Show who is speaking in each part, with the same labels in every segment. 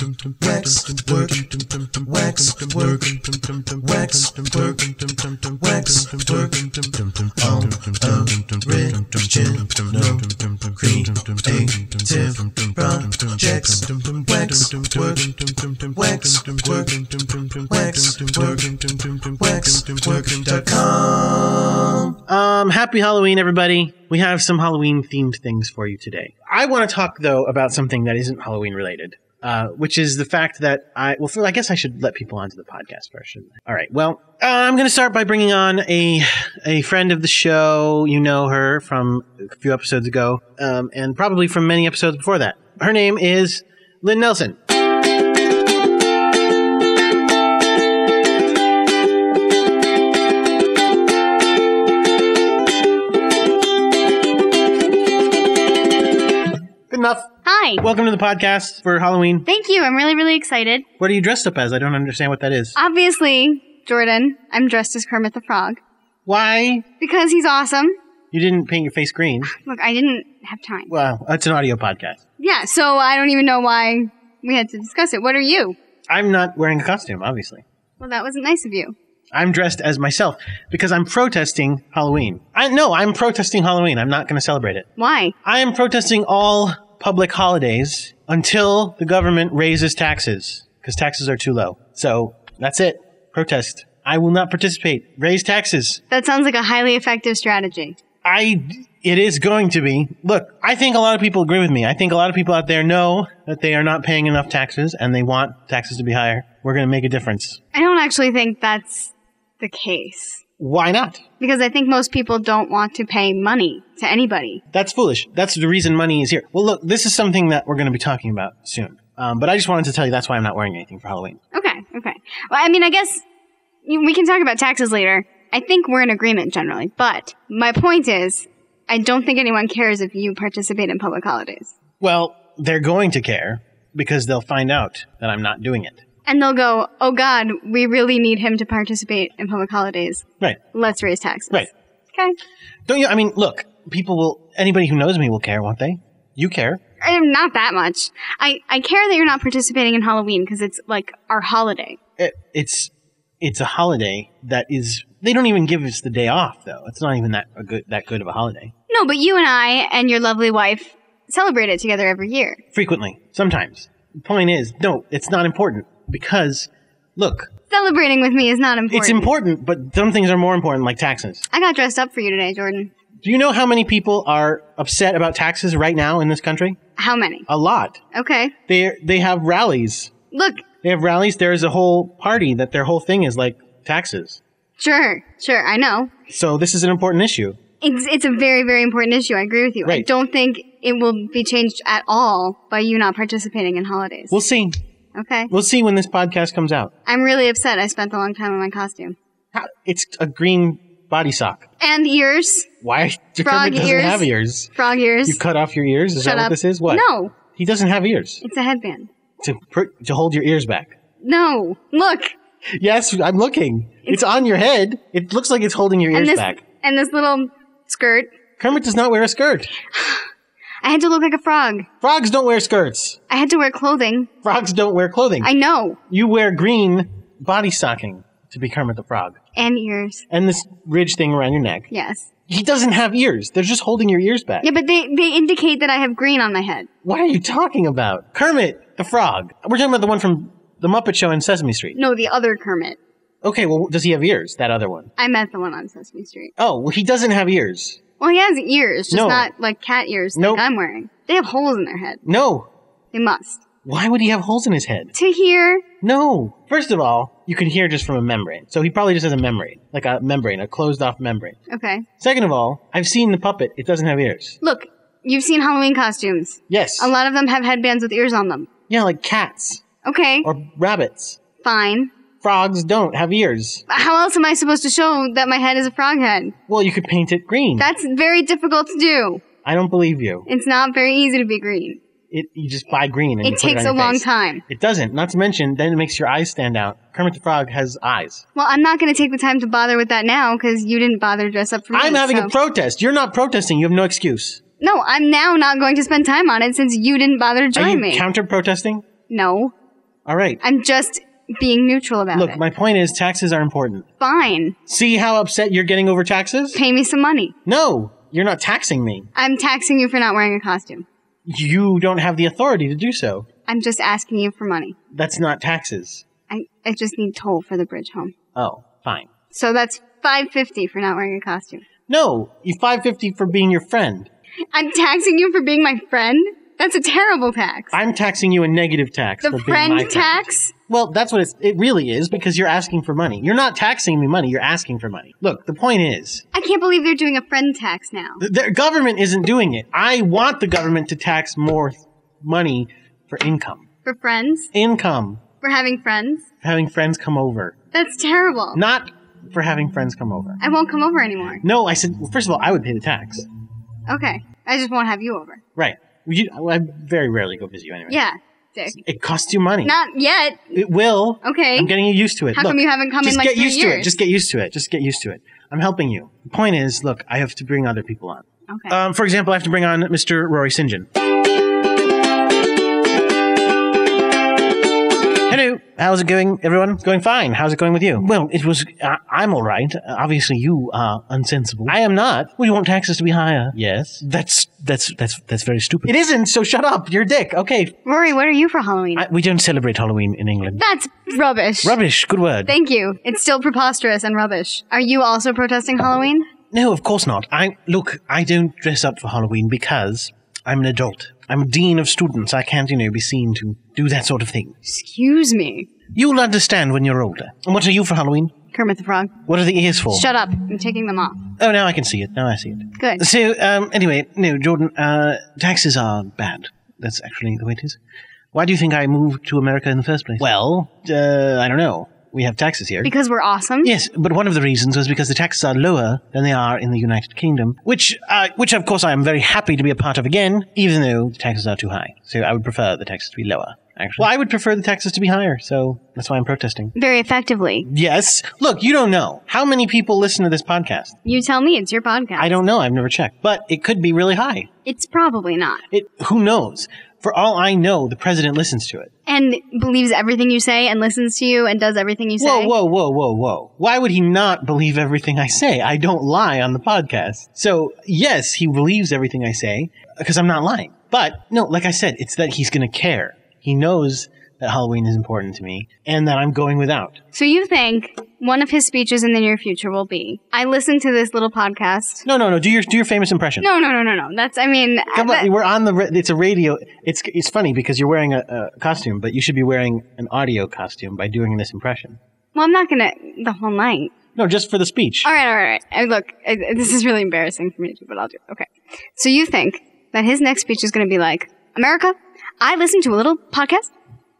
Speaker 1: Wax work, wax work, wax work, wax work on original creative projects. Wax work, wax work, wax work, waxwork.com.
Speaker 2: Um, happy Halloween, everybody. We have some Halloween themed things for you today. I want to talk, though, about something that isn't Halloween related, uh, which is the fact that I, well, I guess I should let people onto the podcast first, shouldn't I? All right. Well, uh, I'm going to start by bringing on a, a friend of the show. You know her from a few episodes ago, um, and probably from many episodes before that. Her name is Lynn Nelson. Good enough.
Speaker 3: Hi.
Speaker 2: Welcome to the podcast for Halloween.
Speaker 3: Thank you. I'm really, really excited.
Speaker 2: What are you dressed up as? I don't understand what that is.
Speaker 3: Obviously, Jordan, I'm dressed as Kermit the Frog
Speaker 2: Why
Speaker 3: because he's awesome.
Speaker 2: you didn't paint your face green?
Speaker 3: Look, I didn't have time.
Speaker 2: Well, it's an audio podcast.
Speaker 3: Yeah, so I don't even know why we had to discuss it. What are you?
Speaker 2: I'm not wearing a costume, obviously.
Speaker 3: Well, that wasn't nice of you.
Speaker 2: I'm dressed as myself because I'm protesting Halloween. I no, I'm protesting Halloween. I'm not going to celebrate it.
Speaker 3: Why?
Speaker 2: I am protesting all public holidays until the government raises taxes because taxes are too low. So that's it. Protest. I will not participate. Raise taxes.
Speaker 3: That sounds like a highly effective strategy.
Speaker 2: I it is going to be. Look, I think a lot of people agree with me. I think a lot of people out there know that they are not paying enough taxes and they want taxes to be higher. We're going to make a difference.
Speaker 3: I don't actually think that's the case
Speaker 2: Why not?
Speaker 3: because I think most people don't want to pay money to anybody.
Speaker 2: That's foolish. That's the reason money is here. Well, look, this is something that we're going to be talking about soon. Um, but I just wanted to tell you that's why I'm not wearing anything for Halloween.
Speaker 3: Okay, okay. Well, I mean, I guess you- we can talk about taxes later. I think we're in agreement generally, but my point is, I don't think anyone cares if you participate in public holidays.
Speaker 2: Well, they're going to care because they'll find out that I'm not doing it.
Speaker 3: And they'll go, oh God, we really need him to participate in public holidays.
Speaker 2: Right.
Speaker 3: Let's raise taxes.
Speaker 2: Right.
Speaker 3: Okay.
Speaker 2: Don't you? I mean, look, people will, anybody who knows me will care, won't they? You care.
Speaker 3: Eh, Not that much. I, I care that you're not participating in Halloween because it's like our holiday.
Speaker 2: it, it's it's a holiday that is they don't even give us the day off though. It's not even that a good that good of a holiday.
Speaker 3: No, but you and I and your lovely wife celebrate it together every year.
Speaker 2: Frequently, sometimes. The point is, no, it's not important because look,
Speaker 3: Celebrating with me is not important.
Speaker 2: it's important, but some things are more important like taxes.
Speaker 3: I got dressed up for you today, Jordan.
Speaker 2: Do you know how many people are upset about taxes right now in this country?
Speaker 3: How many?
Speaker 2: A lot.
Speaker 3: Okay.
Speaker 2: They they have rallies.
Speaker 3: Look,
Speaker 2: They have rallies. There is a whole party that their whole thing is like taxes.
Speaker 3: sure, sure, I know.
Speaker 2: So this is an important issue.
Speaker 3: It's, it's a very, very important issue. I agree with you. I
Speaker 2: Right.
Speaker 3: don't think it will be changed at all by you not participating in holidays.
Speaker 2: We'll see.
Speaker 3: okay.
Speaker 2: We'll see when this podcast comes out.
Speaker 3: I'm really upset I spent a long time in my costume.
Speaker 2: How- It's a green body sock.
Speaker 3: And ears.
Speaker 2: Why? Your
Speaker 3: Frog
Speaker 2: Kermit doesn't
Speaker 3: ears.
Speaker 2: have ears.
Speaker 3: Frog ears.
Speaker 2: You cut off your ears? Is
Speaker 3: Shut
Speaker 2: that
Speaker 3: up.
Speaker 2: what this is? What?
Speaker 3: No,
Speaker 2: He doesn't have ears
Speaker 3: it's a headband.
Speaker 2: to pr- to hold your ears back.
Speaker 3: No. Look.
Speaker 2: Yes, I'm looking. It's on your head. It looks like it's holding your
Speaker 3: and
Speaker 2: ears
Speaker 3: this
Speaker 2: back.
Speaker 3: and this little skirt.
Speaker 2: Kermit does not wear a skirt.
Speaker 3: I had to look like a frog.
Speaker 2: Frogs don't wear skirts.
Speaker 3: I had to wear clothing.
Speaker 2: Frogs don't wear clothing.
Speaker 3: I know.
Speaker 2: you wear green body stocking to be Kermit the Frog.
Speaker 3: And ears.
Speaker 2: And this ridge thing around your neck.
Speaker 3: Yes.
Speaker 2: He doesn't have ears. They're just holding your ears back.
Speaker 3: Yeah, but they, they indicate that I have green on my head.
Speaker 2: What are you talking about? Kermit the Frog. We're talking about the one from The Muppet Show and Sesame Street.
Speaker 3: No, the other Kermit.
Speaker 2: Okay, well, does he have ears? That other one.
Speaker 3: I met the one on Sesame Street.
Speaker 2: Oh, well, he doesn't have ears.
Speaker 3: Well, he has ears, just
Speaker 2: No.
Speaker 3: not like cat ears
Speaker 2: Nope.
Speaker 3: like I'm wearing. They have holes in their head.
Speaker 2: No.
Speaker 3: They must.
Speaker 2: Why would he have holes in his head?
Speaker 3: To hear,
Speaker 2: No. First of all, you can hear just from a membrane. So he probably just has a membrane, like a membrane, a closed off membrane.
Speaker 3: okay.
Speaker 2: Second of all, I've seen the puppet. It doesn't have ears.
Speaker 3: Look, you've seen Halloween costumes.
Speaker 2: Yes.
Speaker 3: A lot of them have headbands with ears on them.
Speaker 2: Yeah, like cats
Speaker 3: Okay,
Speaker 2: or rabbits.
Speaker 3: fine.
Speaker 2: Frogs don't have ears.
Speaker 3: But How else am I supposed to show that my head is a frog head?
Speaker 2: Well, you could paint it green.
Speaker 3: That's very difficult to do.
Speaker 2: I don't believe you.
Speaker 3: It's not very easy to be green.
Speaker 2: It, you just buy green and you
Speaker 3: It
Speaker 2: put it
Speaker 3: takes
Speaker 2: on
Speaker 3: a
Speaker 2: your
Speaker 3: long
Speaker 2: face.
Speaker 3: time.
Speaker 2: It doesn't. Not to mention, then it makes your eyes stand out. Kermit the Frog has eyes.
Speaker 3: Well, I'm not going to take the time to bother with that now because you didn't bother to dress up for me.
Speaker 2: I'm having
Speaker 3: so-
Speaker 2: a protest. You're not protesting. You have no excuse.
Speaker 3: no, I'm now not going to spend time on it since you didn't bother to
Speaker 2: Are
Speaker 3: join
Speaker 2: you
Speaker 3: me.
Speaker 2: counter protesting?
Speaker 3: no,
Speaker 2: All right.
Speaker 3: I'm just being neutral about
Speaker 2: Look,
Speaker 3: it.
Speaker 2: my point is taxes are important.
Speaker 3: Fine.
Speaker 2: See how upset you're getting over taxes?
Speaker 3: Pay me some money.
Speaker 2: No, you're not taxing me.
Speaker 3: I'm taxing you for not wearing a costume.
Speaker 2: You don't have the authority to do so.
Speaker 3: I'm just asking you for money.
Speaker 2: That's not taxes.
Speaker 3: I, I just need toll for the bridge home.
Speaker 2: Oh, fine.
Speaker 3: So that's 550 for not wearing a costume.
Speaker 2: No, you 550 for being your friend.
Speaker 3: I'm taxing you for being my friend? That's a terrible tax.
Speaker 2: I'm taxing you a negative tax
Speaker 3: the
Speaker 2: for being my
Speaker 3: friend
Speaker 2: friend.
Speaker 3: tax?
Speaker 2: Well, that's what it's, it really is because you're asking for money. You're not taxing me money, you're asking for money. Look, the point is,
Speaker 3: I can't believe they're doing a friend tax now.
Speaker 2: th- the government isn't doing it. I want the government to tax more th- money for income.
Speaker 3: For friends?
Speaker 2: Income,
Speaker 3: For having friends?
Speaker 2: for having friends come over,
Speaker 3: That's terrible.
Speaker 2: not for having friends come over.
Speaker 3: I won't come over anymore.
Speaker 2: No, I said, well, first of all, I would pay the tax.
Speaker 3: Okay. I just won't have you over.
Speaker 2: Right. You, I very rarely go visit you anyway.
Speaker 3: Yeah, dick.
Speaker 2: It costs you money.
Speaker 3: Not yet.
Speaker 2: It will.
Speaker 3: Okay.
Speaker 2: I'm getting you used to it.
Speaker 3: How
Speaker 2: Look,
Speaker 3: come you haven't come in
Speaker 2: just
Speaker 3: like
Speaker 2: get
Speaker 3: three
Speaker 2: used
Speaker 3: years?
Speaker 2: to it. Just get used to it. Just get used to it. I'm helping you. The point is, look, I have to bring other people on.
Speaker 3: okay.
Speaker 2: Um, for example, I have to bring on Mr. Rory St. John. Hello. How's it going, everyone? It's going fine. How's it going with you? Well, it was. Uh, I'm all right. Uh, Obviously, you are unsensible. I am not. Well, you want taxes to be higher. Yes. That's that's that's that's very stupid. It isn't. So shut up. You're a dick. Okay.
Speaker 3: Rory, what are you for Halloween?
Speaker 2: I, we don't celebrate Halloween in England.
Speaker 3: That's rubbish.
Speaker 2: Rubbish. Good word.
Speaker 3: Thank you. It's still preposterous and rubbish. Are you also protesting Halloween?
Speaker 2: No, of course not. I look, I don't dress up for Halloween because I'm an adult. I'm dean of students. I can't, you know, be seen to do that sort of thing.
Speaker 3: Excuse me.
Speaker 2: You'll understand when you're older. And what are you for Halloween?
Speaker 3: Kermit the Frog.
Speaker 2: What are the ears for?
Speaker 3: Shut up. I'm taking them off.
Speaker 2: oh, now I can see it. Now I see it.
Speaker 3: Good.
Speaker 2: So, um, anyway, no, Jordan, uh, taxes are bad. That's actually the way it is. Why do you think I moved to America in the first place? Well, uh, I don't know. We have taxes here.
Speaker 3: Because we're awesome?
Speaker 2: Yes, but one of the reasons was because the taxes are lower than they are in the United Kingdom, which, uh, which of course I am very happy to be a part of again, even though the taxes are too high. So I would prefer the taxes to be lower. Actually, well, I would prefer the taxes to be higher, so that's why I'm protesting.
Speaker 3: Very effectively.
Speaker 2: Yes, look, you don't know how many people listen to this podcast.
Speaker 3: You tell me. It's your podcast.
Speaker 2: I don't know; I've never checked, but it could be really high.
Speaker 3: it's probably not.
Speaker 2: It, who knows? For all I know, the president listens to it.
Speaker 3: And believes everything you say and listens to you and does everything you say.
Speaker 2: Whoa, whoa, whoa, whoa, whoa. Why would he not believe everything I say? I don't lie on the podcast. So, yes, he believes everything I say because I'm not lying. But, no, like I said, it's that he's going to care. He knows that Halloween is important to me and that I'm going without.
Speaker 3: So you think one of his speeches in the near future will be I listened to this little podcast.
Speaker 2: No, no, no. Do your, do your famous impression.
Speaker 3: No, no, no, no, no. That's, I mean,
Speaker 2: Come
Speaker 3: that-
Speaker 2: on, we're on the. ra- It's a radio. It's it's funny because you're wearing a, a costume, but you should be wearing an audio costume by doing this impression.
Speaker 3: well, I'm not going to the whole night.
Speaker 2: No, just for the speech.
Speaker 3: All right, all right, all right. I, look, I, I- this is really embarrassing for me to do, but I'll do it. Okay. So you think that his next speech is going to be like, America, I listened to a little podcast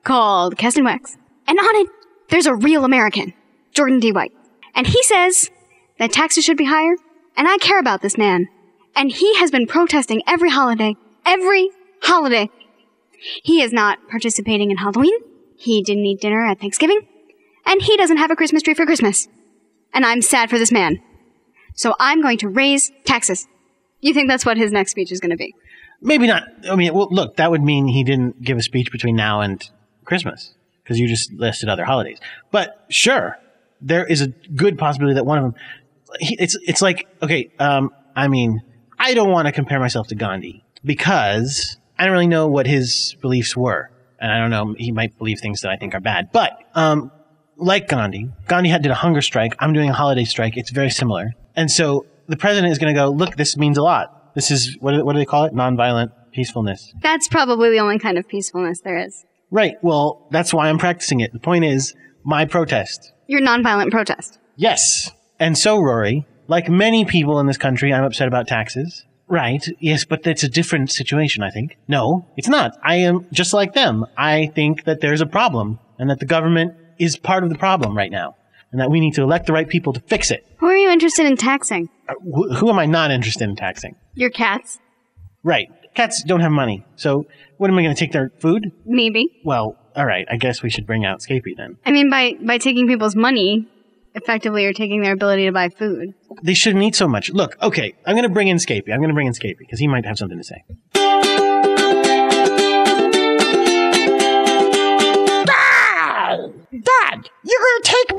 Speaker 3: called Cast and Wax, and on it, there's a real American, Jordan D. White. And he says that taxes should be higher, and I care about this man. And he has been protesting every holiday, every holiday. He is not participating in Halloween. He didn't eat dinner at Thanksgiving. And he doesn't have a Christmas tree for Christmas and I'm sad for this man. So I'm going to raise taxes. You think that's what his next speech is going to be?
Speaker 2: Maybe not. I mean, well, look, that would mean he didn't give a speech between now and Christmas because you just listed other holidays. But sure, there is a good possibility that one of them. he- It's it's like okay. Um, I mean, I don't want to compare myself to Gandhi because I don't really know what his beliefs were, and I don't know. He might believe things that I think are bad, but um, like Gandhi, Gandhi had did a hunger strike. I'm doing a holiday strike. It's very similar. And so the president is going to go, look, this means a lot. This is what do, what do they call it? Nonviolent peacefulness.
Speaker 3: That's probably the only kind of peacefulness there is.
Speaker 2: Right. Well, that's why I'm practicing it. The point is my protest.
Speaker 3: Your nonviolent protest.
Speaker 2: Yes. And so, Rory, like many people in this country, I'm upset about taxes. Right. Yes, but that's a different situation, I think. No, it's not. I am just like them. I think that there's a problem and that the government is part of the problem right now and that we need to elect the right people to fix it.
Speaker 3: Who are you interested in taxing?
Speaker 2: who, who am I not interested in taxing?
Speaker 3: Your cats?
Speaker 2: Right. Cats don't have money. So what am I going to take their food?
Speaker 3: Maybe.
Speaker 2: Well, all right. I guess we should bring out Scapy then.
Speaker 3: I mean, by, by taking people's money, effectively you're taking their ability to buy food.
Speaker 2: They shouldn't eat so much. Look, okay. I'm going to bring in Scapy. I'm going to bring in Scapy because he might have something to say.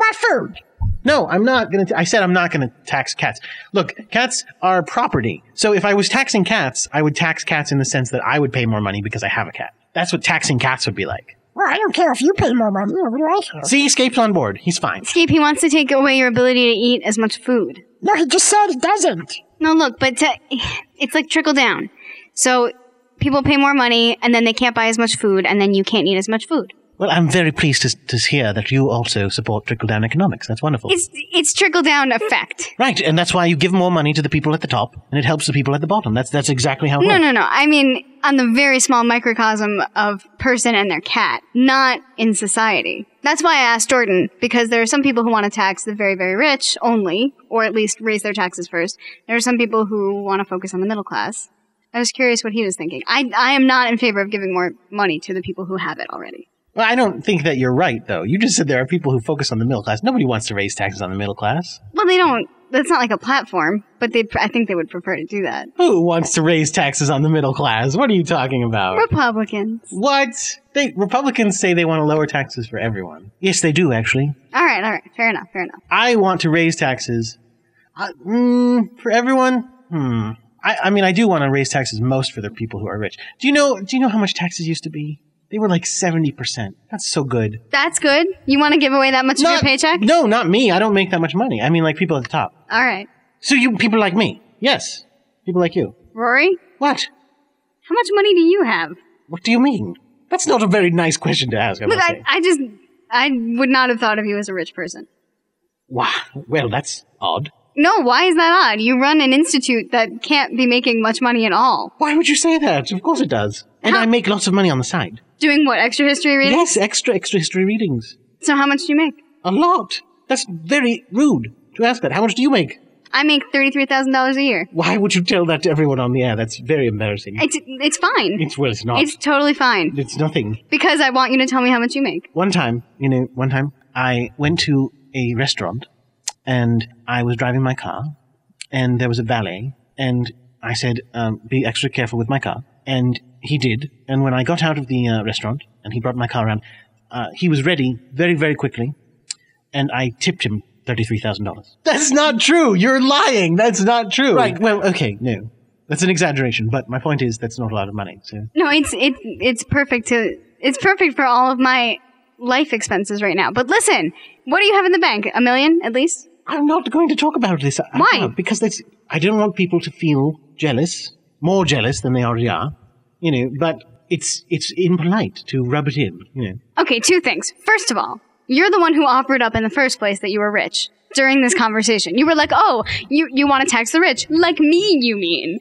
Speaker 2: absurd. No, I'm not going to. I said I'm not going to tax cats. Look, cats are property. So if I was taxing cats, I would tax cats in the sense that I would pay more money because I have a cat. That's what taxing cats would be like.
Speaker 4: Well, I don't care if you pay more money. What do I care?
Speaker 2: See, Escape's on board. He's fine.
Speaker 3: Escape, he wants to take away your ability to eat as much food.
Speaker 4: No, he just said it doesn't.
Speaker 3: No, look, but to, it's like trickle down. So people pay more money and then they can't buy as much food and then you can't eat as much food.
Speaker 2: Well, I'm very pleased to, to hear that you also support trickle down economics. That's wonderful.
Speaker 3: It's it's trickle down effect.
Speaker 2: right, and that's why you give more money to the people at the top, and it helps the people at the bottom. That's that's exactly how. It
Speaker 3: No,
Speaker 2: works.
Speaker 3: no, no. I mean on the very small microcosm of person and their cat, not in society. That's why I asked Jordan because there are some people who want to tax the very very rich only or at least raise their taxes first. There are some people who want to focus on the middle class. I was curious what he was thinking. I I am not in favor of giving more money to the people who have it already.
Speaker 2: Well, I don't think that you're right, though. You just said there are people who focus on the middle class. Nobody wants to raise taxes on the middle class.
Speaker 3: Well, they don't. That's not like a platform, but they. I think they would prefer to do that.
Speaker 2: Who wants to raise taxes on the middle class? What are you talking about?
Speaker 3: Republicans.
Speaker 2: What? They Republicans say they want to lower taxes for everyone. Yes, they do actually.
Speaker 3: All right, all right. Fair enough. Fair enough.
Speaker 2: I want to raise taxes I, mm, for everyone. Hmm. I, I mean, I do want to raise taxes most for the people who are rich. Do you know? Do you know how much taxes used to be? They were like seventy percent. That's so good.
Speaker 3: That's good. You want to give away that much of your paycheck?
Speaker 2: No, not me. I don't make that much money. I mean, like people at the top.
Speaker 3: All right,
Speaker 2: So you people like me? Yes, people like you.
Speaker 3: Rory.
Speaker 2: What?
Speaker 3: How much money do you have?
Speaker 2: What do you mean? That's not a very nice question to ask. I
Speaker 3: Look,
Speaker 2: must
Speaker 3: I,
Speaker 2: say.
Speaker 3: I just, I would not have thought of you as a rich person.
Speaker 2: Wow. Well, that's odd.
Speaker 3: No, why is that odd? You run an institute that can't be making much money at all.
Speaker 2: Why would you say that? Of course it does. And
Speaker 3: How-
Speaker 2: I make lots of money on the side.
Speaker 3: Doing what? Extra history reading?
Speaker 2: Yes, extra extra history readings.
Speaker 3: So how much do you make?
Speaker 2: A lot. That's very rude to ask that. How much do you make?
Speaker 3: I make thirty-three thousand dollars a year.
Speaker 2: Why would you tell that to everyone on the air? That's very embarrassing.
Speaker 3: It's it's fine.
Speaker 2: it's well, it's not.
Speaker 3: It's totally fine
Speaker 2: it's nothing.
Speaker 3: because I want you to tell me how much you make.
Speaker 2: One time, you know, one time I went to a restaurant and I was driving my car and there was a valet and I said, um, be extra careful with my car. And he did. And when I got out of the uh, restaurant and he brought my car around, uh, he was ready very, very quickly and I tipped him $33,000. That's not true. You're lying. That's not true. Right. Well, okay, no. That's an exaggeration, but my point is that's not a lot of money. So
Speaker 3: No, it's it it's perfect to it's perfect for all of my life expenses right now. But listen, what do you have in the bank? A million at least?
Speaker 2: I'm not going to talk about this. out
Speaker 3: Why?
Speaker 2: loud, Because that's, I don't want people to feel jealous, more jealous than they already are. You know, but it's it's impolite to rub it in. You know,
Speaker 3: Okay, two things. First of all, you're the one who offered up in the first place that you were rich during this conversation. You were like, "Oh, you you want to tax the rich like me, you mean?"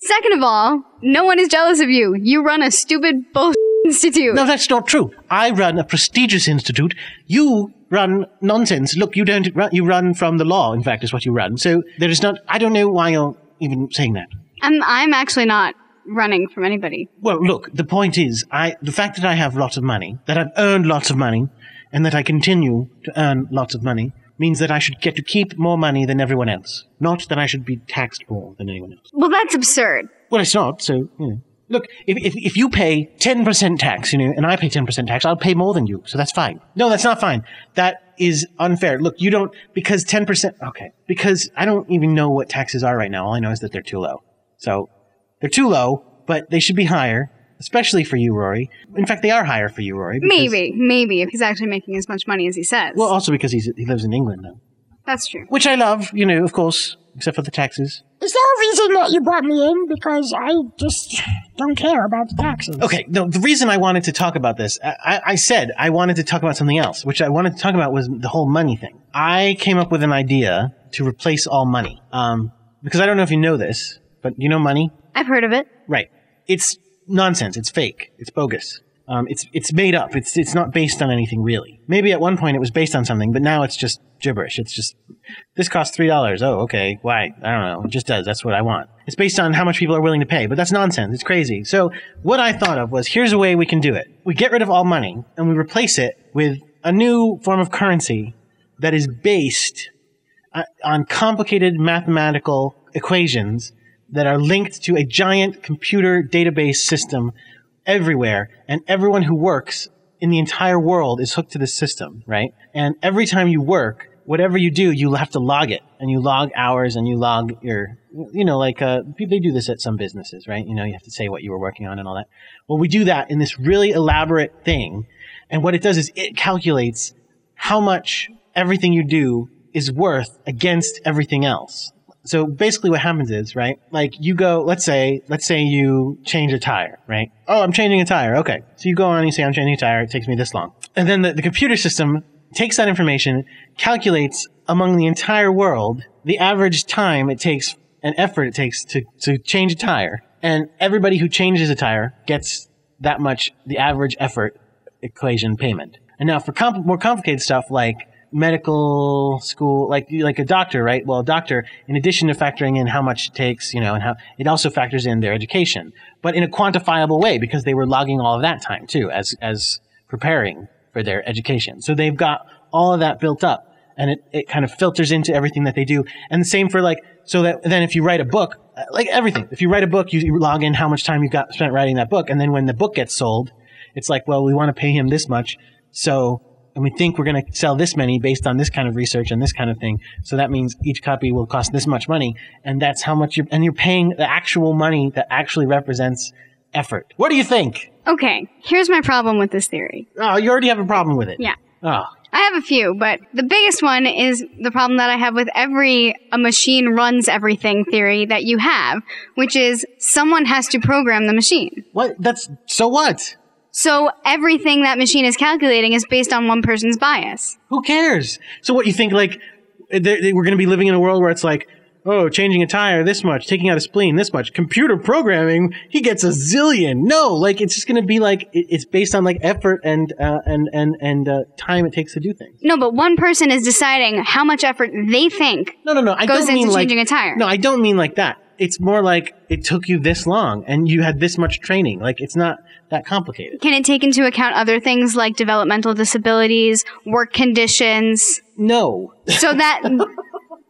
Speaker 3: Second of all, no one is jealous of you. You run a stupid bull institute.
Speaker 2: no, that's not true. I run a prestigious institute. You run nonsense. Look, you don't. Run, you run from the law. In fact, is what you run. So there is not. I don't know why you're even saying that.
Speaker 3: I'm I'm actually not running from anybody.
Speaker 2: Well, look, the point is, I the fact that I have lots of money, that I've earned lots of money, and that I continue to earn lots of money means that I should get to keep more money than everyone else, not that I should be taxed more than anyone else.
Speaker 3: Well, that's absurd.
Speaker 2: Well, it's not, so, you know. Look, if, if, if you pay 10% tax, you know, and I pay 10% tax, I'll pay more than you, so that's fine. No, that's not fine. That is unfair. Look, you don't, because 10%, okay, because I don't even know what taxes are right now. All I know is that they're too low. So, they're too low, but they should be higher, especially for you, Rory. In fact, they are higher for you, Rory. because-
Speaker 3: Maybe, maybe if he's actually making as much money as he says.
Speaker 2: Well, also because he's, he lives in England, though.
Speaker 3: that's true.
Speaker 2: Which I love, you know, of course, except for the taxes.
Speaker 4: Is there a reason that you brought me in? Because I just don't care about the taxes.
Speaker 2: Okay, no, the reason I wanted to talk about this, I, I- I said I wanted to talk about something else, which I wanted to talk about was the whole money thing. I came up with an idea to replace all money. Um, because I don't know if you know this, but you know money?
Speaker 3: I've heard of it.
Speaker 2: Right. It's nonsense. It's fake. It's bogus. Um, it's it's made up. It's it's not based on anything really. Maybe at one point it was based on something, but now it's just gibberish. It's just this costs three dollars. Oh, okay. Why? I don't know. It just does. That's what I want. It's based on how much people are willing to pay, but that's nonsense. It's crazy. So what I thought of was here's a way we can do it. We get rid of all money and we replace it with a new form of currency that is based uh, on complicated mathematical equations that are linked to a giant computer database system everywhere, and everyone who works in the entire world is hooked to this system, right? And every time you work, whatever you do, you have to log it, and you log hours, and you log your, you know, like uh, pe- they do this at some businesses, right? You know, you have to say what you were working on and all that. Well, we do that in this really elaborate thing, and what it does is it calculates how much everything you do is worth against everything else. So basically what happens is, right? Like you go, let's say, let's say you change a tire, right? Oh, I'm changing a tire. Okay. So you go on and you say, I'm changing a tire. It takes me this long. And then the, the computer system takes that information, calculates among the entire world, the average time it takes and effort it takes to, to change a tire. And everybody who changes a tire gets that much, the average effort equation payment. And now for comp- more complicated stuff like medical school, like like a doctor, right? Well, a doctor, in addition to factoring in how much it takes, you know, and how it also factors in their education, but in a quantifiable way because they were logging all of that time too as as preparing for their education. So they've got all of that built up and it, it kind of filters into everything that they do. And the same for like, so that then if you write a book, uh, like everything, if you write a book, you, you log in how much time you got spent writing that book. And then when the book gets sold, it's like, well, we want to pay him this much. So, and we think we're going to sell this many based on this kind of research and this kind of thing. So that means each copy will cost this much money. And that's how much you're, and you're paying the actual money that actually represents effort. What do you think?
Speaker 3: Okay, here's my problem with this theory.
Speaker 2: Oh, you already have a problem with it.
Speaker 3: Yeah.
Speaker 2: Oh,
Speaker 3: I have a few, but the biggest one is the problem that I have with every a machine runs everything theory that you have, which is someone has to program the machine.
Speaker 2: what? That's, so what?
Speaker 3: So everything that machine is calculating is based on one person's bias.
Speaker 2: Who cares? So what you think? Like they- they- we're going to be living in a world where it's like, oh, changing a tire this much, taking out a spleen this much, computer programming, he gets a zillion. No, like it's just going to be like it- it's based on like effort and uh, and and and uh, time it takes to do things.
Speaker 3: No, but one person is deciding how much effort they think.
Speaker 2: No, no, no. I
Speaker 3: Goes
Speaker 2: don't mean
Speaker 3: into
Speaker 2: like
Speaker 3: changing a tire.
Speaker 2: No, I don't mean like that. It's more like it took you this long and you had this much training. Like it's not that complicated.
Speaker 3: Can it take into account other things like developmental disabilities, work conditions?
Speaker 2: No,
Speaker 3: So that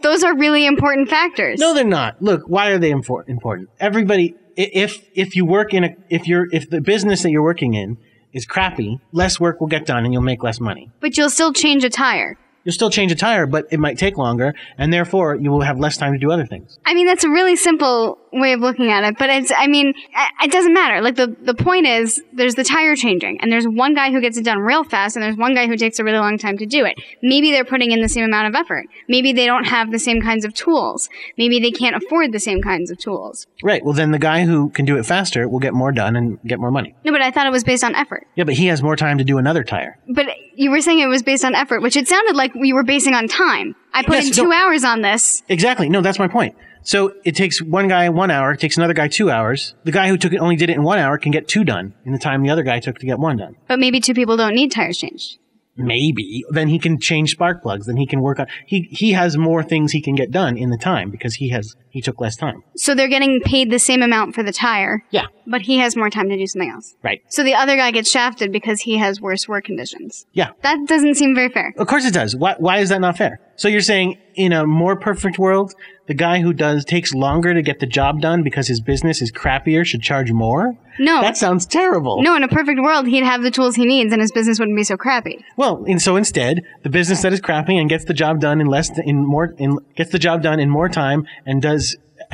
Speaker 3: those are really important factors.
Speaker 2: No, they're not. Look, why are they impor- important? Everybody, i- if if you work in a, if you're, if the business that you're working in is crappy, less work will get done and you'll make less money.
Speaker 3: but you'll still change a tire.
Speaker 2: You'll still change a tire, but it might take longer, and therefore you will have less time to do other things.
Speaker 3: I mean, that's a really simple way of looking at it, but it's, I mean, I- it doesn't matter. Like, the, the point is, there's the tire changing, and there's one guy who gets it done real fast, and there's one guy who takes a really long time to do it. Maybe they're putting in the same amount of effort. Maybe they don't have the same kinds of tools. Maybe they can't afford the same kinds of tools.
Speaker 2: Right. Well, then the guy who can do it faster will get more done and get more money.
Speaker 3: No, but I thought it was based on effort.
Speaker 2: Yeah, but he has more time to do another tire.
Speaker 3: But you were saying it was based on effort, which it sounded like we were basing on time. I put
Speaker 2: Yes,
Speaker 3: in two
Speaker 2: no-
Speaker 3: hours on this.
Speaker 2: Exactly. No, that's my point. So it takes one guy one hour, it takes another guy two hours. The guy who took it only did it in one hour can get two done in the time the other guy took to get one done.
Speaker 3: But maybe two people don't need tires changed.
Speaker 2: maybe then he can change spark plugs then he can work on he he has more things he can get done in the time because he has he took less time
Speaker 3: So they're getting paid the same amount for the tire.
Speaker 2: yeah
Speaker 3: But he has more time to do something else.
Speaker 2: right
Speaker 3: So the other guy gets shafted because he has worse work conditions.
Speaker 2: yeah
Speaker 3: That doesn't seem very fair.
Speaker 2: of course it does why why is that not fair so you're saying in a more perfect world the guy who does takes longer to get the job done because his business is crappier should charge more
Speaker 3: No.
Speaker 2: that sounds terrible
Speaker 3: No, in a perfect world, he'd have the tools he needs and his business wouldn't be so crappy.
Speaker 2: Well, and so instead, the business that is crappy and gets the job done in less th- in more in gets the job done in more time and does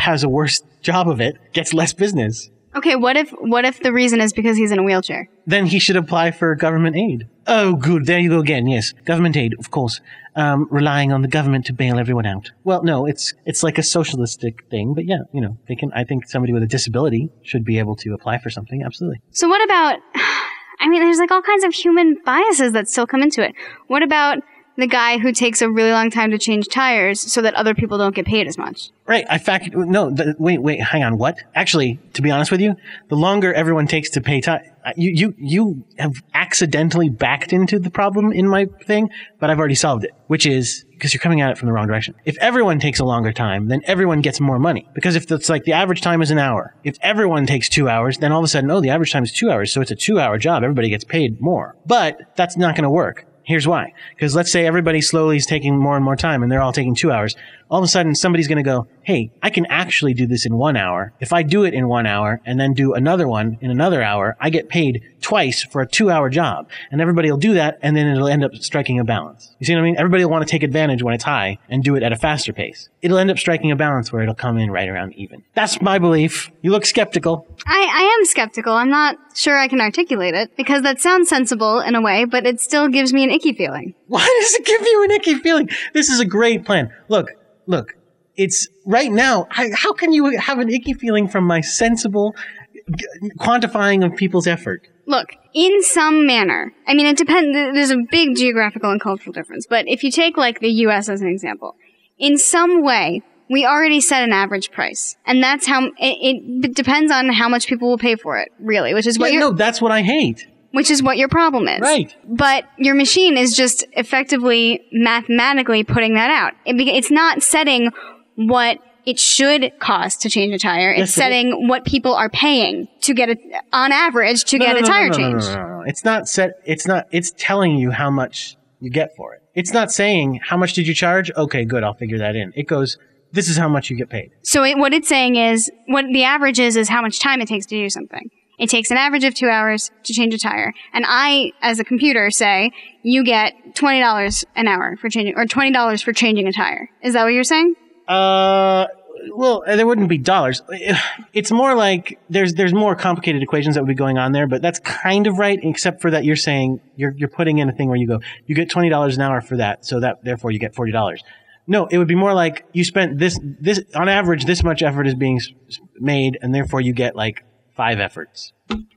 Speaker 2: has a worse job of it gets less business.
Speaker 3: Okay, what if what if the reason is because he's in a wheelchair?
Speaker 2: Then he should apply for government aid. Oh, good. There you go again. Yes, government aid, of course. Um, relying on the government to bail everyone out. Well, no, it's it's like a socialistic thing, but yeah, you know, they can. I think somebody with a disability should be able to apply for something. Absolutely.
Speaker 3: So what about I mean, there's like all kinds of human biases that still come into it. What about the guy who takes a really long time to change tires so that other people don't get paid as much?
Speaker 2: Right. I fact, no, th- wait, wait, hang on. What? Actually, to be honest with you, the longer everyone takes to pay time, you, you, you have accidentally backed into the problem in my thing, but I've already solved it, which is because you're coming at it from the wrong direction. If everyone takes a longer time, then everyone gets more money. Because if it's like the average time is an hour, if everyone takes two hours, then all of a sudden, oh, the average time is two hours. So it's a two hour job. Everybody gets paid more, but that's not going to work. Here's why. Because let's say everybody slowly is taking more and more time and they're all taking two hours. all of a sudden somebody's going to go, Hey, I can actually do this in one hour. If I do it in one hour and then do another one in another hour, I get paid twice for a two hour job. And everybody will do that. And then it'll end up striking a balance. You see what I mean? Everybody will want to take advantage when it's high and do it at a faster pace. It'll end up striking a balance where it'll come in right around even. That's my belief. You look skeptical.
Speaker 3: I, I am skeptical. I'm not sure I can articulate it because that sounds sensible in a way, but it still gives me an icky feeling.
Speaker 2: Why does it give you an icky feeling? This is a great plan. Look, look, it's right now. I, how can you have an icky feeling from my sensible g- quantifying of people's effort?
Speaker 3: Look, in some manner, I mean, it depends, there's a big geographical and cultural difference, but if you take like the US as an example, in some way, we already set an average price, and that's how it, it depends on how much people will pay for it, really, which is what
Speaker 2: But
Speaker 3: you're,
Speaker 2: no, that's what I hate.
Speaker 3: which is what your problem is.
Speaker 2: Right.
Speaker 3: But your machine is just effectively mathematically putting that out. It be- it's not setting what it should cost to change a tire. It's
Speaker 2: Yes, it is.
Speaker 3: setting what people are paying to get a, on average, to
Speaker 2: No,
Speaker 3: get
Speaker 2: no,
Speaker 3: a
Speaker 2: no,
Speaker 3: tire
Speaker 2: no, no, no,
Speaker 3: change.
Speaker 2: no, no, no. It's not set. It's not. It's telling you how much you get for it. It's not saying how much did you charge. Okay, good. I'll figure that in. It goes. This is how much you get paid.
Speaker 3: So it, what it's saying is what the average is is how much time it takes to do something. It takes an average of two hours to change a tire, and I, as a computer, say you get twenty dollars an hour for changing, or twenty dollars for changing a tire. Is that what you're saying?
Speaker 2: Uh, well, there wouldn't be dollars. It's more like there's there's more complicated equations that would be going on there, but that's kind of right, except for that you're saying you're you're putting in a thing where you go, you get twenty dollars an hour for that, so that therefore you get forty dollars. No, it would be more like you spent this this on average this much effort is being s- s- made, and therefore you get like five efforts.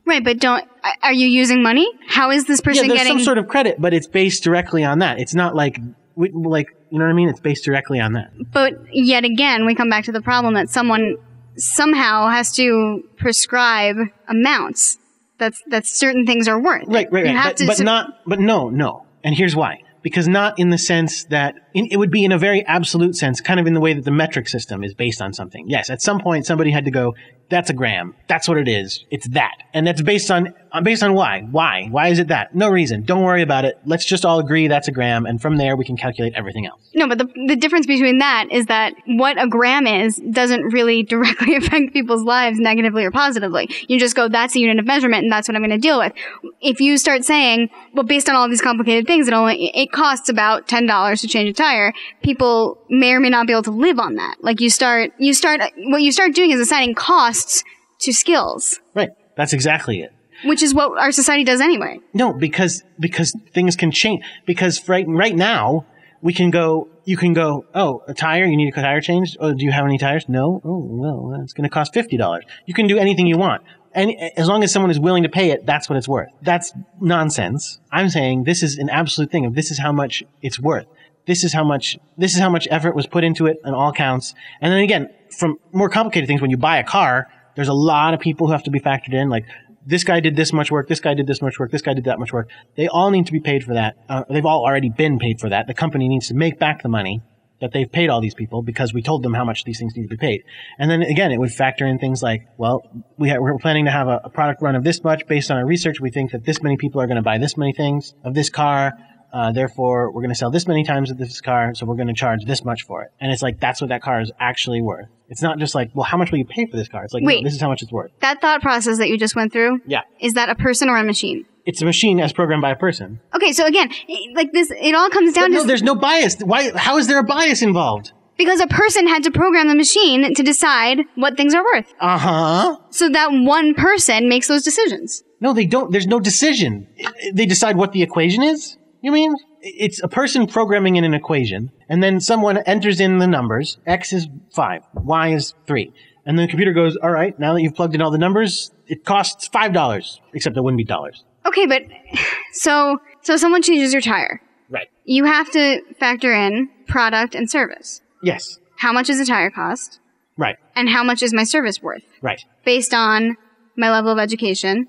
Speaker 3: Right, but don't. Are you using money? How is this
Speaker 2: Yeah,
Speaker 3: person
Speaker 2: there's
Speaker 3: getting?
Speaker 2: some sort of credit, but it's based directly on that. It's not like we- like you know what I mean. It's based directly on that.
Speaker 3: but yet again, we come back to the problem that someone somehow has to prescribe amounts. That's that certain things are worth.
Speaker 2: Right, right,
Speaker 3: You
Speaker 2: right.
Speaker 3: have
Speaker 2: but
Speaker 3: to
Speaker 2: but
Speaker 3: sub-
Speaker 2: not, but no, no. And here's why. Because not in the sense that in, it would be in a very absolute sense, kind of in the way that the metric system is based on something. Yes, at some point somebody had to go, "That's a gram. That's what it is. It's that." And that's based on uh, based on why? Why? Why is it that? No reason. Don't worry about it. Let's just all agree that's a gram, and from there we can calculate everything else.
Speaker 3: No, but the, the difference between that is that what a gram is doesn't really directly affect people's lives negatively or positively. You just go, that's a unit of measurement and that's what I'm going to deal with. If you start saying, well, based on all these complicated things, it only, it costs about $10 to change a tire, people may or may not be able to live on that. Like you start, you start, what you start doing is assigning costs to skills,
Speaker 2: Right. That's exactly it.
Speaker 3: which is what our society does anyway.
Speaker 2: No, because because things can change. Because right right now we can go. You can go. Oh, a tire. You need a tire change. Oh, do you have any tires? No. Oh, well, it's going to cost fifty dollars. You can do anything you want, and as long as someone is willing to pay it, that's what it's worth. That's nonsense. I'm saying this is an absolute thing. Of this is how much it's worth. This is how much. This is how much effort was put into it on all counts. And then again, from more complicated things, when you buy a car, there's a lot of people who have to be factored in. Like this guy did this much work, this guy did this much work, this guy did that much work. They all need to be paid for that. Uh, they've all already been paid for that. The company needs to make back the money that they've paid all these people because we told them how much these things need to be paid. And then again, it would factor in things like, well, we ha- we're planning to have a, a product run of this much based on our research. We think that this many people are going to buy this many things of this car. Uh, therefore, we're going to sell this many times of this car, so we're going to charge this much for it. And it's like that's what that car is actually worth. It's not just like, well, how much will you pay for this car? It's like, no,
Speaker 3: Wait.
Speaker 2: this is how much it's worth.
Speaker 3: That thought process that you just went through,
Speaker 2: Yeah.
Speaker 3: is that a person or a machine?
Speaker 2: It's a machine as programmed by a person.
Speaker 3: Okay, so again, i- like this, it all comes down
Speaker 2: No,
Speaker 3: to
Speaker 2: there's no bias. Why? How is there a bias involved?
Speaker 3: because a person had to program the machine to decide what things are worth.
Speaker 2: Uh huh.
Speaker 3: So that one person makes those decisions.
Speaker 2: No, they don't. There's no decision. They decide what the equation is. You mean it's a person programming in an equation, and then someone enters in the numbers. X is five. Y is three. And the computer goes, "All right, now that you've plugged in all the numbers, it costs five dollars. Except it wouldn't be dollars.
Speaker 3: Okay, but so so someone changes your tire.
Speaker 2: Right.
Speaker 3: You have to factor in product and service.
Speaker 2: Yes.
Speaker 3: How much is a tire cost,
Speaker 2: Right.
Speaker 3: and how much is my service worth
Speaker 2: Right.
Speaker 3: based on my level of education,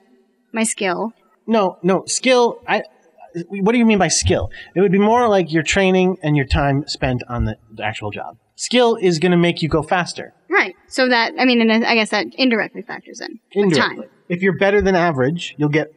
Speaker 3: my skill.
Speaker 2: No, no, skill. I. What do you mean by skill? It would be more like your training and your time spent on the the actual job. Skill is going to make you go faster.
Speaker 3: Right. So that I mean, and I guess that indirectly factors in with time.
Speaker 2: Indirectly. If you're better than average, you'll get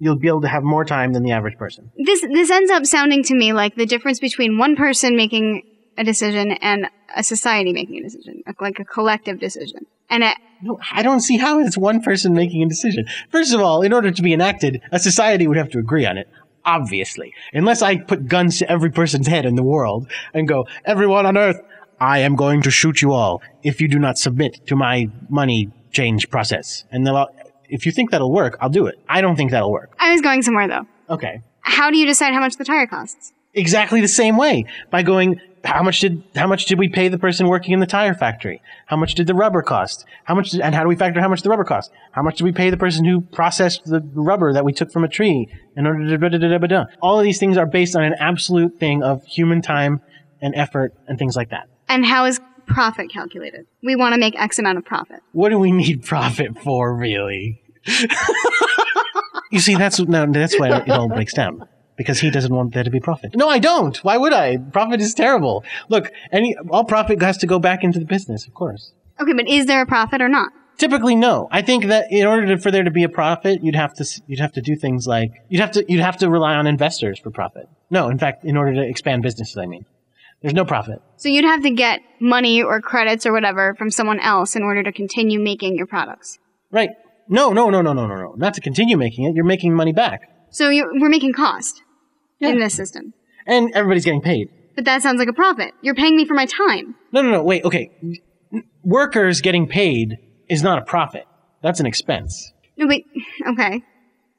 Speaker 2: you'll be able to have more time than the average person.
Speaker 3: this this ends up sounding to me like the difference between one person making a decision and a society making a decision, like a collective decision. And it,
Speaker 2: No, I don't see how it's one person making a decision. First of all, in order to be enacted, a society would have to agree on it. Obviously. Unless I put guns to every person's head in the world and go, everyone on earth, I am going to shoot you all if you do not submit to my money change process. And they'll, if you think that'll work, I'll do it. I don't think that'll work.
Speaker 3: I was going somewhere though.
Speaker 2: Okay.
Speaker 3: How do you decide how much the tire costs?
Speaker 2: exactly the same way by going how much did how much did we pay the person working in the tire factory how much did the rubber cost how much did, and how do we factor how much the rubber cost how much did we pay the person who processed the rubber that we took from a tree in order to da- da- da- da- da- da. all of these things are based on an absolute thing of human time and effort and things like that
Speaker 3: And how is profit calculated? We want to make X amount of profit.
Speaker 2: what do we need profit for really you see that's no, that's why it all breaks down because he doesn't want there to be profit no i don't why would i profit is terrible look any all profit has to go back into the business of course
Speaker 3: Okay, but is there a profit or not?
Speaker 2: typically no i think that in order to, for there to be a profit you'd have to s- you'd have to do things like you'd have to you'd have to rely on investors for profit no in fact in order to expand businesses i mean there's no profit
Speaker 3: So you'd have to get money or credits or whatever from someone else in order to continue making your products.
Speaker 2: right no no no no no no no not to continue making it you're making money back
Speaker 3: So you we're making cost in this system.
Speaker 2: and everybody's getting paid
Speaker 3: But that sounds like a profit. You're paying me for my time.
Speaker 2: No, no, no. Wait. Okay. N- Workers getting paid is not a profit. That's an expense.
Speaker 3: No, wait. Okay.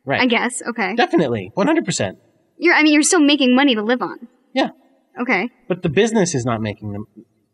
Speaker 2: Right.
Speaker 3: I guess. Okay.
Speaker 2: Definitely. 100%.
Speaker 3: You're. I mean, you're still making money to live on.
Speaker 2: Yeah.
Speaker 3: Okay.
Speaker 2: But the business is not making them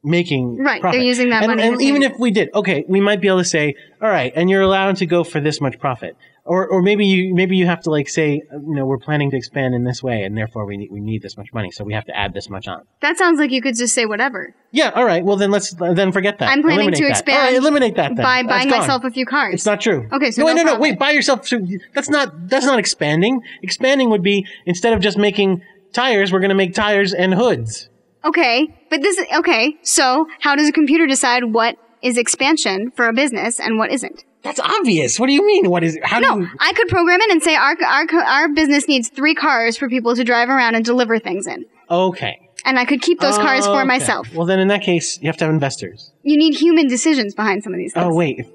Speaker 2: making
Speaker 3: Right, they're
Speaker 2: profit.
Speaker 3: using that
Speaker 2: and,
Speaker 3: money
Speaker 2: And
Speaker 3: to
Speaker 2: even
Speaker 3: pay-
Speaker 2: if we did, okay, we might be able to say, all right, and you're allowed to go for this much profit. Or, or maybe you maybe you have to like say you know we're planning to expand in this way and therefore we need, we need this much money so we have to add this much on.
Speaker 3: That sounds like you could just say whatever
Speaker 2: Yeah, all right. Well then let's then forget that.
Speaker 3: I'm planning
Speaker 2: Eliminate
Speaker 3: to
Speaker 2: that.
Speaker 3: expand
Speaker 2: All right, eliminate that then.
Speaker 3: by
Speaker 2: That's
Speaker 3: buying
Speaker 2: gone.
Speaker 3: myself a few cars.
Speaker 2: It's not true.
Speaker 3: Okay, so
Speaker 2: no,
Speaker 3: no
Speaker 2: wait, no, no,
Speaker 3: profit.
Speaker 2: wait. Buy yourself. So that's not that's not expanding. Expanding would be instead of just making tires, we're going to make tires and hoods.
Speaker 3: Okay, but this okay. So, how does a computer decide what is expansion for a business and what isn't?
Speaker 2: That's obvious. What do you mean? What is? How do
Speaker 3: No,
Speaker 2: you?
Speaker 3: I could program it and say our our our business needs three cars for people to drive around and deliver things in,
Speaker 2: Okay.
Speaker 3: and I could keep those cars for
Speaker 2: Okay.
Speaker 3: myself.
Speaker 2: Well, then in that case, you have to have investors.
Speaker 3: You need human decisions behind some of these things.
Speaker 2: Oh wait,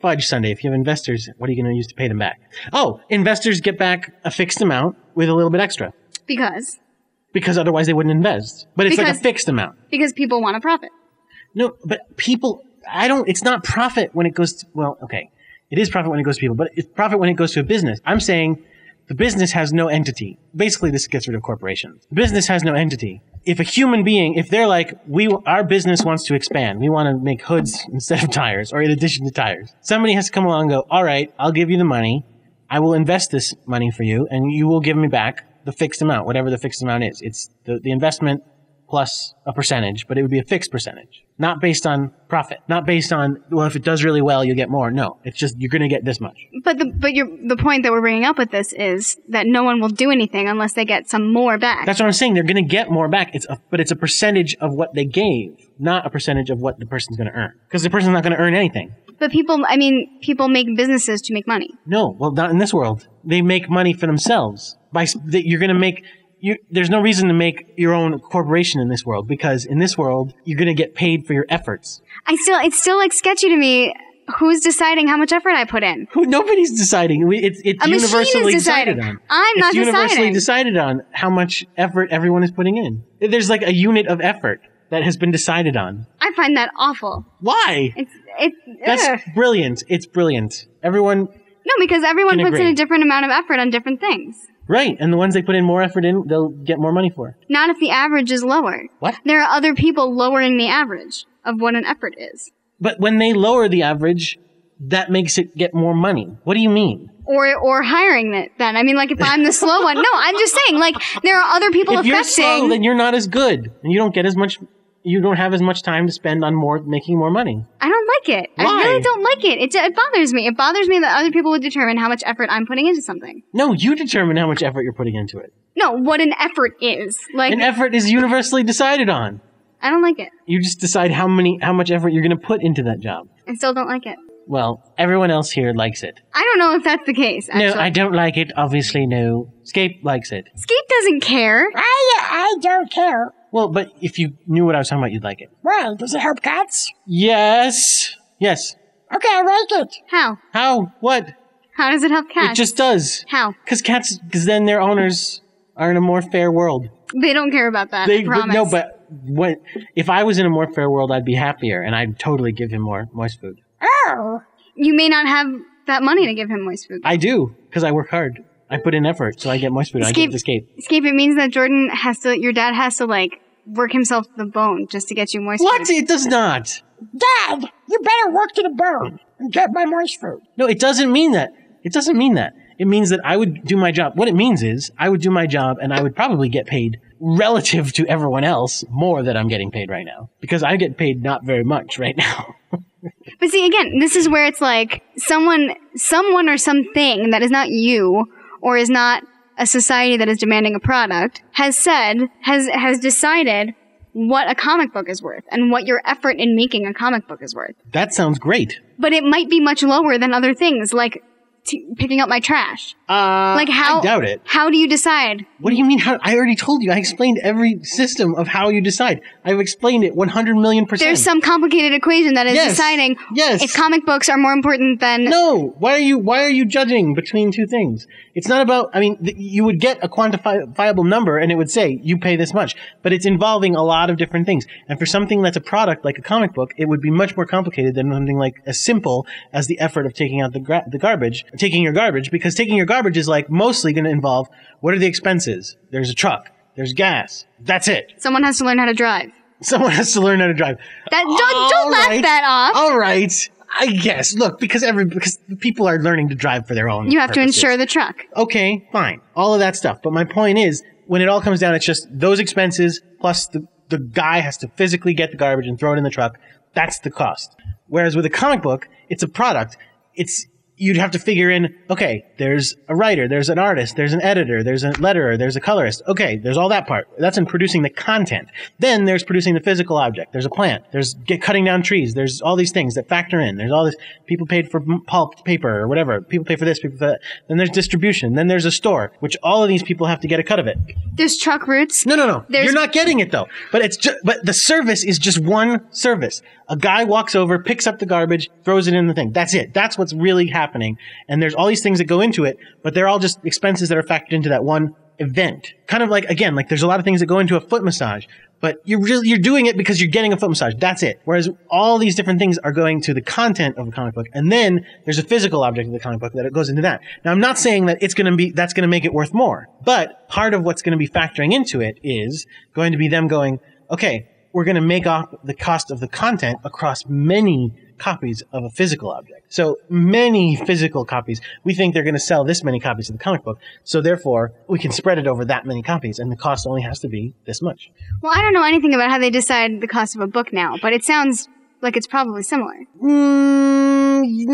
Speaker 2: fudge Sunday. If you have investors, what are you going to use to pay them back? Oh, investors get back a fixed amount with a little bit extra
Speaker 3: because
Speaker 2: because otherwise they wouldn't invest. But it's like a
Speaker 3: Because-
Speaker 2: fixed amount.
Speaker 3: because people want a profit.
Speaker 2: No, but people, I don't, it's not profit when it goes to, well, okay. It is profit when it goes to people, but it's profit when it goes to a business. I'm saying the business has no entity. Basically, this gets rid of corporations. The business has no entity. If a human being, if they're like, we, our business wants to expand, we want to make hoods instead of tires, or in addition to tires, somebody has to come along and go, all right, I'll give you the money. I will invest this money for you, and you will give me back the fixed amount, whatever the fixed amount is. It's the, the investment plus a percentage, but it would be a fixed percentage, not based on profit, not based on, well, if it does really well, you get more. No, it's just you're going to get this much.
Speaker 3: But the but your the point that we're bringing up with this is that no one will do anything unless they get some more back.
Speaker 2: That's what I'm saying. They're going to get more back. It's a, but it's a percentage of what they gave, not a percentage of what the person's going to earn. Because the person's not going to earn anything.
Speaker 3: but people, I mean, people make businesses to make money.
Speaker 2: No, well, not in this world. They make money for themselves. By s- that, you're going to make. You, there's no reason to make your own corporation in this world because in this world you're going to get paid for your efforts.
Speaker 3: I still, it's still like sketchy to me. Who's deciding how much effort I put in?
Speaker 2: Who nobody's deciding. We- It's, it's
Speaker 3: A machine is
Speaker 2: universally decided
Speaker 3: deciding.
Speaker 2: on.
Speaker 3: I'm
Speaker 2: it's
Speaker 3: not
Speaker 2: universally
Speaker 3: deciding.
Speaker 2: decided on how much effort everyone is putting in. There's like a unit of effort that has been decided on.
Speaker 3: I find that awful.
Speaker 2: Why?
Speaker 3: It's it.
Speaker 2: That's
Speaker 3: ugh.
Speaker 2: brilliant. It's brilliant. Everyone,
Speaker 3: no, because everyone
Speaker 2: can
Speaker 3: puts in
Speaker 2: agree.
Speaker 3: a different amount of effort on different things.
Speaker 2: right? And the ones they put in more effort in, they'll get more money for.
Speaker 3: Not if the average is lower.
Speaker 2: What?
Speaker 3: There are other people lowering the average of what an effort is,
Speaker 2: But when they lower the average, that makes it get more money. What do you mean?
Speaker 3: or or hiring it. Then I mean, like if I'm the slow one, no, I'm just saying like there are other people
Speaker 2: if you're
Speaker 3: affecting.
Speaker 2: slow, then you're not as good, and you don't get as much. You don't have as much time to spend on more making more money.
Speaker 3: I don't like it.
Speaker 2: Why?
Speaker 3: I really don't like it. it. It bothers me. It bothers me that other people would determine how much effort I'm putting into something.
Speaker 2: No, you determine how much effort you're putting into it.
Speaker 3: No, what an effort is. Like
Speaker 2: An effort is universally decided on.
Speaker 3: I don't like it.
Speaker 2: You just decide how many, how much effort you're going to put into that job.
Speaker 3: I still don't like it.
Speaker 2: Well, everyone else here likes it.
Speaker 3: I don't know if that's the case. Actually.
Speaker 2: No, I don't like it. Obviously, no. Scape likes it.
Speaker 3: Skeet doesn't care.
Speaker 4: I I don't care.
Speaker 2: Well, but if you knew what I was talking about, you'd like it.
Speaker 4: Why? Does it help cats?
Speaker 2: Yes. Yes.
Speaker 4: Okay, I like it.
Speaker 3: How?
Speaker 2: How? What?
Speaker 3: How does it help
Speaker 2: It
Speaker 3: cats?
Speaker 2: just does.
Speaker 3: How?
Speaker 2: Because cats, because then their owners are in a more fair world.
Speaker 3: They don't care about that.
Speaker 2: They
Speaker 3: I
Speaker 2: would
Speaker 3: promise.
Speaker 2: no, but what if I was in a more fair world? I'd be happier, and I'd totally give him more moist food.
Speaker 4: Oh,
Speaker 3: you may not have that money to give him moist food.
Speaker 2: I do because I work hard. I put in effort, so I get moist food. I
Speaker 3: Escape-
Speaker 2: get to escape.
Speaker 3: Escape. It means that Jordan has to. Your dad has to like work himself to the bone just to get you moist
Speaker 2: What?
Speaker 3: food.
Speaker 2: It does not.
Speaker 4: Dad, you better work to the bone and get my moist food.
Speaker 2: No, it doesn't mean that. It doesn't mean that. It means that I would do my job. What it means is I would do my job and I would probably get paid relative to everyone else more than I'm getting paid right now because I get paid not very much right now.
Speaker 3: But see, again, this is where it's like someone, someone, or something that is not you, or is not a society that is demanding a product, has said, has has decided what a comic book is worth and what your effort in making a comic book is worth.
Speaker 2: that sounds great.
Speaker 3: But it might be much lower than other things, like t- picking up my trash.
Speaker 2: Uh,
Speaker 3: Like how?
Speaker 2: I doubt it.
Speaker 3: How do you decide?
Speaker 2: What do you mean? How? I already told you. I explained every system of how you decide. I've explained it 100 million percent.
Speaker 3: There's some complicated equation that is
Speaker 2: Yes.
Speaker 3: deciding
Speaker 2: Yes.
Speaker 3: if comic books are more important than
Speaker 2: No, why are you why are you judging between two things? It's not about. I mean, th- you would get a quantifiable number, and it would say you pay this much, but it's involving a lot of different things. And for something that's a product like a comic book, it would be much more complicated than something like as simple as the effort of taking out the gra- the garbage, taking your garbage, because taking your garbage is like mostly going to involve what are the expenses? There's a truck. There's gas. That's it.
Speaker 3: someone has to learn how to drive.
Speaker 2: Someone has to learn how to drive.
Speaker 3: That don't
Speaker 2: All
Speaker 3: don't laugh
Speaker 2: right.
Speaker 3: that off.
Speaker 2: All right. I guess. Look, because every because people are learning to drive for their own.
Speaker 3: You have to
Speaker 2: purposes.
Speaker 3: insure the truck.
Speaker 2: Okay, fine. All of that stuff. But my point is, when it all comes down, it's just those expenses plus the the guy has to physically get the garbage and throw it in the truck. That's the cost. Whereas with a comic book, it's a product. It's you'd have to figure in. Okay, there's a writer, there's an artist, there's an editor, there's a letterer, there's a colorist. Okay, there's all that part. That's in producing the content. Then there's producing the physical object. There's a plant. There's get cutting down trees. There's all these things that factor in. There's all this people paid for m- pulp paper or whatever. People pay for this, people for that. Then there's distribution. Then there's a store, which all of these people have to get a cut of it.
Speaker 3: There's truck routes.
Speaker 2: No, no, no.
Speaker 3: There's-
Speaker 2: You're not getting it though. But it's ju- but the service is just one service. A guy walks over, picks up the garbage, throws it in the thing. That's it. That's what's really happening. And there's all these things that go into it, but they're all just expenses that are factored into that one event. Kind of like again, like there's a lot of things that go into a foot massage, but you're really, you're doing it because you're getting a foot massage. That's it. Whereas all these different things are going to the content of a comic book, and then there's a physical object of the comic book that it goes into that. Now, I'm not saying that it's going to be that's going to make it worth more, but part of what's going to be factoring into it is going to be them going, okay, we're going to make up the cost of the content across many copies of a physical object. So many physical copies. We think they're going to sell this many copies of the comic book. So therefore, we can spread it over that many copies and the cost only has to be this much.
Speaker 3: Well, I don't know anything about how they decide the cost of a book now, but it sounds like it's probably similar.
Speaker 2: Mm,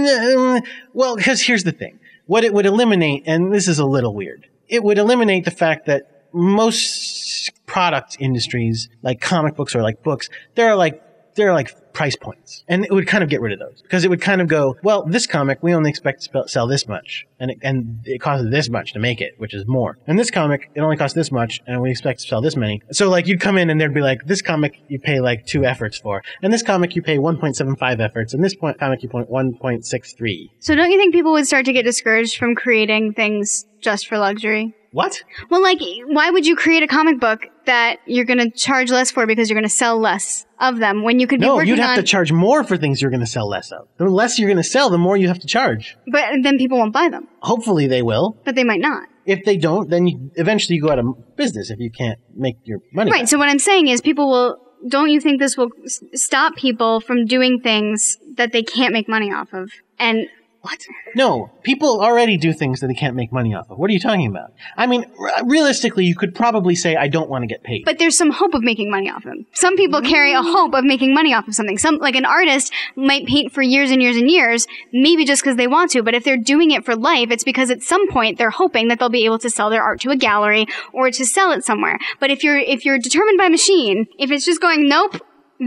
Speaker 2: n- well, because here's the thing. What it would eliminate, and this is a little weird, it would eliminate the fact that most product industries, like comic books or like books, there are like there are like price points, and it would kind of get rid of those because it would kind of go, well, this comic we only expect to spe- sell this much, and it, and it costs this much to make it, which is more. And this comic it only costs this much, and we expect to sell this many. So like you'd come in and there'd be like this comic you pay like two efforts for, and this comic you pay one point seven five efforts, and this point comic you point one point six three.
Speaker 3: So don't you think people would start to get discouraged from creating things just for luxury?
Speaker 2: What?
Speaker 3: Well, like, why would you create a comic book that you're going to charge less for because you're going to sell less of them when you could be
Speaker 2: No,
Speaker 3: working
Speaker 2: you'd have
Speaker 3: on?
Speaker 2: to charge more for things you're going to sell less of. The less you're going to sell, the more you have to charge.
Speaker 3: but then people won't buy them,
Speaker 2: Hopefully they will.
Speaker 3: but they might not.
Speaker 2: If they don't, then you, eventually you go out of business if you can't make your money. back.
Speaker 3: Right. So what I'm saying is, people will. Don't you think this will s- stop people from doing things that they can't make money off of? And what?
Speaker 2: No, people already do things that they can't make money off of. What are you talking about? I mean, r- realistically, you could probably say, I don't want to get paid.
Speaker 3: but there's some hope of making money off them. Some people carry a hope of making money off of something. Some, like an artist, might paint for years and years and years, maybe just because they want to. But if they're doing it for life, it's because at some point they're hoping that they'll be able to sell their art to a gallery or to sell it somewhere. But if you're if you're determined by machine, if it's just going, nope,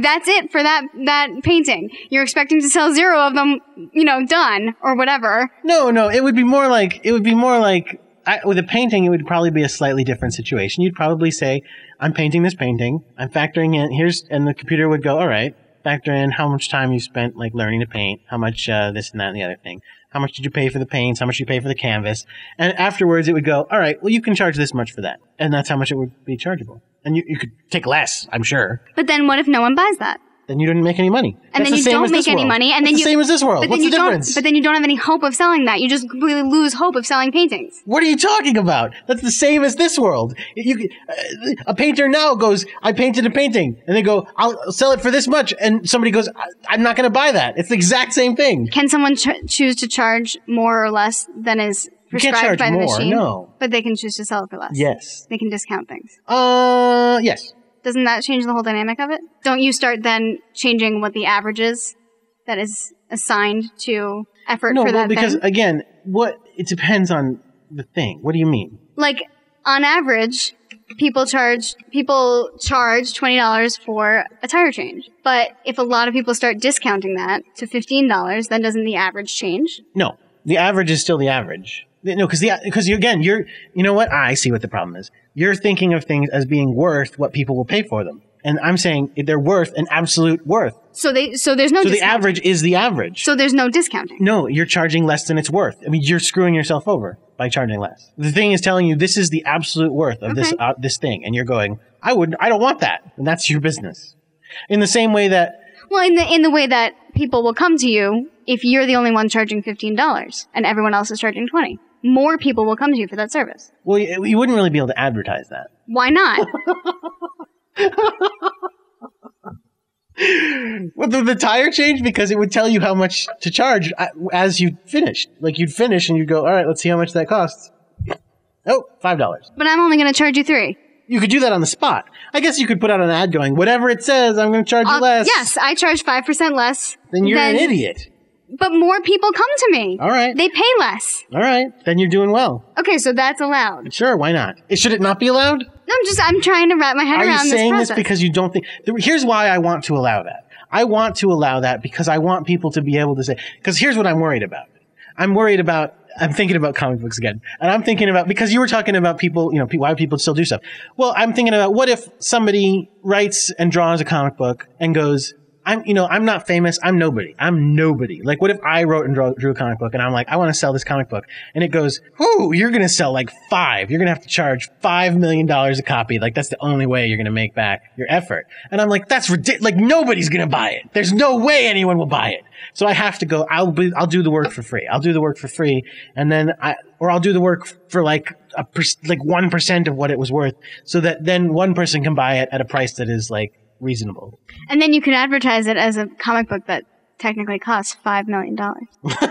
Speaker 3: that's it for that that painting. You're expecting to sell zero of them, you know, done or whatever.
Speaker 2: no, no, it would be more like, it would be more like, I, with a painting, it would probably be a slightly different situation. You'd probably say, "I'm painting this painting. I'm factoring in here's," and the computer would go, "All right, factor in how much time you spent like learning to paint, how much uh, this and that and the other thing, how much did you pay for the paints, how much did you pay for the canvas," and afterwards it would go, "All right, well you can charge this much for that," and that's how much it would be chargeable. And you, you could take less, I'm sure.
Speaker 3: But then what if no one buys that?
Speaker 2: Then you didn't make any money.
Speaker 3: And
Speaker 2: That's
Speaker 3: then
Speaker 2: the
Speaker 3: you
Speaker 2: same
Speaker 3: don't
Speaker 2: as
Speaker 3: make
Speaker 2: this
Speaker 3: any
Speaker 2: world.
Speaker 3: money, and
Speaker 2: That's
Speaker 3: then
Speaker 2: the
Speaker 3: you-
Speaker 2: same as this world.
Speaker 3: But
Speaker 2: What's
Speaker 3: then you
Speaker 2: the difference?
Speaker 3: don't. But then you don't have any hope of selling that. You just completely lose hope of selling paintings.
Speaker 2: What are you talking about? That's the same as this world. You, uh, a painter now goes, I painted a painting, and they go, I'll sell it for this much, and somebody goes, I, I'm not going to buy that. It's the exact same thing.
Speaker 3: Can someone ch- choose to charge more or less than is
Speaker 2: can't
Speaker 3: prescribed
Speaker 2: charge
Speaker 3: by the
Speaker 2: more,
Speaker 3: machine?
Speaker 2: no.
Speaker 3: But they can choose to sell it for less.
Speaker 2: Yes.
Speaker 3: They can discount things.
Speaker 2: Uh, yes.
Speaker 3: Doesn't that change the whole dynamic of it? Don't you start then changing what the average is that is assigned to effort
Speaker 2: No,
Speaker 3: for
Speaker 2: well,
Speaker 3: that
Speaker 2: because
Speaker 3: thing?
Speaker 2: again, what it depends on the thing. What do you mean?
Speaker 3: like on average, people charge people charge twenty dollars for a tire change. But if a lot of people start discounting that to fifteen dollars, then doesn't the average change?
Speaker 2: No, the average is still the average. No, because the because you again you're you know what I see what the problem is. You're thinking of things as being worth what people will pay for them, and I'm saying they're worth an absolute worth.
Speaker 3: So they so there's no
Speaker 2: So the
Speaker 3: discount-
Speaker 2: average is the average.
Speaker 3: so there's no discounting.
Speaker 2: no, you're charging less than it's worth. I mean, you're screwing yourself over by charging less. The thing is telling you this is the absolute worth of this
Speaker 3: Okay.
Speaker 2: uh, this thing, and you're going, I wouldn't, I don't want that, and that's your business. In the same way that
Speaker 3: Well, in the in the way that people will come to you if you're the only one charging fifteen dollars and everyone else is charging twenty. More people will come to you for that service.
Speaker 2: well, you, you wouldn't really be able to advertise that.
Speaker 3: Why not?
Speaker 2: Well, the, the tire change because it would tell you how much to charge uh, as you finished. Like you'd finish and you'd go, all right, let's see how much that costs. Oh, five dollars.
Speaker 3: but I'm only going to charge you three.
Speaker 2: You could do that on the spot. I guess you could put out an ad going, whatever it says, I'm going to charge
Speaker 3: Uh,
Speaker 2: you less.
Speaker 3: Yes, I charge five percent less.
Speaker 2: Then you're an
Speaker 3: than-
Speaker 2: idiot.
Speaker 3: But more people come to me.
Speaker 2: All right.
Speaker 3: They pay less.
Speaker 2: All right. Then you're doing well.
Speaker 3: Okay, so that's allowed.
Speaker 2: Sure. Why not? It, should it not be allowed?
Speaker 3: No, I'm just I'm trying to wrap my head
Speaker 2: Are you
Speaker 3: around this
Speaker 2: saying
Speaker 3: process.
Speaker 2: this because you don't think? there- Here's why I want to allow that. I want to allow that because I want people to be able to say. Because here's what I'm worried about. I'm worried about. I'm thinking about comic books again, and I'm thinking about because you were talking about people. You know, pe- why people still do stuff. Well, I'm thinking about what if somebody writes and draws a comic book and goes. I'm, you know, I'm not famous. I'm nobody. I'm nobody. Like, what if I wrote and drew, drew a comic book and I'm like, I want to sell this comic book. And it goes, whoo, you're going to sell like five. You're going to have to charge $5 million a copy. Like, that's the only way you're going to make back your effort. And I'm like, that's ridiculous. Like, nobody's going to buy it. There's no way anyone will buy it. So I have to go, I'll be, I'll do the work for free. I'll do the work for free. And then I, or I'll do the work for like a per, like 1% of what it was worth so that then one person can buy it at a price that is like reasonable.
Speaker 3: and then you can advertise it as a comic book that technically costs five million dollars.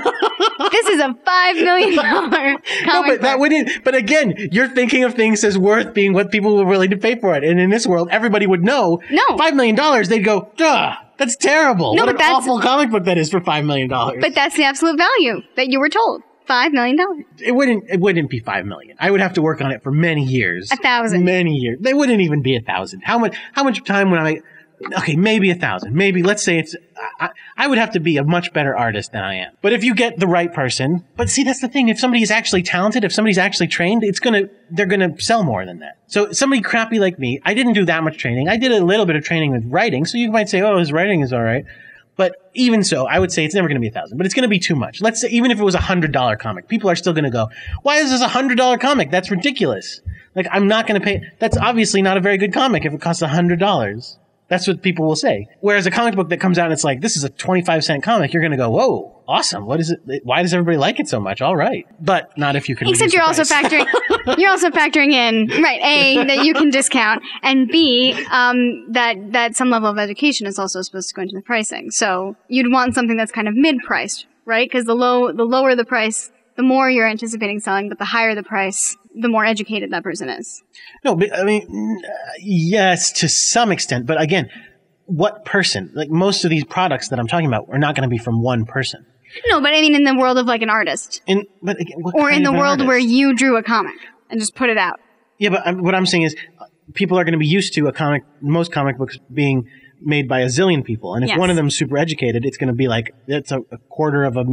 Speaker 3: this is a five million dollar comic
Speaker 2: No, but that
Speaker 3: book.
Speaker 2: wouldn't. But again, you're thinking of things as worth being what people were willing to pay for it, and in this world, everybody would know.
Speaker 3: No.
Speaker 2: five million dollars, they'd go, duh, that's terrible.
Speaker 3: No,
Speaker 2: what
Speaker 3: but
Speaker 2: an
Speaker 3: that's-
Speaker 2: awful comic book that is for five million dollars.
Speaker 3: but that's the absolute value that you were told. Five million dollars.
Speaker 2: it wouldn't. It wouldn't be five million. I would have to work on it for many years.
Speaker 3: A thousand.
Speaker 2: Many years. They wouldn't even be a thousand. How much? How much time would I? Okay, maybe a thousand. Maybe let's say it's. I, I I would have to be a much better artist than I am. But if you get the right person, but see, that's the thing. If somebody is actually talented, if somebody's actually trained, it's gonna. They're gonna sell more than that. So somebody crappy like me, I didn't do that much training. I did a little bit of training with writing. So you might say, oh, his writing is all right. But even so, I would say it's never going to be a thousand, but it's going to be too much. Let's say even if it was a hundred dollar comic, people are still going to go, "Why is this a hundred dollar comic? That's ridiculous!" Like I'm not going to pay. That's obviously not a very good comic if it costs a hundred dollars. That's what people will say. Whereas a comic book that comes out and it's like, "This is a twenty five cent comic," you're going to go, "Whoa, awesome! What is it? Why does everybody like it so much?" All right, but not if you can.
Speaker 3: Except
Speaker 2: reduce the
Speaker 3: you're also
Speaker 2: price.
Speaker 3: factoring you're also factoring in right a that you can discount and b um, that that some level of education is also supposed to go into the pricing. So you'd want something that's kind of mid priced, right? Because the low the lower the price, the more you're anticipating selling, but the higher the price, the more educated that person is.
Speaker 2: No, but I mean, mm, uh, yes, to some extent. But again, what person? Like most of these products that I'm talking about are not going to be from one person.
Speaker 3: No, but I mean in the world of like an artist,
Speaker 2: In but again, what
Speaker 3: or
Speaker 2: kind
Speaker 3: in
Speaker 2: of
Speaker 3: the
Speaker 2: an
Speaker 3: world
Speaker 2: artist?
Speaker 3: where you drew a comic and just put it out.
Speaker 2: yeah, but I'm, what I'm saying is, uh, people are going to be used to a comic, most comic books being made by a zillion people, and if
Speaker 3: Yes.
Speaker 2: one of them's super educated, it's going to be like it's a, a quarter of a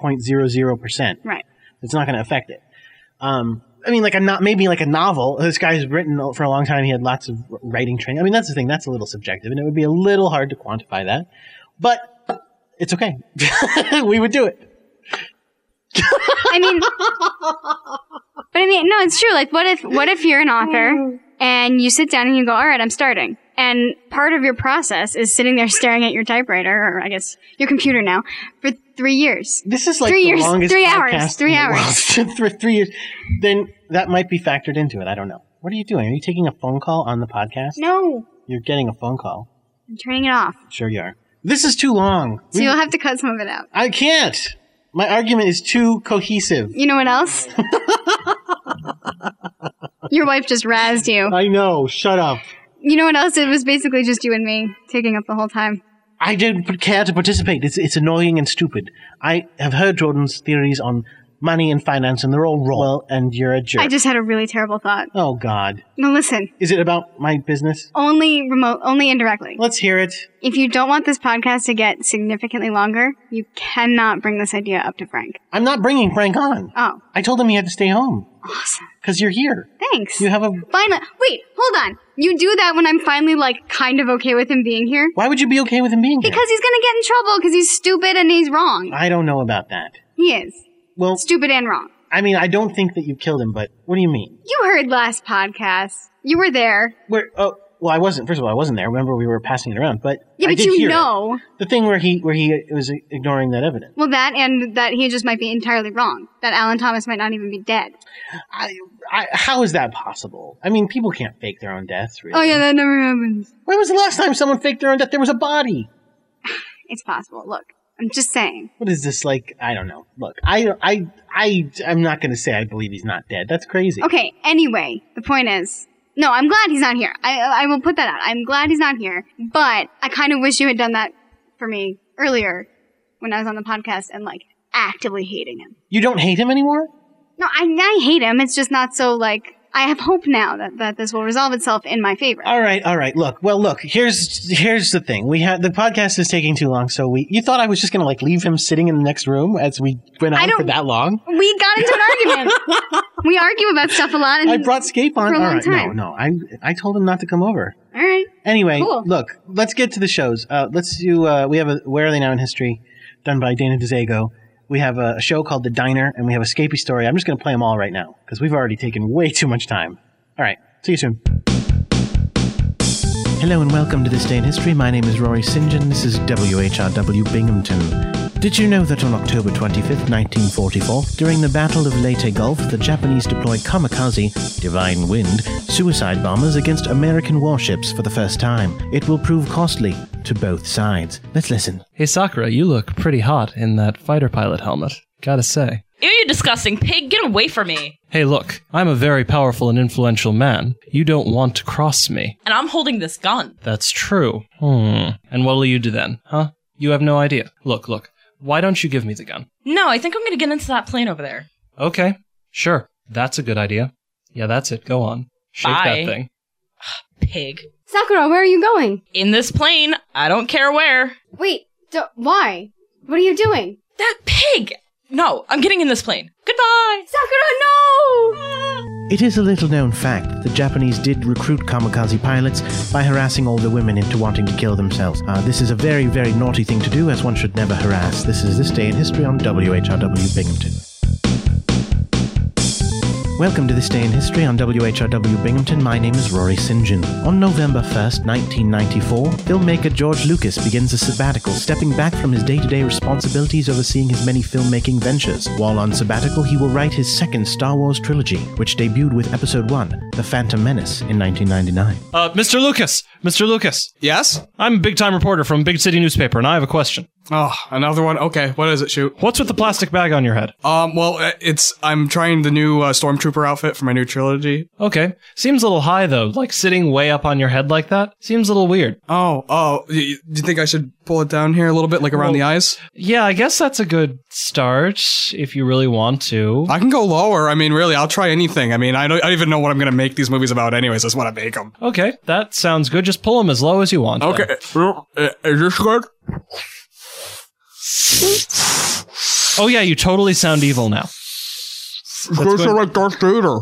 Speaker 2: point zero zero percent.
Speaker 3: Right.
Speaker 2: It's not going to affect it. Um, I mean, like a not maybe like a novel. This guy's written for a long time. He had lots of writing training. I mean, that's the thing. That's a little subjective, and it would be a little hard to quantify that. But it's okay. we would do it.
Speaker 3: I mean, but I mean, no, it's true. Like, what if what if you're an author and you sit down and you go, all right, I'm starting, and part of your process is sitting there staring at your typewriter or I guess your computer now for three years.
Speaker 2: This is like
Speaker 3: Three
Speaker 2: the
Speaker 3: years-
Speaker 2: longest
Speaker 3: three
Speaker 2: podcast
Speaker 3: hours, three
Speaker 2: in the
Speaker 3: hours.
Speaker 2: world. three, three years. Then that might be factored into it. I don't know. What are you doing? Are you taking a phone call on the podcast?
Speaker 3: No,
Speaker 2: You're getting a phone call.
Speaker 3: I'm turning it off.
Speaker 2: Sure you are. This is too long.
Speaker 3: So
Speaker 2: We-
Speaker 3: you'll have to cut some of it out.
Speaker 2: I can't. My argument is too cohesive.
Speaker 3: You know what else? your wife just razzed you.
Speaker 2: I know. Oh, Shut up.
Speaker 3: You know what else? It was basically just you and me taking up the whole time.
Speaker 2: I don't care to participate. It's, it's annoying and stupid. I have heard Jordan's theories on money and finance, and they're all wrong. Well, and you're a jerk.
Speaker 3: I just had a really terrible thought.
Speaker 2: oh, God.
Speaker 3: No, listen.
Speaker 2: Is it about my business?
Speaker 3: Only remote, only indirectly.
Speaker 2: Let's hear it.
Speaker 3: If you don't want this podcast to get significantly longer, you cannot bring this idea up to Frank.
Speaker 2: I'm not bringing Frank on.
Speaker 3: Oh,
Speaker 2: I told him he had to stay home
Speaker 3: awesome.
Speaker 2: because you're here.
Speaker 3: Thanks.
Speaker 2: You have a.
Speaker 3: Finally, wait, hold on. You do that when I'm finally like kind of okay with him being here?
Speaker 2: Why would you be okay with him being
Speaker 3: Because he's gonna get in trouble because he's stupid and he's wrong.
Speaker 2: here? I don't know about that.
Speaker 3: He is.
Speaker 2: Well,
Speaker 3: Stupid and wrong.
Speaker 2: I mean, I don't think that you killed him, but what do you mean?
Speaker 3: You heard last podcast. You were there.
Speaker 2: Where? Oh, well, I wasn't. First of all, I wasn't there. Remember, we were passing it around, but
Speaker 3: Yeah,
Speaker 2: I
Speaker 3: but
Speaker 2: did
Speaker 3: you
Speaker 2: hear it.
Speaker 3: know.
Speaker 2: the thing where he where he was ignoring that evidence.
Speaker 3: Well, that and that he just might be entirely wrong. That Alan Thomas might not even be dead.
Speaker 2: I, I, how is that possible? I mean, people can't fake their own deaths. Really.
Speaker 3: Oh, yeah, that never happens.
Speaker 2: When was the last time someone faked their own death? There was a body.
Speaker 3: It's possible. Look, I'm just saying.
Speaker 2: What is this like? I don't know. Look, I I I I'm not going to say I believe he's not dead. That's crazy.
Speaker 3: Okay, anyway, the point is. No, I'm glad he's not here. I, I will put that out. I'm glad he's not here. But I kind of wish you had done that for me earlier when I was on the podcast and like actively hating him.
Speaker 2: You don't hate him anymore?
Speaker 3: No, I, I hate him. It's just not so like. I have hope now that, that this will resolve itself in my favor.
Speaker 2: All right, all right. Look, well, look. Here's here's the thing. We have the podcast is taking too long, so we. You thought I was just going to like leave him sitting in the next room as we went
Speaker 3: I
Speaker 2: on for
Speaker 3: don't-
Speaker 2: that long?
Speaker 3: We got into an argument. we argue about stuff a lot. And,
Speaker 2: I brought Scape on.
Speaker 3: for a
Speaker 2: All
Speaker 3: long
Speaker 2: right, no,
Speaker 3: time.
Speaker 2: no. I I told him not to come over.
Speaker 3: All right.
Speaker 2: Anyway,
Speaker 3: Cool.
Speaker 2: look, let's get to the shows. Uh, let's do. Uh, we have a Where Are They Now in History, done by Dana DeZago. We have a, a show called The Diner, and we have a Scapy story. I'm just going to play them all right now because we've already taken way too much time. All right, see you soon. Hello and welcome to This Day in History. My name is Rory St. John. This is WHRW Binghamton. Did you know that on October 25th, 1944, during the Battle of Leyte Gulf, the Japanese deployed kamikaze, divine wind, suicide bombers against American warships for the first time? It will prove costly to both sides. Let's listen.
Speaker 5: Hey Sakura, you look pretty hot in that fighter pilot helmet. Gotta say.
Speaker 6: Ew, you disgusting pig, get away from me.
Speaker 5: Hey, look, I'm a very powerful and influential man. You don't want to cross me.
Speaker 6: And I'm holding this gun.
Speaker 5: That's true. Hmm. And what will you do then, huh? You have no idea. Look, look, why don't you give me the gun?
Speaker 6: No, I think I'm gonna get into that plane over there.
Speaker 5: Okay, sure. That's a good idea. Yeah, that's it. Go on. Shake
Speaker 6: Bye.
Speaker 5: that thing.
Speaker 6: Pig.
Speaker 3: Sakura, where are you going?
Speaker 6: In this plane, I don't care where.
Speaker 3: Wait, d- why? What are you doing?
Speaker 6: That pig! No, I'm getting in this plane. Goodbye!
Speaker 3: Sakura, no!
Speaker 2: It is a little known fact that the Japanese did recruit kamikaze pilots by harassing all the women into wanting to kill themselves. Uh, this is a very, very naughty thing to do, as one should never harass. This is This Day in History on WHRW Binghamton. Welcome to This Day in History on WHRW Binghamton. My name is Rory St. John. On November 1st, 1994, filmmaker George Lucas begins a sabbatical, stepping back from his day to day responsibilities overseeing his many filmmaking ventures. While on sabbatical, he will write his second Star Wars trilogy, which debuted with Episode 1, The Phantom Menace, in 1999.
Speaker 5: Uh, Mr. Lucas! Mr. Lucas!
Speaker 7: Yes?
Speaker 5: I'm a big time reporter from Big City Newspaper, and I have a question.
Speaker 7: Oh, another one. Okay, what is it? Shoot.
Speaker 5: What's with the plastic bag on your head?
Speaker 7: Um, well, uh, it's I'm trying the new uh, stormtrooper outfit for my new trilogy.
Speaker 5: Okay. Seems a little high though, like sitting way up on your head like that. Seems a little weird.
Speaker 7: Oh, oh, y- y- do you think I should pull it down here a little bit, like around the eyes?
Speaker 5: Yeah, I guess that's a good start if you really want to.
Speaker 7: I can go lower. I mean, really, I'll try anything. I mean, I don't, I don't even know what I'm gonna make these movies about, anyways. I just want to make them.
Speaker 5: Okay, that sounds good. Just pull them as low as you want. then.
Speaker 7: is this good?
Speaker 5: Oh yeah, you totally sound evil now. That's going-
Speaker 7: like Darth Vader.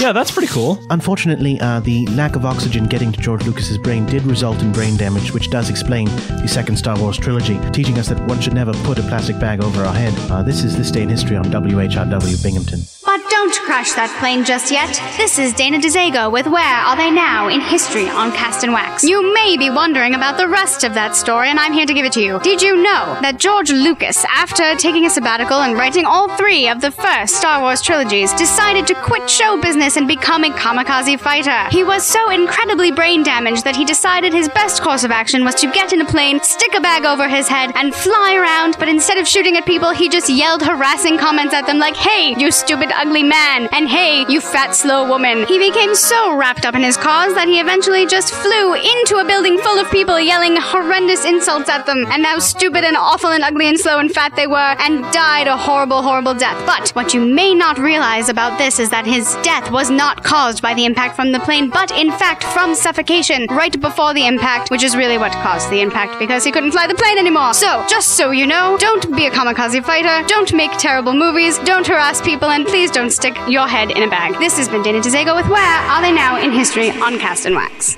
Speaker 5: yeah, that's pretty cool.
Speaker 8: Unfortunately, uh, the lack of oxygen getting to George Lucas's brain did result in brain damage, which does explain the second Star Wars trilogy, teaching us that one should never put a plastic bag over our head. Uh, this is This Day in History on WHRW Binghamton.
Speaker 3: But don't crash that plane just yet. This is Dana DeZago with Where Are They Now in History on Cast and Wax. You may be wondering about the rest of that story, and I'm here to give it to you. Did you know that George Lucas, after taking a sabbatical and writing all three of the first Star Wars trilogies, decided to quit show business and become a kamikaze fighter? He was so incredibly brain damaged that he decided his best course of action was to get in a plane, stick a bag over his head, and fly around, but instead of shooting at people, he just yelled harassing comments at them like, hey, you stupid ugly man, and hey, you fat slow woman. He became so wrapped up in his cause that he eventually just flew into a building full of people yelling horrendous insults at them, and how stupid and awful and ugly and slow and fat they were, and died a horrible, horrible death. But what you may not realize about this is that his death was not caused by the impact from the plane, but in fact from suffocation right before the impact, which is really what caused the impact because he couldn't fly the plane anymore. So, just so you know, don't be a kamikaze fighter, don't make terrible movies, don't harass people, and please don't stick your head in a bag. This has been Dana DeZago with Where Are They Now in History on Cast and Wax.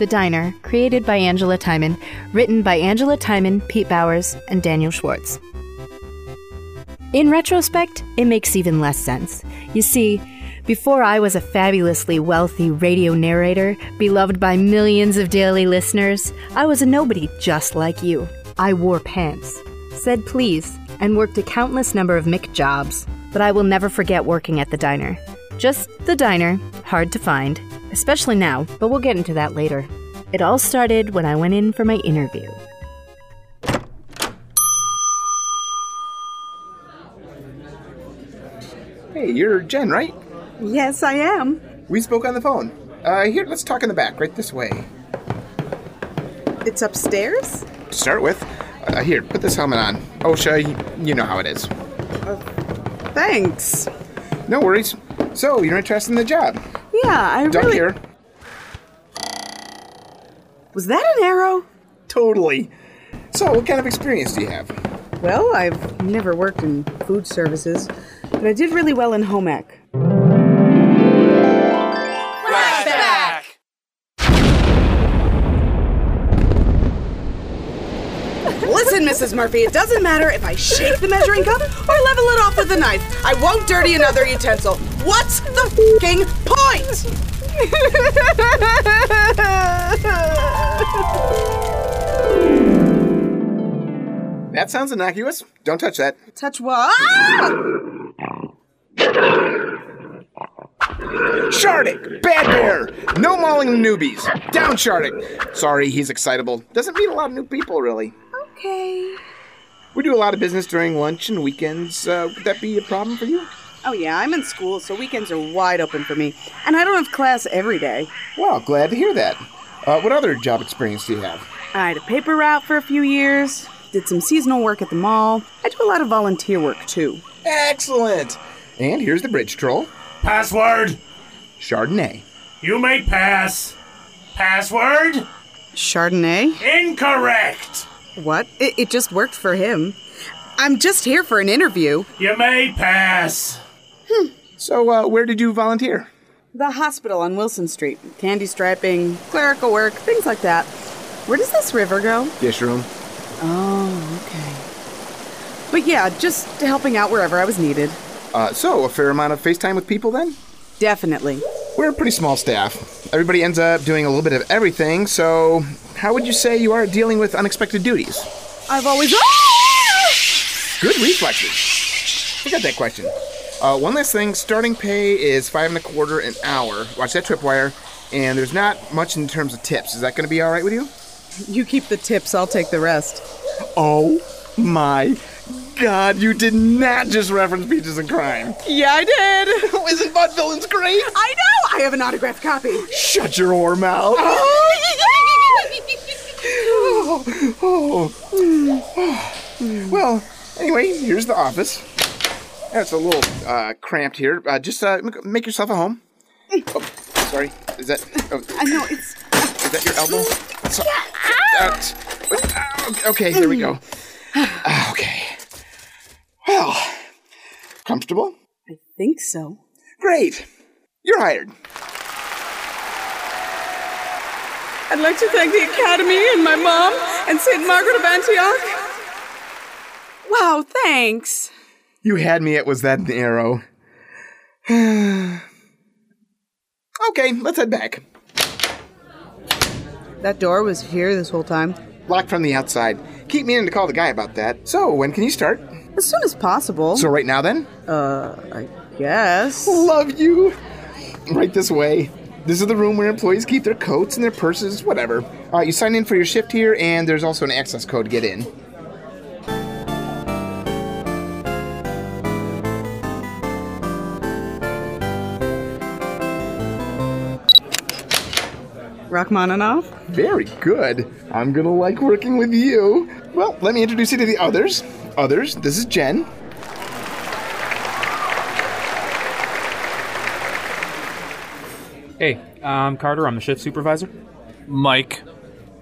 Speaker 9: The Diner, created by Angela Timon, written by Angela Timon, Pete Bowers, and Daniel Schwartz. In retrospect, it makes even less sense. You see, before I was a fabulously wealthy radio narrator, beloved by millions of daily listeners, I was a nobody just like you. I wore pants, said please, and worked a countless number of mick jobs. But I will never forget working at the diner. Just the diner, hard to find, especially now, but we'll get into that later. It all started when I went in for my interview.
Speaker 10: Hey, you're Jen, right?
Speaker 11: Yes, I am.
Speaker 10: We spoke on the phone. Uh, here, let's talk in the back, right this way.
Speaker 11: It's upstairs?
Speaker 10: To start with, uh, here, put this helmet on. OSHA, you, you know how it is.
Speaker 11: Thanks.
Speaker 10: No worries. So, you're interested in the job?
Speaker 11: Yeah, I
Speaker 10: Duck
Speaker 11: really.
Speaker 10: here.
Speaker 11: Was that an arrow?
Speaker 10: Totally. So, what kind of experience do you have?
Speaker 11: Well, I've never worked in food services, but I did really well in home ec. Listen, Mrs. Murphy, it doesn't matter if I shake the measuring cup or level it off with a knife. I won't dirty another utensil. What's the fing point?
Speaker 10: That sounds innocuous. Don't touch that.
Speaker 11: Touch what? Ah!
Speaker 10: Shardik! Bad bear! No mauling the newbies! Down Shardik! Sorry, he's excitable. Doesn't meet a lot of new people, really.
Speaker 11: Okay.
Speaker 10: We do a lot of business during lunch and weekends. Uh, would that be a problem for you?
Speaker 11: Oh, yeah, I'm in school, so weekends are wide open for me. And I don't have class every day.
Speaker 10: Well, glad to hear that. Uh, what other job experience do you have?
Speaker 11: I had a paper route for a few years, did some seasonal work at the mall. I do a lot of volunteer work, too.
Speaker 10: Excellent! And here's the bridge troll.
Speaker 12: Password.
Speaker 10: Chardonnay.
Speaker 12: You may pass. Password?
Speaker 11: Chardonnay?
Speaker 12: Incorrect.
Speaker 11: What? It, it just worked for him. I'm just here for an interview.
Speaker 12: You may pass.
Speaker 10: So, uh, where did you volunteer?
Speaker 11: Hmm. The hospital on Wilson Street. Candy striping, clerical work, things like that. Where does this river go?
Speaker 10: Dish room.
Speaker 11: Oh, okay. But yeah, just helping out wherever I was needed.
Speaker 10: Uh, so, a fair amount of FaceTime with people then?
Speaker 11: Definitely.
Speaker 10: We're a pretty small staff. Everybody ends up doing a little bit of everything, so how would you say you are dealing with unexpected duties?
Speaker 11: I've always.
Speaker 10: Good reflexes. We got that question. Uh, one last thing starting pay is five and a quarter an hour. Watch that tripwire. And there's not much in terms of tips. Is that going to be all right with you?
Speaker 11: You keep the tips, I'll take the rest.
Speaker 10: Oh my god, you did not just reference Peaches and Crime.
Speaker 11: Yeah, I did.
Speaker 10: Isn't Bud Villains great?
Speaker 11: I know. I have an autographed copy.
Speaker 10: Shut your whore mouth. Oh, oh. well, anyway, here's the office. That's a little uh, cramped here. Uh, just uh, m- make yourself at home. Oh, sorry. Is that oh,
Speaker 11: I know it's.
Speaker 10: is that your elbow? so- uh, uh, okay, here we
Speaker 11: Mm.
Speaker 10: go. Uh, okay. Well, comfortable?
Speaker 11: I think so.
Speaker 10: Great. You're hired.
Speaker 11: I'd like to thank the Academy and my mom and St. Margaret of Antioch. Wow, thanks.
Speaker 10: You had me It was that an arrow. okay, let's head back.
Speaker 13: That door was here this whole time.
Speaker 10: Locked from the outside. Keep meaning to call the guy about that. So, when can you start?
Speaker 13: As soon as possible.
Speaker 10: So, right now then?
Speaker 13: Uh, I guess.
Speaker 10: Love you. Right this way. This is the room where employees keep their coats and their purses, whatever. Uh, you sign in for your shift here, and there's also an access code to get in.
Speaker 13: Rachmaninoff?
Speaker 10: Very good. I'm gonna like working with you. Well, let me introduce you to the others. Others, this is Jen.
Speaker 14: Hey, I'm Carter. I'm the shift supervisor. Mike.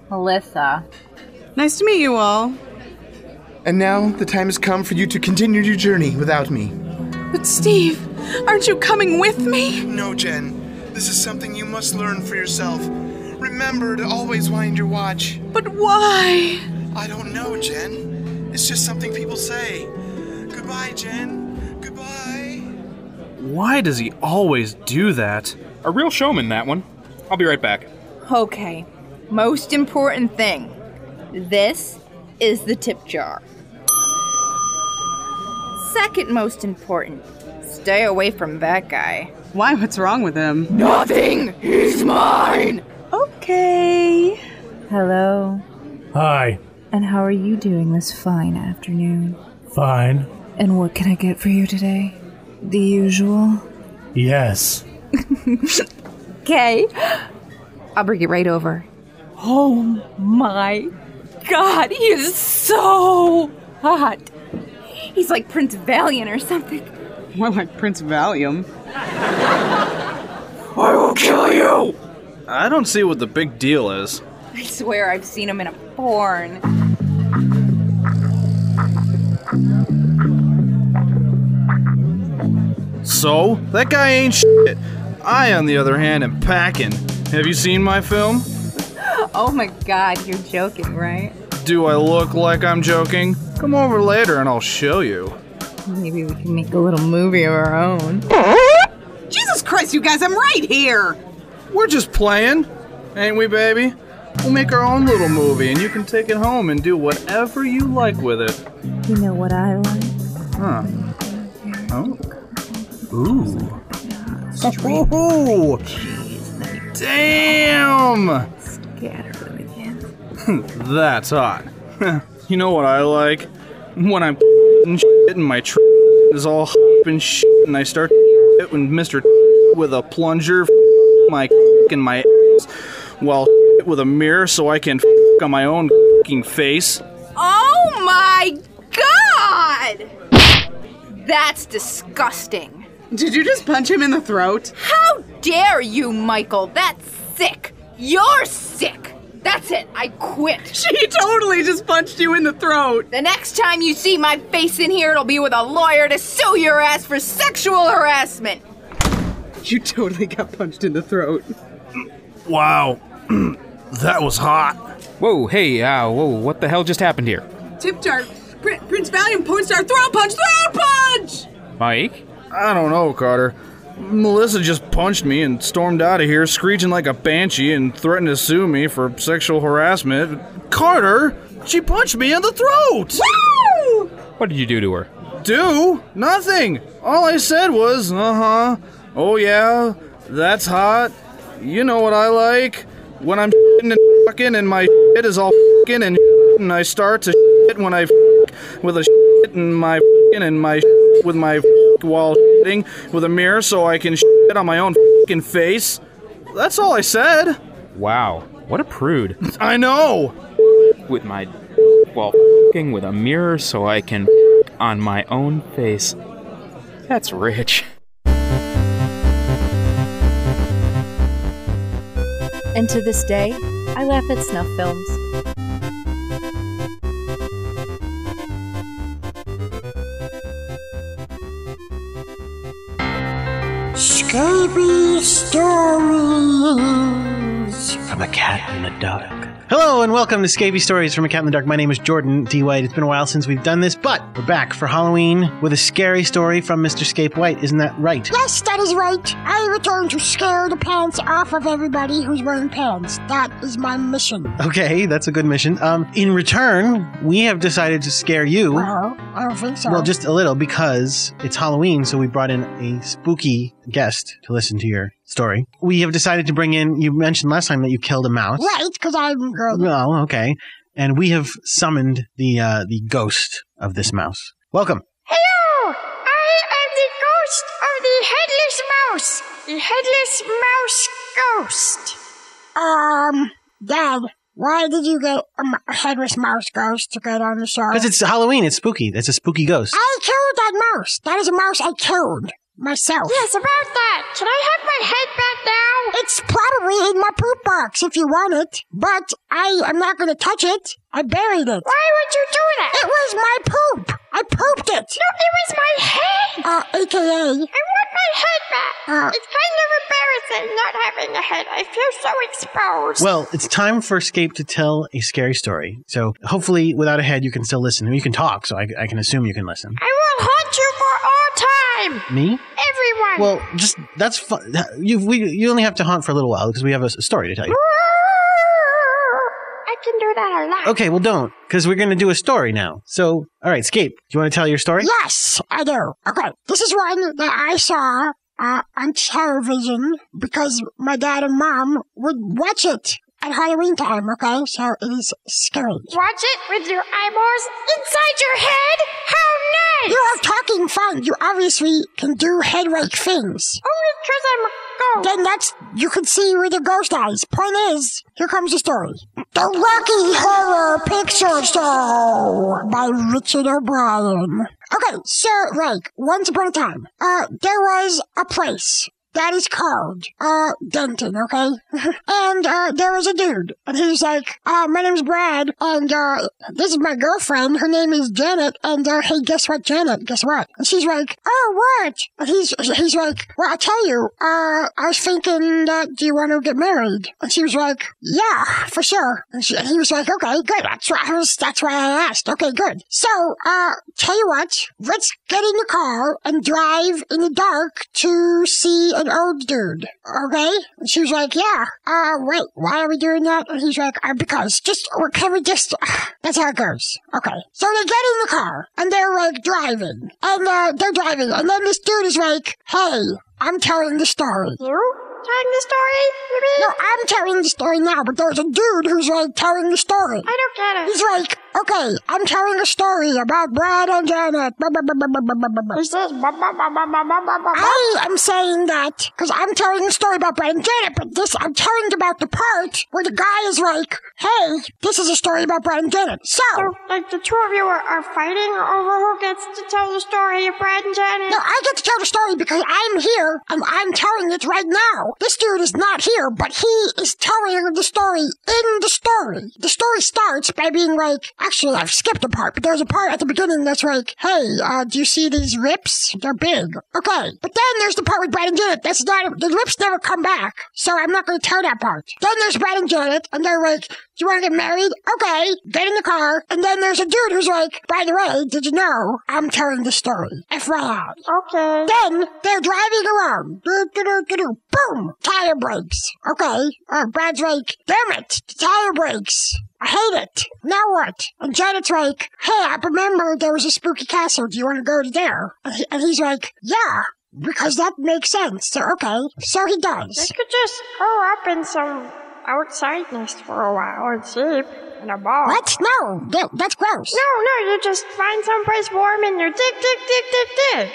Speaker 15: Melissa.
Speaker 13: Nice to meet you all.
Speaker 10: And now the time has come for you to continue your journey without me.
Speaker 11: But, Steve, aren't you coming with me?
Speaker 10: No, Jen. This is something you must learn for yourself. Remember to always wind your watch.
Speaker 11: But why?
Speaker 10: I don't know, Jen. It's just something people say. Goodbye, Jen. Goodbye.
Speaker 14: Why does he always do that? A real showman, that one. I'll be right back.
Speaker 15: Okay. Most important thing. This is the tip jar. Second most important. Stay away from that guy.
Speaker 13: Why? What's wrong with him?
Speaker 15: Nothing.
Speaker 12: He's mine.
Speaker 15: Okay. Hello.
Speaker 12: Hi.
Speaker 15: And how are you doing this fine afternoon?
Speaker 12: Fine.
Speaker 15: And what can I get for you today? The usual.
Speaker 12: Yes.
Speaker 15: Okay. I'll bring it right over. Oh my god, he is so hot. He's like Prince Valiant or something.
Speaker 13: More like Prince Valium.
Speaker 14: I will kill you! I don't see what the big deal is.
Speaker 15: I swear I've seen him in a porn.
Speaker 14: So? That guy ain't shit. I, on the other hand, am packing. Have you seen my film?
Speaker 15: Oh my god, you're joking, right?
Speaker 14: Do I look like I'm joking? Come over later and I'll show you.
Speaker 15: Maybe we can make a little movie of our own.
Speaker 13: Jesus Christ, you guys, I'm right here!
Speaker 14: We're just playing, ain't we, baby? We'll make our own little movie and you can take it home and do whatever you like with it.
Speaker 15: You know what I like?
Speaker 14: Huh. Oh. Ooh. Ooh. Damn! That's hot. you know what I like? When I'm and shit and my tr is all and shit and I start it when Mr. with a plunger my and my ass while with a mirror so I can on my own face.
Speaker 15: Oh my god! That's disgusting.
Speaker 13: Did you just punch him in the throat?
Speaker 15: How dare you, Michael? That's sick. You're sick. That's it. I quit.
Speaker 13: She totally just punched you in the throat.
Speaker 15: The next time you see my face in here, it'll be with a lawyer to sue your ass for sexual harassment.
Speaker 13: You totally got punched in the throat.
Speaker 16: Wow. that was hot. Whoa, hey, uh, whoa, what the hell just happened here?
Speaker 11: Tip jar. Prin- Prince Valiant, porn star, throat punch, throat punch!
Speaker 14: Mike? I don't know, Carter. Melissa just punched me and stormed out of here, screeching like a banshee and threatened to sue me for sexual harassment. Carter? She punched me in the throat! Woo!
Speaker 16: What did you do to her?
Speaker 14: Do? Nothing! All I said was, uh huh, oh yeah, that's hot. You know what I like? When I'm shitting and fucking and my shit is all fucking and shitting and I start to shit when I fuck with a shit and my fucking and my shit with my fuck while shitting with a mirror so I can shit on my own fucking face. That's all I said.
Speaker 16: Wow, what a prude.
Speaker 14: I know!
Speaker 16: with my. while fing with a mirror so I can on my own face. That's rich.
Speaker 9: And to this day, I laugh at snuff films.
Speaker 1: Scary stories.
Speaker 2: From a cat in the dark. Hello and welcome to Scabby Stories from a Cat in the Dark. My name is Jordan D. White. It's been a while since we've done this, but we're back for Halloween with a scary story from Mr. Scape White. Isn't that right?
Speaker 4: Yes, that is right. I return to scare the pants off of everybody who's wearing pants. That is my mission.
Speaker 2: Okay, that's a good mission. Um, in return, we have decided to scare you.
Speaker 4: Well, I don't think so.
Speaker 2: Well, just a little because it's Halloween, so we brought in a spooky guest to listen to your story. We have decided to bring in, you mentioned last time that you killed a mouse.
Speaker 4: Right, because I'm girl.
Speaker 2: Well, okay. And we have summoned the uh, the ghost of this mouse. Welcome.
Speaker 17: Hello! I am the ghost of the headless mouse. The headless mouse ghost.
Speaker 2: uh,
Speaker 4: Um, Dad, why did you get a m- headless mouse ghost to get on the show?
Speaker 2: Because it's Halloween, it's spooky. It's a spooky ghost.
Speaker 4: I killed that mouse. That is a mouse I killed myself.
Speaker 17: Yes, about that. Can I have my head back now?
Speaker 4: It's probably in my poop box if you want it, but I am not going to touch it. I buried it.
Speaker 17: Why would you do that?
Speaker 4: It was my poop. I pooped it.
Speaker 17: No, it was my head.
Speaker 4: Uh, AKA.
Speaker 17: I want my head back.
Speaker 4: Uh,
Speaker 17: it's kind of embarrassing not having a head. I feel so exposed.
Speaker 2: Well, it's time for Escape to tell a scary story. So hopefully, without a head, you can still listen. You can talk, so I, I can assume you can listen.
Speaker 17: I will haunt you for all time.
Speaker 2: Me?
Speaker 17: Everyone.
Speaker 2: Well, just that's fun. You we, you only have to hunt for a little while because we have a s- story to tell you.
Speaker 17: I can do that a lot.
Speaker 2: Okay, well, don't because we're going to do a story now. So, all right, Scape, do you want to tell your story?
Speaker 4: Yes, I do. Okay, this is one that I saw uh, on television because my dad and mom would watch it at Halloween time. Okay, so it is scary.
Speaker 17: Watch it with your eyeballs inside your head? How nice!
Speaker 4: You are talking fun. You obviously can do head rake things.
Speaker 17: Only because I'm a ghost.
Speaker 4: Then that's you can see with your ghost eyes. Point is, here comes the story: The Rocky Horror Picture Show by Richard O'Brien. Okay, so like once upon a time, uh, there was a place that is called uh Denton, okay? and uh there was a dude and he was like, uh my name's Brad and uh this is my girlfriend, her name is Janet and uh hey guess what Janet, guess what? And she's like, Oh what? And he's he's like, Well I tell you, uh I was thinking that do you want to get married? And she was like, Yeah, for sure. And, she, and he was like, Okay, good, that's why I was that's why I asked. Okay, good. So uh tell you what, let's get in the car and drive in the dark to see an old dude, okay? And she was like, yeah. Uh, wait, why are we doing that? And he's like, uh, because just, or can we just, that's how it goes. Okay. So they get in the car, and they're like driving, and uh, they're driving, and then this dude is like, hey, I'm telling the story.
Speaker 17: You? Telling the story? You mean?
Speaker 4: No, I'm telling the story now, but there's a dude who's like telling the story.
Speaker 17: I don't get it.
Speaker 4: He's like, okay, I'm telling a story about Brad and Janet. Blah, blah, blah, blah, blah, blah, blah, blah.
Speaker 17: He says, "Bum, bum, bum, bum, bum, bum, bum, bum."
Speaker 4: I am saying that because I'm telling a story about Brad and Janet, but this I'm telling about the part where the guy is like, hey, this is a story about Brad and Janet. So,
Speaker 17: So, like, the two of you are, are fighting over who gets to tell the story of Brad and Janet?
Speaker 4: no, I get to tell the story because I'm here and I'm telling it right now. This dude is not here, but he is telling the story in the story. The story starts by being like, actually, I've skipped a part, but there's a part at the beginning that's like, hey, uh, do you see these rips? They're big. Okay. But then there's the part with Brad and Janet. That's not, the rips never come back. So I'm not going to tell that part. Then there's Brad and Janet, and they're like, do you want to get married? Okay. Get in the car. And then there's a dude who's like, by the way, did you know I'm telling the story? FYI.
Speaker 17: Okay.
Speaker 4: Then they're driving around. Do, do, do, do, do. Boom! Tire brakes. Okay. Uh, Brad's like, damn it, the tire brakes. I hate it. Now what? And Janet's like, hey, I remember there was a spooky castle. Do you want to go to there? And, he, and he's like, yeah, because that makes sense. So, okay. So he
Speaker 17: They
Speaker 4: does.
Speaker 17: could just curl up in some outside nest for a while and sleep in a ball.
Speaker 4: What? No, that, that's gross.
Speaker 17: No, no, you just find someplace warm and you dig, dig, dig, dig,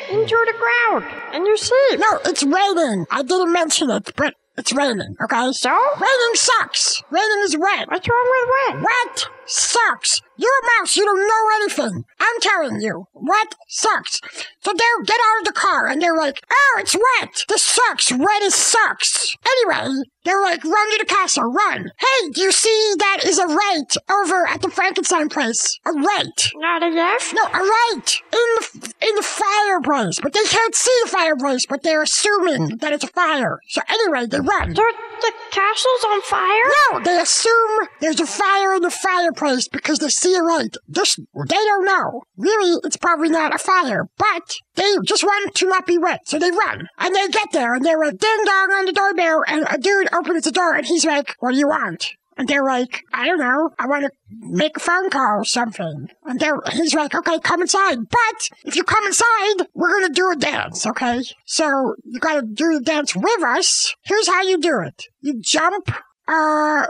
Speaker 17: dig into the ground and you sleep.
Speaker 4: No, it's raining. I didn't mention it, but it's raining, okay?
Speaker 17: So?
Speaker 4: Raining sucks. Raining is wet.
Speaker 17: What's wrong with what?
Speaker 4: Wet sucks. You're a mouse. You don't know anything. I'm telling you. Wet sucks. So they get out of the car and they're like, oh, it's wet. This sucks. Wet is sucks. Anyway, they're like, run to the castle. Run. Hey, do you see that is a right over at the Frankenstein place? A right. Not a left? No, a right. In the, in the fireplace. But they can't see the fireplace, but they're assuming that it's a fire. So anyway, they run. the castle's on fire? No, they assume there's a fire in the fireplace because they see a light. This, they don't know. Really, it's probably not a fire, but they just want to not be wet, so they run. And they get there, and they're like, ding dong on the doorbell, and a dude opens the door, and he's like, what do you want? And they're like, I don't know, I want to make a phone call or something. And they're, he's like, okay, come inside. But if you come inside, we're going to do a dance, okay? So you got to do the dance with us. Here's how you do it. You jump, uh,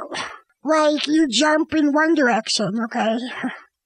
Speaker 4: like you jump in one direction, okay?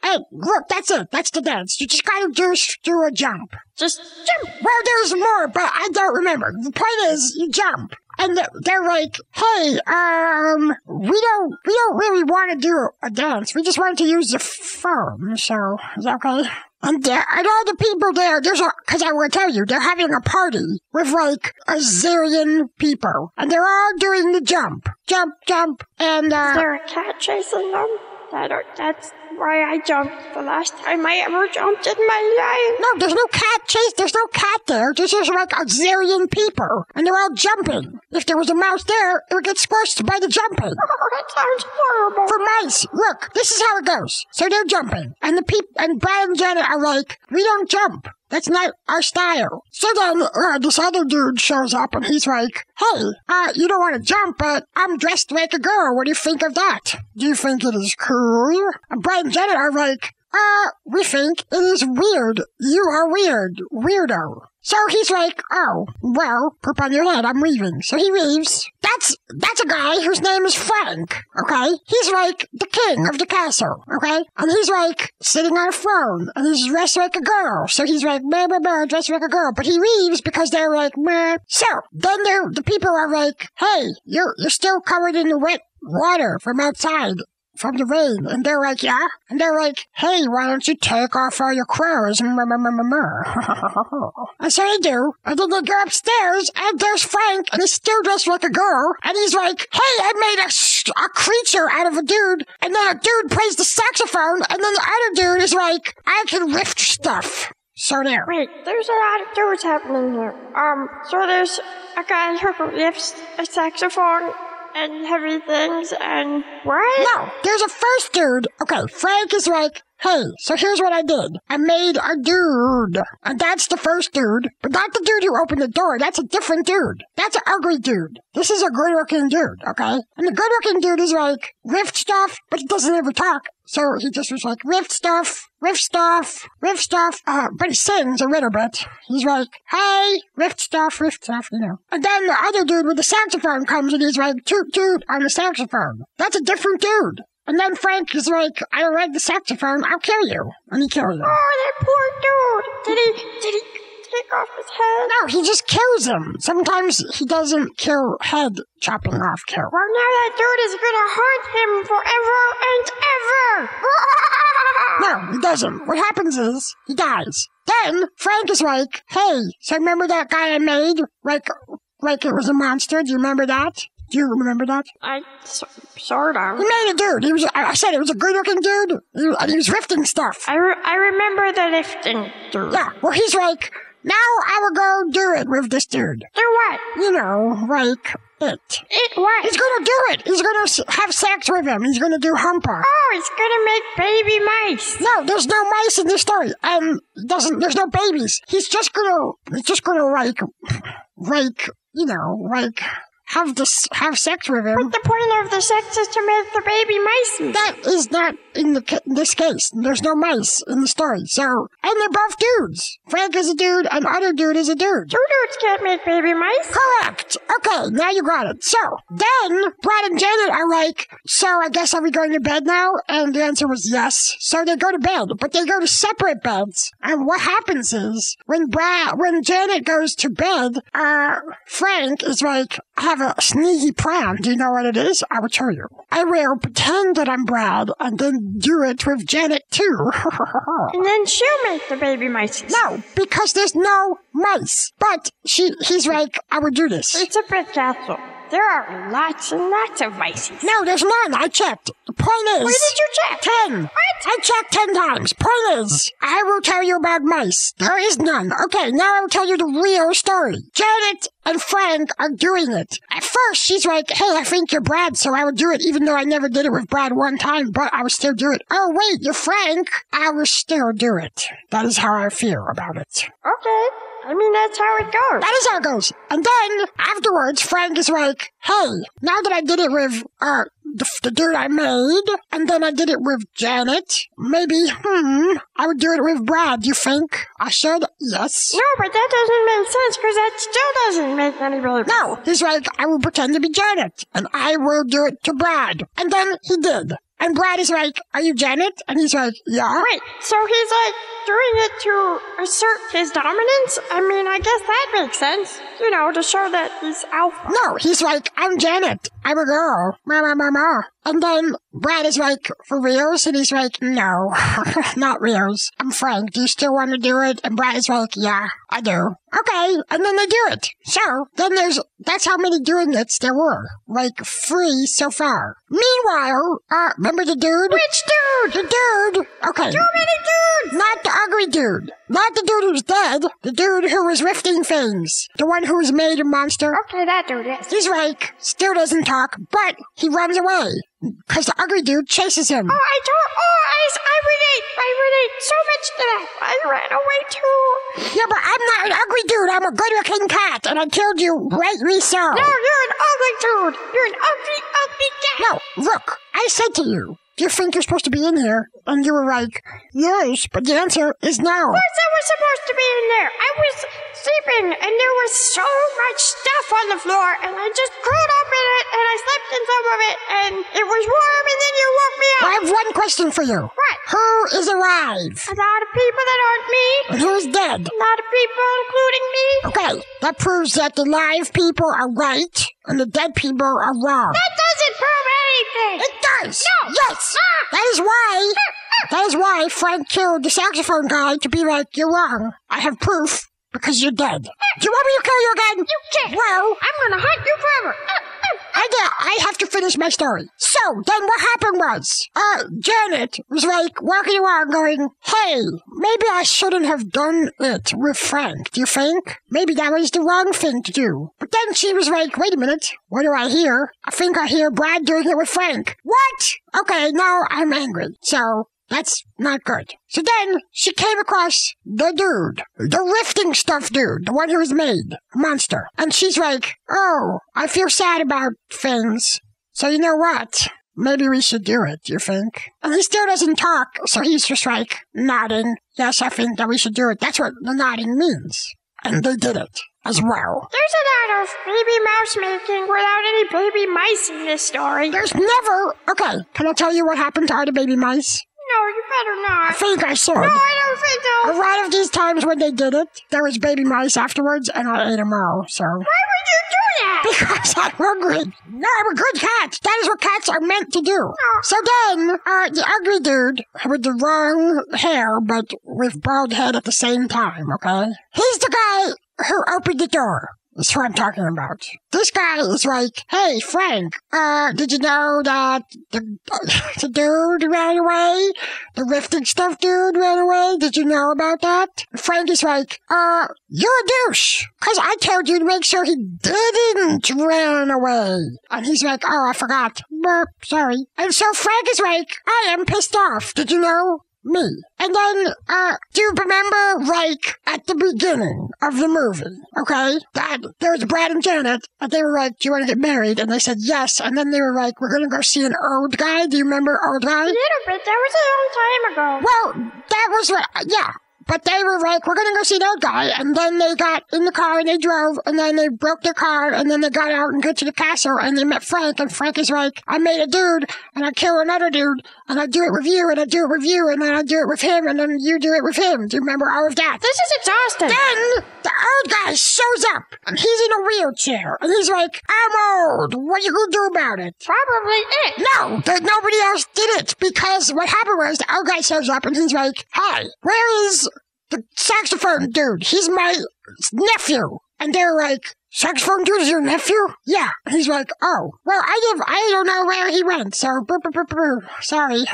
Speaker 4: Hey, look, that's it. That's the dance. You just gotta just do a jump. Just jump. Well, there's more, but I don't remember. The point is, you jump. And th- they're like, hey, um, we don't, we don't really want to do a dance. We just want to use the phone, so, is that okay? And, there, and all the people there, there's a, cause I will tell you, they're having a party with like a zillion people. And they're all doing the jump. Jump, jump, and, uh.
Speaker 17: Is there a cat chasing them? That are, that's why I jumped the last time I ever jumped in my life.
Speaker 4: No, there's no cat chase. There's no cat there. There's just like a zillion people, and they're all jumping. If there was a mouse there, it would get squished by the jumping.
Speaker 17: Oh, that sounds horrible.
Speaker 4: For mice, look, this is how it goes. So they're jumping, and the peop and Brad and Janet are like, we don't jump. That's not our style. So then uh, this other dude shows up and he's like, Hey, uh, you don't want to jump, but I'm dressed like a girl. What do you think of that? Do you think it is cool? And Brad and Janet are like, uh, we think it is weird. You are weird. Weirdo. So he's like, oh, well, poop on your head, I'm leaving. So he leaves. That's, that's a guy whose name is Frank, okay? He's like the king of the castle, okay? And he's like sitting on a throne, and he's dressed like a girl. So he's like, meh, meh, meh, dressed like a girl. But he leaves because they're like, meh. So then they're, the people are like, hey, you're, you're still covered in the wet water from outside from the rain. And they're like, yeah? And they're like, hey, why don't you take off all your clothes? and so they do. And then they go upstairs, and there's Frank, and he's still dressed like a girl. And he's like, hey, I made a, s- a creature out of a dude. And then a dude plays the saxophone, and then the other dude is like, I can lift stuff. So there.
Speaker 17: Wait, there's a lot of doors happening here. Um, so there's a guy who lifts a saxophone and heavy things and what?
Speaker 4: No, there's a first dude. Okay, Frank is like, hey, so here's what I did. I made a dude. And that's the first dude. But not the dude who opened the door. That's a different dude. That's an ugly dude. This is a good looking dude, okay? And the good looking dude is like, rift stuff, but he doesn't ever talk. So he just was like, rift stuff, rift stuff, rift stuff. Uh, but he sings a little bit. He's like, hey, rift stuff, rift stuff, you know. And then the other dude with the saxophone comes and he's like, toot toot on the saxophone. That's a different dude. And then Frank is like, I don't like the saxophone, I'll kill you. And he kills him.
Speaker 17: Oh, that poor dude. Did he? Did he take off his head?
Speaker 4: No, he just kills him. Sometimes he doesn't kill head chopping off kill.
Speaker 17: Well, now that dude is gonna haunt him forever and ever.
Speaker 4: No, he doesn't. What happens is he dies. Then Frank is like, hey, so remember that guy I made? Like, like it was a monster? Do you remember that? Do you remember that?
Speaker 17: I s- sort of.
Speaker 4: He made a dude. He was, I I said it was a good looking dude. He, and he was rifting stuff.
Speaker 17: I, re- I remember the lifting dude.
Speaker 4: Yeah, well, he's like, now I will go do it with this dude.
Speaker 17: Do what?
Speaker 4: You know, like it.
Speaker 17: It what?
Speaker 4: He's gonna do it. He's gonna s- have sex with him. He's gonna do humper.
Speaker 17: Oh, it's gonna make baby mice.
Speaker 4: No, there's no mice in this story. Um, doesn't there's no babies. He's just gonna, he's just gonna like, like you know, like have this, have sex with him.
Speaker 17: The point of the sex is to make the baby mice.
Speaker 4: That is not in the ca- in this case. There's no mice in the story. So, and they're both dudes. Frank is a dude, and other dude is a dude.
Speaker 17: Two dudes can't make baby mice.
Speaker 4: Correct. Okay, now you got it. So then, Brad and Janet are like, "So I guess are we going to bed now?" And the answer was yes. So they go to bed, but they go to separate beds. And what happens is when Brad, when Janet goes to bed, uh, Frank is like, "I have a sneaky plan. Do you know what it is? I will tell you. I will pretend that I'm Brad and then do it with Janet too.
Speaker 17: And then she'll make the baby mice.
Speaker 4: No, because there's no mice. But she, he's like, I will do this.
Speaker 17: It's a big castle. There are lots and lots of mices.
Speaker 4: No, there's none. I checked. The point
Speaker 17: Where
Speaker 4: is.
Speaker 17: did you check?
Speaker 4: Ten. I checked ten times. Point is, I will tell you about mice. There is none. Okay, now I will tell you the real story. Janet and Frank are doing it. At first, she's like, hey, I think you're Brad, so I will do it, even though I never did it with Brad one time, but I will still do it. Oh, wait, you're Frank. I will still do it. That is how I feel about it.
Speaker 17: Okay. I mean, that's how it goes.
Speaker 4: That is how it goes. And then afterwards, Frank is like, "Hey, now that I did it with uh the, the dude I made, and then I did it with Janet, maybe hmm, I would do it with Brad. You think I should? Yes.
Speaker 17: No, but that doesn't make sense because that still doesn't make any really.
Speaker 4: No, he's like, I will pretend to be Janet, and I will do it to Brad, and then he did. And Brad is like, "Are you Janet?" And he's like, "Yeah."
Speaker 17: Wait, so he's like doing it to assert his dominance? I mean, I guess that makes sense. You know, to show that he's alpha.
Speaker 4: No, he's like, I'm Janet. I'm a girl. Ma, ma, ma, ma. And then Brad is like, for reals? And he's like, no, not reals. I'm Frank. Do you still want to do it? And Brad is like, yeah, I do. Okay. And then they do it. So then there's, that's how many doing its there were. Like three so far. Meanwhile, uh, remember the dude?
Speaker 17: Which
Speaker 4: dude? The dude. Okay.
Speaker 17: Too many dudes!
Speaker 4: Not the ugly dude. Not the dude who's dead. The dude who was rifting things. The one who was made a monster.
Speaker 17: Okay, that dude is.
Speaker 4: He's like, still doesn't talk, but he runs away. Because the ugly dude chases him.
Speaker 17: Oh, I don't. Oh, I, I relate. I relate so much to that. I ran away too.
Speaker 4: Yeah, but I'm not an ugly dude. I'm a good looking cat, and I killed you rightly so.
Speaker 17: No, you're an ugly dude. You're an ugly, ugly cat.
Speaker 4: No, look. I said to you, you think you're supposed to be in here? And you were like, yes, but the answer is no.
Speaker 17: Of course I was supposed to be in there. I was sleeping and there was so much stuff on the floor and I just curled up in it and I slept in some of it and it was warm and then you woke me up.
Speaker 4: I have one question for you.
Speaker 17: What?
Speaker 4: Who is alive?
Speaker 17: A lot of people that aren't me.
Speaker 4: And who's dead?
Speaker 17: A lot of people including me.
Speaker 4: Okay, that proves that the live people are right and the dead people are wrong.
Speaker 17: That doesn't prove anything.
Speaker 4: Oh. It does.
Speaker 17: No.
Speaker 4: Yes.
Speaker 17: Ah.
Speaker 4: That is why. That is why Frank killed the saxophone guy to be like, you're wrong. I have proof because you're dead. Do you want me to kill you again?
Speaker 17: You can't.
Speaker 4: Well,
Speaker 17: I'm gonna hunt you forever. Ah.
Speaker 4: I get, I have to finish my story. So then what happened was, uh, Janet was like walking around going, hey, maybe I shouldn't have done it with Frank, do you think? Maybe that was the wrong thing to do. But then she was like, wait a minute, what do I hear? I think I hear Brad doing it with Frank. What? Okay, now I'm angry. So that's not good. So then she came across the dude, the rifting stuff dude, the one who was made, monster. And she's like, Oh, I feel sad about things. So you know what? Maybe we should do it, you think? And he still doesn't talk, so he's just like nodding. Yes, I think that we should do it. That's what the nodding means. And they did it as well.
Speaker 17: There's a lot of baby mouse making without any baby mice in this story.
Speaker 4: There's never. Okay, can I tell you what happened to all the baby mice?
Speaker 17: No, you better not.
Speaker 4: I think I saw
Speaker 17: No,
Speaker 4: it.
Speaker 17: I don't think so.
Speaker 4: A lot of these times when they did it, there was baby mice afterwards, and I ate them all. So
Speaker 17: Why would you do that?
Speaker 4: because I'm hungry. No, I'm a good cat. That is what cats are meant to do. So then, uh, the ugly dude with the wrong hair but with bald head at the same time. Okay, he's the guy who opened the door. That's what I'm talking about. This guy is like, hey, Frank, uh, did you know that the, the dude ran away? The rifting stuff dude ran away? Did you know about that? Frank is like, uh, you're a douche. Cause I told you to make sure he didn't run away. And he's like, oh, I forgot. Burp, sorry. And so Frank is like, I am pissed off. Did you know? me. And then, uh, do you remember, like, at the beginning of the movie, okay, that there was Brad and Janet, and they were like, do you want to get married? And they said yes, and then they were like, we're going to go see an old guy. Do you remember old guy?
Speaker 17: A little bit. That was a long time ago.
Speaker 4: Well, that was what, yeah. But they were like, we're gonna go see that guy. And then they got in the car and they drove and then they broke their car and then they got out and got to the castle and they met Frank and Frank is like, I made a dude and I kill another dude and I do it with you and I do it with you and then I do it with him and then you do it with him. Do you remember all of that?
Speaker 17: This is exhausting.
Speaker 4: Then the old guy shows up and he's in a wheelchair and he's like, I'm old. What are you going to do about it?
Speaker 17: Probably it.
Speaker 4: No, there's nobody else did it because what happened was the old guy shows up and he's like, Hey, where is the saxophone dude? He's my nephew. And they're like, Saxophone dude's your nephew? Yeah. He's like, oh, well, I give, I don't know where he went, so, boo, boo, boo, boo. sorry,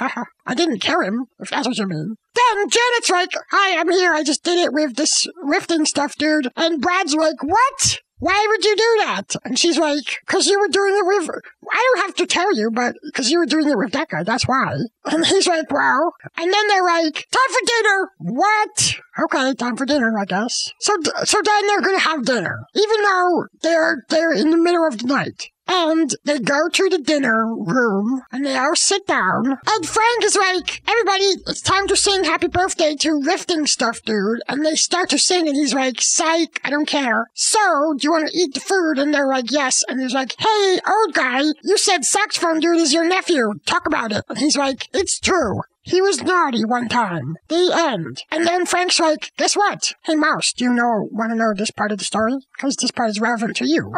Speaker 4: I didn't kill him, if that's what you mean. Then Janet's like, hi, I'm here, I just did it with this rifting stuff, dude. And Brad's like, what? Why would you do that? And she's like, because you were doing it with, I don't have to tell you, but because you were doing it with that guy, that's why. And he's like, well, and then they're like, time for dinner. What? Okay, time for dinner, I guess. So, so then they're gonna have dinner, even though they're, they're in the middle of the night. And they go to the dinner room and they all sit down. And Frank is like, everybody, it's time to sing happy birthday to Rifting Stuff Dude. And they start to sing and he's like, psych, I don't care. So, do you want to eat the food? And they're like, yes. And he's like, hey, old guy, you said Saxophone Dude is your nephew. Talk about it. And he's like, it's true. He was naughty one time. The end. And then Frank's like, guess what? Hey, Mouse, do you know, want to know this part of the story? Because this part is relevant to you.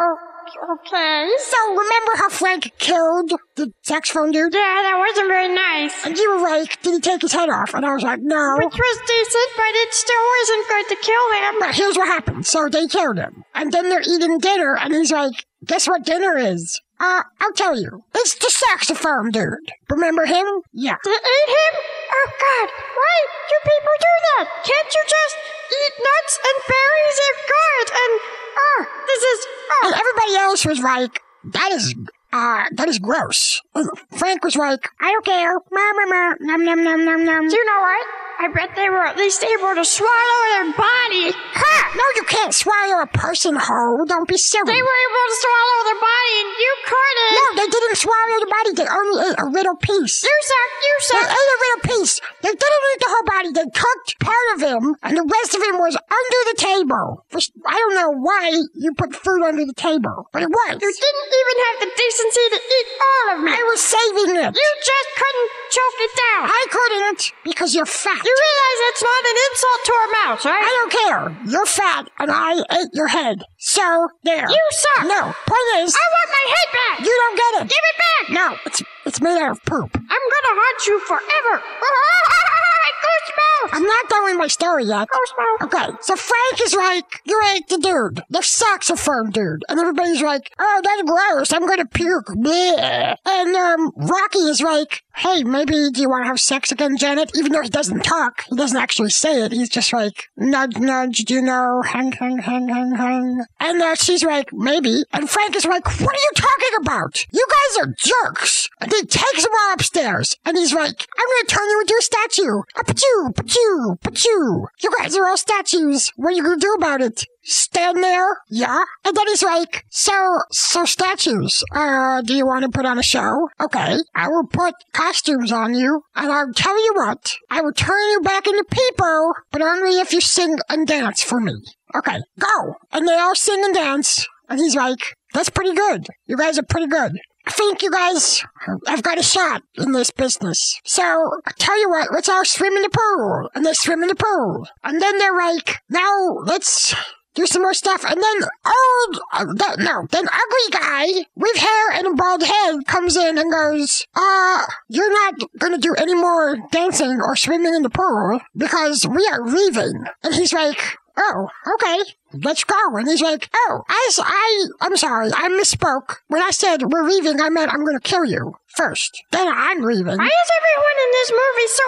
Speaker 17: Okay.
Speaker 4: So remember how Frank killed the saxophone dude? Yeah,
Speaker 17: that wasn't very nice.
Speaker 4: And you were like, did he take his head off? And I was like, no.
Speaker 17: Which was decent, but it still wasn't good to kill him.
Speaker 4: But here's what happened. So they killed him. And then they're eating dinner, and he's like, guess what dinner is? Uh, I'll tell you. It's the saxophone dude. Remember him? Yeah.
Speaker 17: To eat him? Oh god, why do people do that? Can't you just eat nuts and berries and gourd and oh, this is oh,
Speaker 4: And everybody else was like, that is, uh, that is gross. And Frank was like, I don't care. Meh, meh, meh. Nom, nom, nom, nom, nom.
Speaker 17: You know what? I bet they were at least able to swallow their body.
Speaker 4: Ha! No, you can't swallow a person whole. Don't be silly.
Speaker 17: They were able to swallow their body and you couldn't.
Speaker 4: No, they didn't swallow the body. They only ate a little piece.
Speaker 17: You suck, you
Speaker 4: They
Speaker 17: suck.
Speaker 4: ate a little piece. They didn't eat the whole body. They cooked part of him, and the rest of him was under the table. For s- I don't know why you put food under the table, but it was.
Speaker 17: You didn't even have the decency to eat all of me.
Speaker 4: I was saving it.
Speaker 17: You just couldn't choke it down.
Speaker 4: I couldn't because you're fat.
Speaker 17: You realize that's not an insult to a mouse, right?
Speaker 4: I don't care. You're fat, and I ate your head. So there.
Speaker 17: You suck.
Speaker 4: No. Point is,
Speaker 17: I want my head back.
Speaker 4: you don't get it.
Speaker 17: Give it back.
Speaker 4: No, it's it's made out of poop.
Speaker 17: I'm gonna haunt you forever. Goose mouth.
Speaker 4: I'm not done with my story yet.
Speaker 17: Goose mouth.
Speaker 4: Okay, so Frank is like, you ate the dude, the saxophone dude. And everybody's like, oh, that's gross, I'm gonna puke. Bleh. And um, Rocky is like, hey, maybe do you wanna have sex again, Janet? Even though he doesn't talk, he doesn't actually say it. He's just like, nudge, nudge, you know, hang, hang, hang, hang, hang. And uh, she's like, maybe. And Frank is like, what are you talking about? You guys are jerks. And he takes him all upstairs. And he's like, I'm gonna turn you into a statue. Pachu, pachu, pachu. You guys are all statues. What are you gonna do about it? Stand there? Yeah? And then he's like, so, so statues, uh, do you want to put on a show? Okay. I will put costumes on you. And I'll tell you what, I will turn you back into people, but only if you sing and dance for me. Okay, go. And they all sing and dance. And he's like, that's pretty good. You guys are pretty good. I think you guys have got a shot in this business. So, I tell you what, let's all swim in the pool. And they swim in the pool. And then they're like, now let's do some more stuff. And then old, uh, th- no, then ugly guy with hair and a bald head comes in and goes, uh, you're not gonna do any more dancing or swimming in the pool because we are leaving. And he's like, oh, okay, let's go. And he's like, oh, I, s- I, am sorry, I misspoke. When I said we're leaving, I meant I'm gonna kill you first. Then I'm leaving.
Speaker 17: Why is everyone in this movie so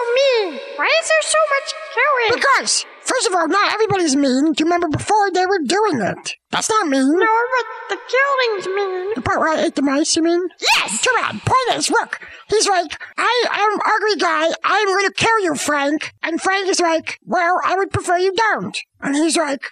Speaker 17: mean? Why is there so much killing?
Speaker 4: Because, first of all, not everybody's mean. Do you remember before they were doing it? That's not mean.
Speaker 17: No, but the killing's mean.
Speaker 4: The part where I ate the mice, you mean? Yes! Too bad. Point is, look, he's like, I am ugly guy, I'm gonna kill you, Frank. And Frank is like, well, I would prefer you don't. And he's like,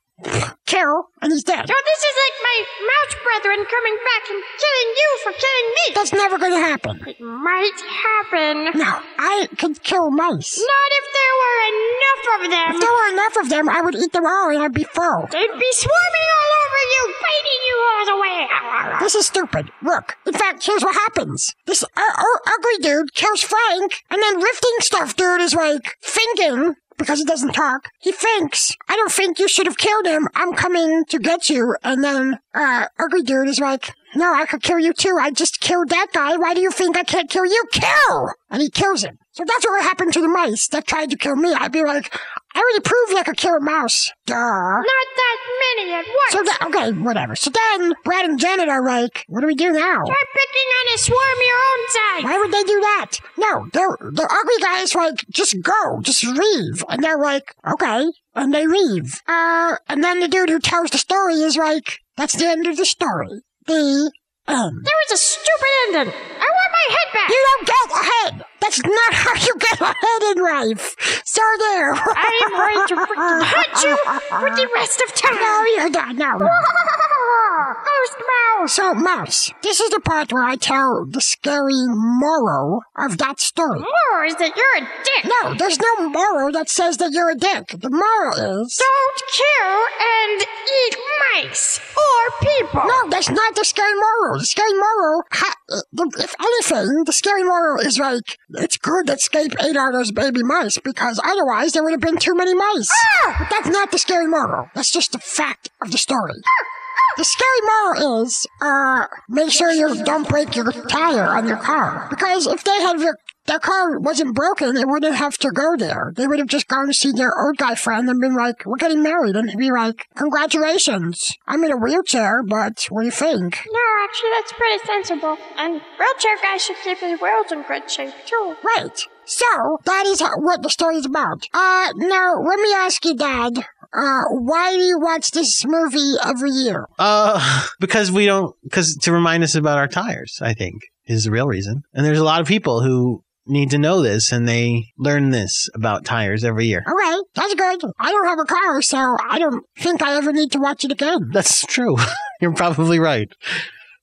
Speaker 4: kill, and he's dead.
Speaker 17: So this is like my mouse brethren coming back and killing you for killing me.
Speaker 4: That's never gonna happen.
Speaker 17: It might happen.
Speaker 4: No, I could kill mice.
Speaker 17: Not if there were enough of them.
Speaker 4: If there were enough of them, I would eat them all and I'd be full.
Speaker 17: They'd be swarming all over you, biting you all the way.
Speaker 4: This is stupid. Look, in fact, here's what happens. This uh, uh, ugly dude kills Frank, and then Rifting Stuff dude is like thinking because he doesn't talk. He thinks, I don't think you should have killed him. I'm coming to get you. And then, uh, ugly dude is like, no, I could kill you too. I just killed that guy. Why do you think I can't kill you? Kill! And he kills him. So that's what happened to the mice that tried to kill me. I'd be like, I already proved I could kill a mouse. Duh. Not
Speaker 17: that many at once.
Speaker 4: So that, okay, whatever. So then, Brad and Janet are like, what do we do now?
Speaker 17: Start picking on a swarm your own size.
Speaker 4: Why would they do that? No, the the ugly guy is like, just go, just leave, and they're like, okay, and they leave. Uh, and then the dude who tells the story is like, that's the end of the story. The end.
Speaker 17: There was a stupid ending. I want my head back.
Speaker 4: You don't get a head. That's not how you get a head in life. So there.
Speaker 17: I am going to freaking hunt you for the rest of time.
Speaker 4: No, you're not. No. no.
Speaker 17: Ghost mouse.
Speaker 4: So, Mouse, this is the part where I tell the scary moral of that story.
Speaker 17: Moral is that you're a dick.
Speaker 4: No, there's no moral that says that you're a dick. The moral is.
Speaker 17: Don't kill and eat mice or people.
Speaker 4: No, that's not the scary moral. The scary moral, ha- uh, the- if anything, the scary moral is like, it's good that Scape ate all those baby mice because otherwise there would have been too many mice. But that's not the scary moral. That's just the fact of the story. The scary moral is, uh, make sure you don't break your tire on your car. Because if they had their, their car wasn't broken, they wouldn't have to go there. They would have just gone to see their old guy friend and been like, we're getting married. And he'd be like, congratulations. I'm in a wheelchair, but what do you think?
Speaker 17: No, actually, that's pretty sensible. And wheelchair guys should keep his wheels in good shape, too.
Speaker 4: Right. So, that is how, what the story is about. Uh, now, let me ask you, Dad, uh, why do you watch this movie every year?
Speaker 2: Uh, because we don't, because to remind us about our tires, I think, is the real reason. And there's a lot of people who need to know this and they learn this about tires every year.
Speaker 4: Okay, that's good. I don't have a car, so I don't think I ever need to watch it again.
Speaker 2: That's true. You're probably right.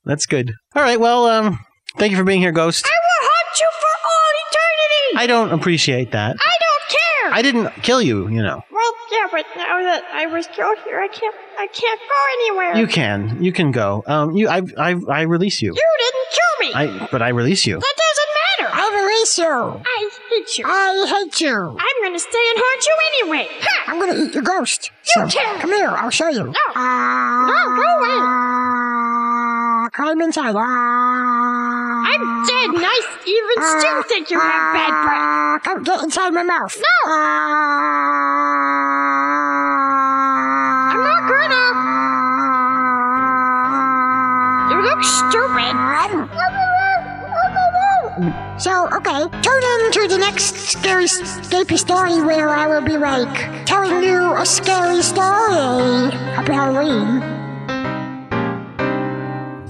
Speaker 2: That's good. All right. Well, um, thank you for being here, Ghost.
Speaker 17: I will hunt you for all eternity.
Speaker 2: I don't appreciate that.
Speaker 17: I don't care.
Speaker 2: I didn't kill you, you know.
Speaker 17: Well, yeah, but now that I was killed here, I can't. I can't go anywhere.
Speaker 2: You can. You can go. Um, you, I, I, I release you.
Speaker 17: You didn't kill me.
Speaker 2: I, but I release you.
Speaker 17: that doesn't matter.
Speaker 4: I release you.
Speaker 17: I hate you.
Speaker 4: I hate you.
Speaker 17: I'm gonna stay and haunt you anyway. Ha!
Speaker 4: I'm gonna eat your ghost.
Speaker 17: You can't.
Speaker 4: Come here, I'll show you. No.
Speaker 17: No, Oh, go away.
Speaker 4: Ah, climb inside. Ah,
Speaker 17: I'm dead, and I even still think you have bad breath.
Speaker 4: ah, come get inside my mouth. Uh,
Speaker 17: No. I'm not gonna. You look stupid.
Speaker 4: So, okay, tune in to the next scary, scary story where I will be like telling you a scary story. Happy Halloween.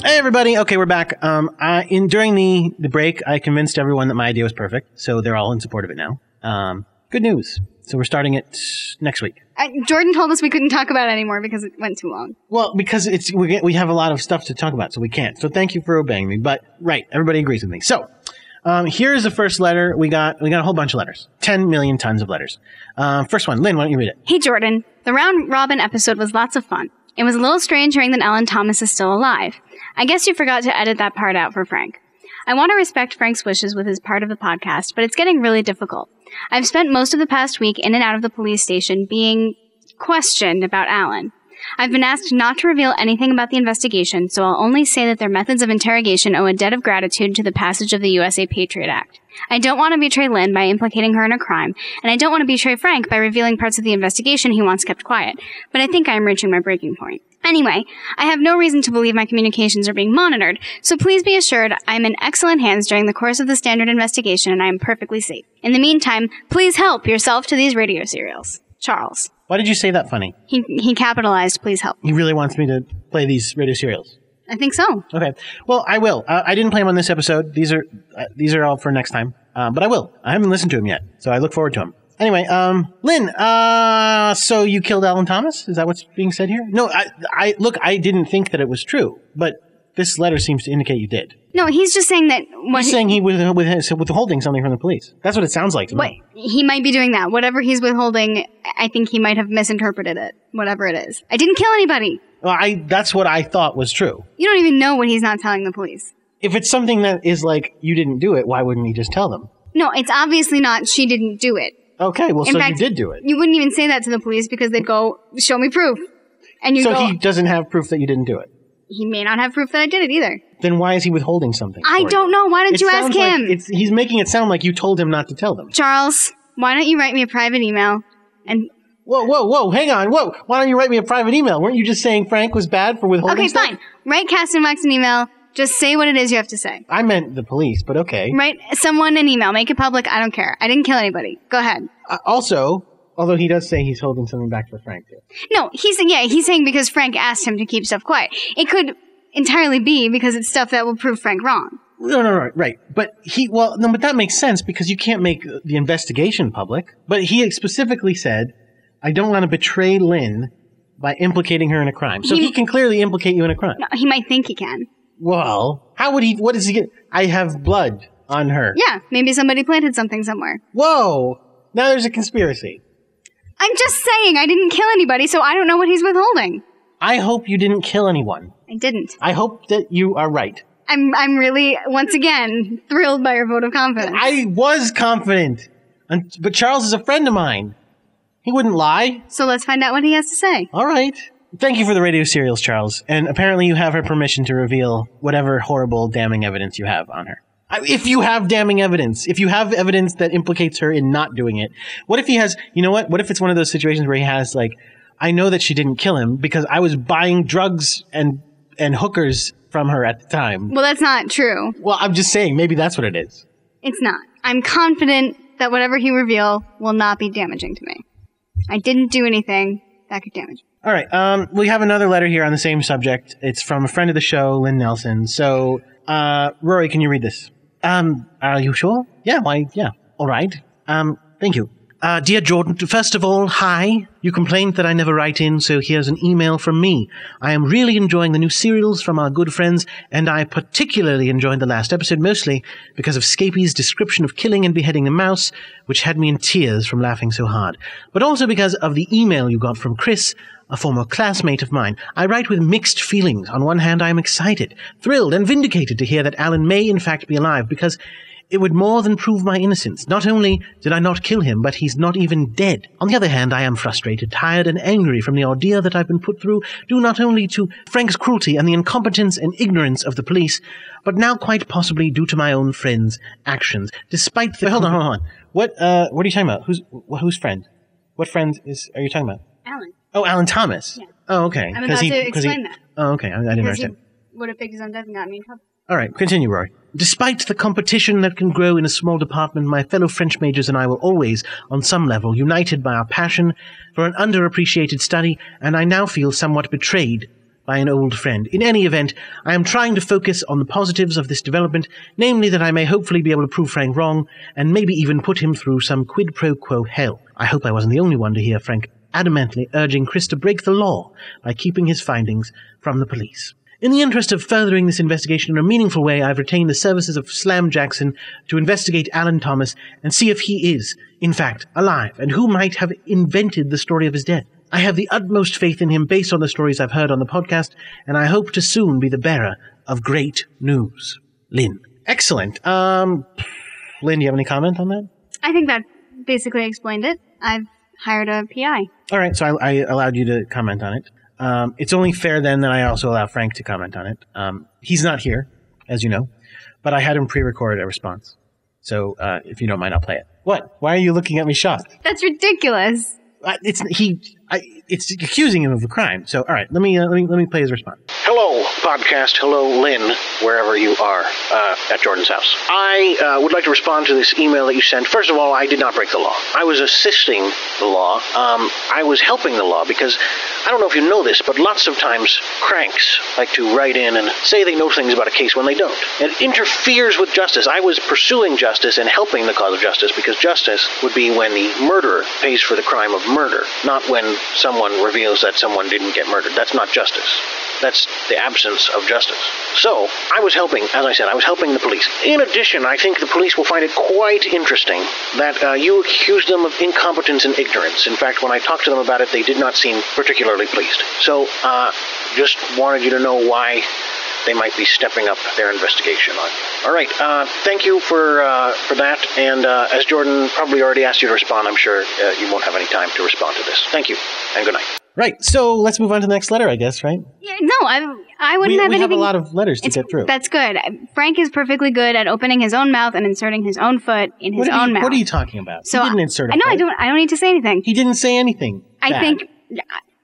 Speaker 2: Hey everybody! Okay, we're back. Um, I, in during the the break, I convinced everyone that my idea was perfect, so they're all in support of it now. Um, good news. So we're starting it next week.
Speaker 3: Uh, Jordan told us we couldn't talk about it anymore because it went too long.
Speaker 2: Well, because it's we get, we have a lot of stuff to talk about, so we can't. So thank you for obeying me. But right, everybody agrees with me. So um, here is the first letter we got. We got a whole bunch of letters, ten million tons of letters. Um, first one, Lynn, why don't you read it?
Speaker 3: Hey, Jordan. The round robin episode was lots of fun. It was a little strange hearing that Alan Thomas is still alive. I guess you forgot to edit that part out for Frank. I want to respect Frank's wishes with his part of the podcast, but it's getting really difficult. I've spent most of the past week in and out of the police station being questioned about Alan. I've been asked not to reveal anything about the investigation, so I'll only say that their methods of interrogation owe a debt of gratitude to the passage of the USA Patriot Act. I don't want to betray Lynn by implicating her in a crime, and I don't want to betray Frank by revealing parts of the investigation he wants kept quiet, but I think I am reaching my breaking point. Anyway, I have no reason to believe my communications are being monitored, so please be assured I'm in excellent hands during the course of the standard investigation and I am perfectly safe. In the meantime, please help yourself to these radio serials. Charles.
Speaker 2: Why did you say that funny?
Speaker 3: He, he capitalized, please help.
Speaker 2: He really wants me to play these radio serials.
Speaker 3: I think so.
Speaker 2: Okay. Well, I will. Uh, I didn't play them on this episode. These are uh, these are all for next time. Uh, but I will. I haven't listened to them yet, so I look forward to them. Anyway, um, Lynn, uh, so you killed Alan Thomas? Is that what's being said here? No, I, I look. I didn't think that it was true, but this letter seems to indicate you did.
Speaker 3: No, he's just saying that what,
Speaker 2: He's
Speaker 3: he-
Speaker 2: saying he was uh, with, withholding something from the police. That's what it sounds like to
Speaker 3: what
Speaker 2: me.
Speaker 3: he might be doing that. Whatever he's withholding, I think he might have misinterpreted it. Whatever it is. I didn't kill anybody.
Speaker 2: Well, I that's what I thought was true.
Speaker 3: You don't even know what he's not telling the police.
Speaker 2: If it's something that is like you didn't do it, why wouldn't he just tell them?
Speaker 3: No, it's obviously not she didn't do it.
Speaker 2: Okay, well,
Speaker 3: In
Speaker 2: so
Speaker 3: fact,
Speaker 2: you did do it.
Speaker 3: You wouldn't even say that to the police because they'd go, "Show me proof," and you
Speaker 2: so
Speaker 3: go,
Speaker 2: he doesn't have proof that you didn't do it.
Speaker 3: "He may not have proof that I did it either."
Speaker 2: Then why is he withholding something?
Speaker 3: I
Speaker 2: for you?
Speaker 3: don't know. Why didn't
Speaker 2: It
Speaker 3: you ask
Speaker 2: sounds like
Speaker 3: him?
Speaker 2: it's, he's making it sound like you told him not to tell them.
Speaker 3: Charles, why don't you write me a private email? And
Speaker 2: Whoa, whoa, whoa! Hang on. Whoa! Why don't you write me a private email? Weren't you just saying Frank was bad for withholding?
Speaker 3: okay,
Speaker 2: stuff?
Speaker 3: fine. Write Cast and Wax an email. Just say what it is you have to say.
Speaker 2: I meant the police, but okay.
Speaker 3: Write someone an email. Make it public. I don't care. I didn't kill anybody. Go ahead.
Speaker 2: Uh, also, although he does say he's holding something back for Frank. Too.
Speaker 3: No, he's yeah, he's saying because Frank asked him to keep stuff quiet. It could entirely be because it's stuff that will prove Frank wrong.
Speaker 2: No, no, no, right. But he, well, no, but that makes sense because you can't make the investigation public. But he specifically said, I don't want to betray Lynn by implicating her in a crime. So
Speaker 3: He-
Speaker 2: he, can clearly implicate you in a crime.
Speaker 3: No, he might think he can.
Speaker 2: Well, how would he, what does he get? I have blood on her.
Speaker 3: Yeah, maybe somebody planted something somewhere.
Speaker 2: Whoa! Now there's a conspiracy.
Speaker 3: I'm just saying I didn't kill anybody, so I don't know what he's withholding.
Speaker 2: I hope you didn't kill anyone.
Speaker 3: I didn't.
Speaker 2: I hope that you are right.
Speaker 3: I'm I'm really once again thrilled by your vote of confidence.
Speaker 2: I was confident, and- but Charles is a friend of mine. He wouldn't lie.
Speaker 3: So let's find out what he has to say.
Speaker 2: All right. Thank you for the radio serials, Charles. And apparently, you have her permission to reveal whatever horrible, damning evidence you have on her. I- If you have damning evidence, if you have evidence that implicates her in not doing it, what if he has, you know what? What if it's one of those situations where he has, like, I know that she didn't kill him because I was buying drugs and, and hookers from her at the time.
Speaker 3: Well, that's not true.
Speaker 2: Well, I'm just saying, maybe that's what it is.
Speaker 3: It's not. I'm confident that whatever he reveal will not be damaging to me. I didn't do anything that could damage. me.
Speaker 2: All right. Um, we have another letter here on the same subject. It's from a friend of the show, Lynn Nelson. So, uh, Rory, can you read this? Um, are you sure? Yeah. Why? Yeah. All right. Um, thank you. Uh, dear Jordan, first of all, hi. You complained that I never write in, so here's an email from me. I am really enjoying the new serials from our good friends, and I particularly enjoyed the last episode mostly because of Scapy's description of killing and beheading the mouse, which had me in tears from laughing so hard, but also because of the email you got from Chris, a former classmate of mine. I write with mixed feelings. On one hand, I am excited, thrilled, and vindicated to hear that Alan may in fact be alive because it would more than prove my innocence. Not only did I not kill him, but he's not even dead. On the other hand, I am frustrated, tired, and angry from the ordeal that I've been put through, due not only to Frank's cruelty and the incompetence and ignorance of the police, but now quite possibly due to my own friend's actions. Despite the hold on, hold on. What uh, what are you talking about? Who's wh- whose friend? What friend is are you talking about?
Speaker 3: Alan,
Speaker 2: Oh, Alan Thomas. Oh, okay.
Speaker 3: I'm
Speaker 2: 'Cause
Speaker 3: about
Speaker 2: he-
Speaker 3: to
Speaker 2: 'cause he-
Speaker 3: explain that.
Speaker 2: Oh, okay. I, I didn't
Speaker 3: because he
Speaker 2: understand.
Speaker 3: would have picked his own death and got me in trouble.
Speaker 2: All right, continue, Rory. Despite the competition that can grow in a small department, my fellow French majors and I were always, on some level, united by our passion for an underappreciated study, and I now feel somewhat betrayed by an old friend. In any event, I am trying to focus on the positives of this development, namely that I may hopefully be able to prove Frank wrong, and maybe even put him through some quid pro quo hell. I hope I wasn't the only one to hear Frank adamantly urging Chris to break the law by keeping his findings from the police. In the interest of furthering this investigation in a meaningful way, I've retained the services of Slam Jackson to investigate Alan Thomas and see if he is, in fact, alive and who might have invented the story of his death. I have the utmost faith in him based on the stories I've heard on the podcast, and I hope to soon be the bearer of great news. Lynn. Excellent. Um, Lynn, do you have any comment on that?
Speaker 3: I think that basically explained it. I've hired a PI.
Speaker 2: All right, so I, I allowed you to comment on it. Um, it's only fair then that I also allow Frank to comment on it. Um, he's not here, as you know, but I had him pre-record a response. So uh, if you don't mind, I'll play it. What? Why are you looking at me shocked?
Speaker 3: That's ridiculous.
Speaker 2: Uh, It's he. I, it's accusing him of a crime. So all right, let me uh, let me let me play his response.
Speaker 18: Hello, podcast. Hello, Lynn, wherever you are uh, at Jordan's house. I uh, would like to respond to this email that you sent. First of all, I did not break the law. I was assisting the law. Um, I was helping the law because I don't know if you know this, but lots of times cranks like to write in and say they know things about a case when they don't. It interferes with justice. I was pursuing justice and helping the cause of justice because justice would be when the murderer pays for the crime of murder, not when someone reveals that someone didn't get murdered. That's not justice. That's the absence of justice. So, I was helping, as I said, I was helping the police. In addition, I think the police will find it quite interesting that uh, you accused them of incompetence and ignorance. In fact, when I talked to them about it, they did not seem particularly pleased. So, uh, just wanted you to know why they might be stepping up their investigation on you. All right. Uh, thank you for uh, for that. And uh, as Jordan probably already asked you to respond, I'm sure uh, you won't have any time to respond to this. Thank you, and good night.
Speaker 2: Right. So let's move on to the next letter, I guess. Right?
Speaker 3: Yeah, No, I, I wouldn't
Speaker 2: we
Speaker 3: have
Speaker 2: we
Speaker 3: anything.
Speaker 2: have a lot of letters to get through.
Speaker 3: That's good. Frank is perfectly good at opening his own mouth and inserting his own foot in his
Speaker 2: what, are
Speaker 3: own
Speaker 2: you,
Speaker 3: mouth.
Speaker 2: what are you talking about?
Speaker 3: So
Speaker 2: he didn't insert.
Speaker 3: I know I
Speaker 2: foot.
Speaker 3: don't. I don't need to say anything.
Speaker 2: He didn't say anything.
Speaker 3: I
Speaker 2: bad.
Speaker 3: think yeah,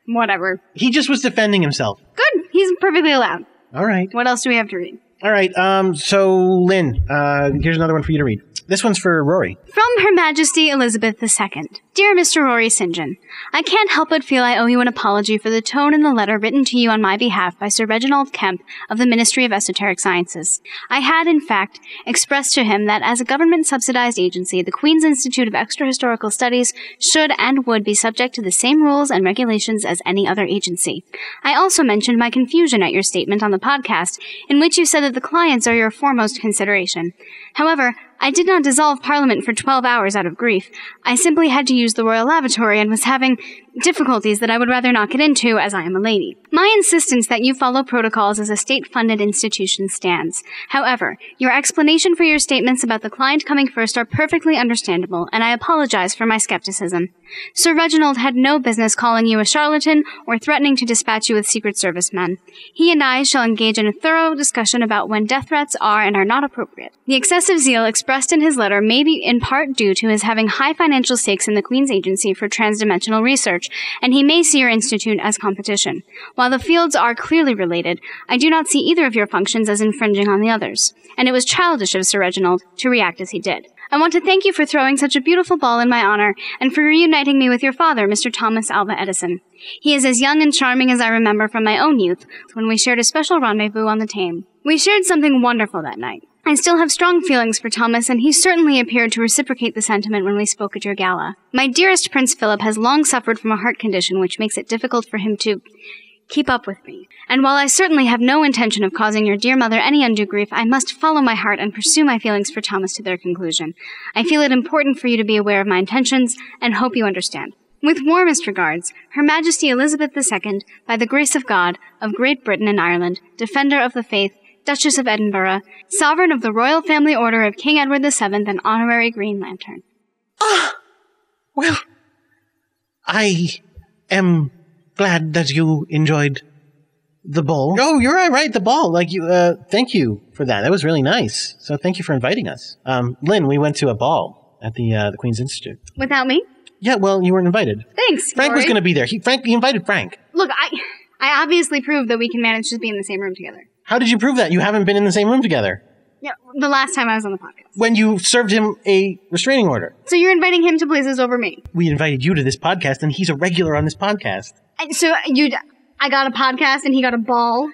Speaker 3: whatever.
Speaker 2: he just was defending himself.
Speaker 3: Good. He's perfectly allowed.
Speaker 2: All right.
Speaker 3: What else do we have to read?
Speaker 2: All right. Um. So Lynn, uh, here's another one for you to read. This one's for Rory.
Speaker 3: From Her Majesty Elizabeth II. Dear Mr. Rory St. John, I can't help but feel I owe you an apology for the tone in the letter written to you on my behalf by Sir Reginald Kemp of the Ministry of Esoteric Sciences. I had, in fact, expressed to him that as a government subsidized agency, the Queen's Institute of Extra Historical Studies should and would be subject to the same rules and regulations as any other agency. I also mentioned my confusion at your statement on the podcast, in which you said that the clients are your foremost consideration. However, I did not dissolve Parliament for 12 hours out of grief. I simply had to use the royal lavatory and was having difficulties that I would rather not get into as I am a lady. My insistence that you follow protocols as a state funded institution stands. However, your explanation for your statements about the client coming first are perfectly understandable, and I apologize for my skepticism. Sir Reginald had no business calling you a charlatan or threatening to dispatch you with Secret Service men. He and I shall engage in a thorough discussion about when death threats are and are not appropriate. The excessive zeal expressed in his letter may be in part due to his having high financial stakes in the Queen's Agency for Transdimensional Research, and he may see your institute as competition. While the fields are clearly related, I do not see either of your functions as infringing on the others, and it was childish of Sir Reginald to react as he did. I want to thank you for throwing such a beautiful ball in my honor and for reuniting me with your father, Mr. Thomas Alva Edison. He is as young and charming as I remember from my own youth when we shared a special rendezvous on the Thames. We shared something wonderful that night. I still have strong feelings for Thomas, and he certainly appeared to reciprocate the sentiment when we spoke at your gala. My dearest Prince Philip has long suffered from a heart condition which makes it difficult for him to keep up with me. And while I certainly have no intention of causing your dear mother any undue grief, I must follow my heart and pursue my feelings for Thomas to their conclusion. I feel it important for you to be aware of my intentions and hope you understand. With warmest regards, Her Majesty Elizabeth II, by the grace of God, of Great Britain and Ireland, Defender of the Faith, Duchess of Edinburgh, Sovereign of the Royal Family Order of King Edward VII and Honorary Green Lantern.
Speaker 2: I am glad that you enjoyed the ball. Oh, you're right, right, the ball. Like you, uh, thank you for that. That was really nice. So thank you for inviting us, um, Lynn. We went to a ball at the uh, the Queen's Institute.
Speaker 3: Without me?
Speaker 2: Yeah, well, you weren't invited.
Speaker 3: Thanks.
Speaker 2: Frank was
Speaker 3: Rory.
Speaker 2: going to be there. He Frank he invited Frank.
Speaker 3: Look, I, I obviously proved that we can manage to be in the same room together.
Speaker 2: How did you prove that? You haven't been in the same room together
Speaker 3: Yeah, the last time I was on the podcast.
Speaker 2: when you served him a restraining order.
Speaker 3: So you're inviting him to places over me.
Speaker 2: We invited you to this podcast, and he's a regular on this podcast.
Speaker 3: And so you, I got a podcast and he got a ball,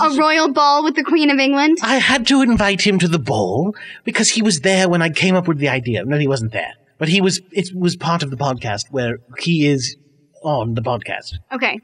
Speaker 3: a royal ball with the Queen of England.
Speaker 2: I had to invite him to the ball because he was there when I came up with the idea. No, he wasn't there, but he was. It was part of the podcast where he is on the podcast.
Speaker 3: Okay,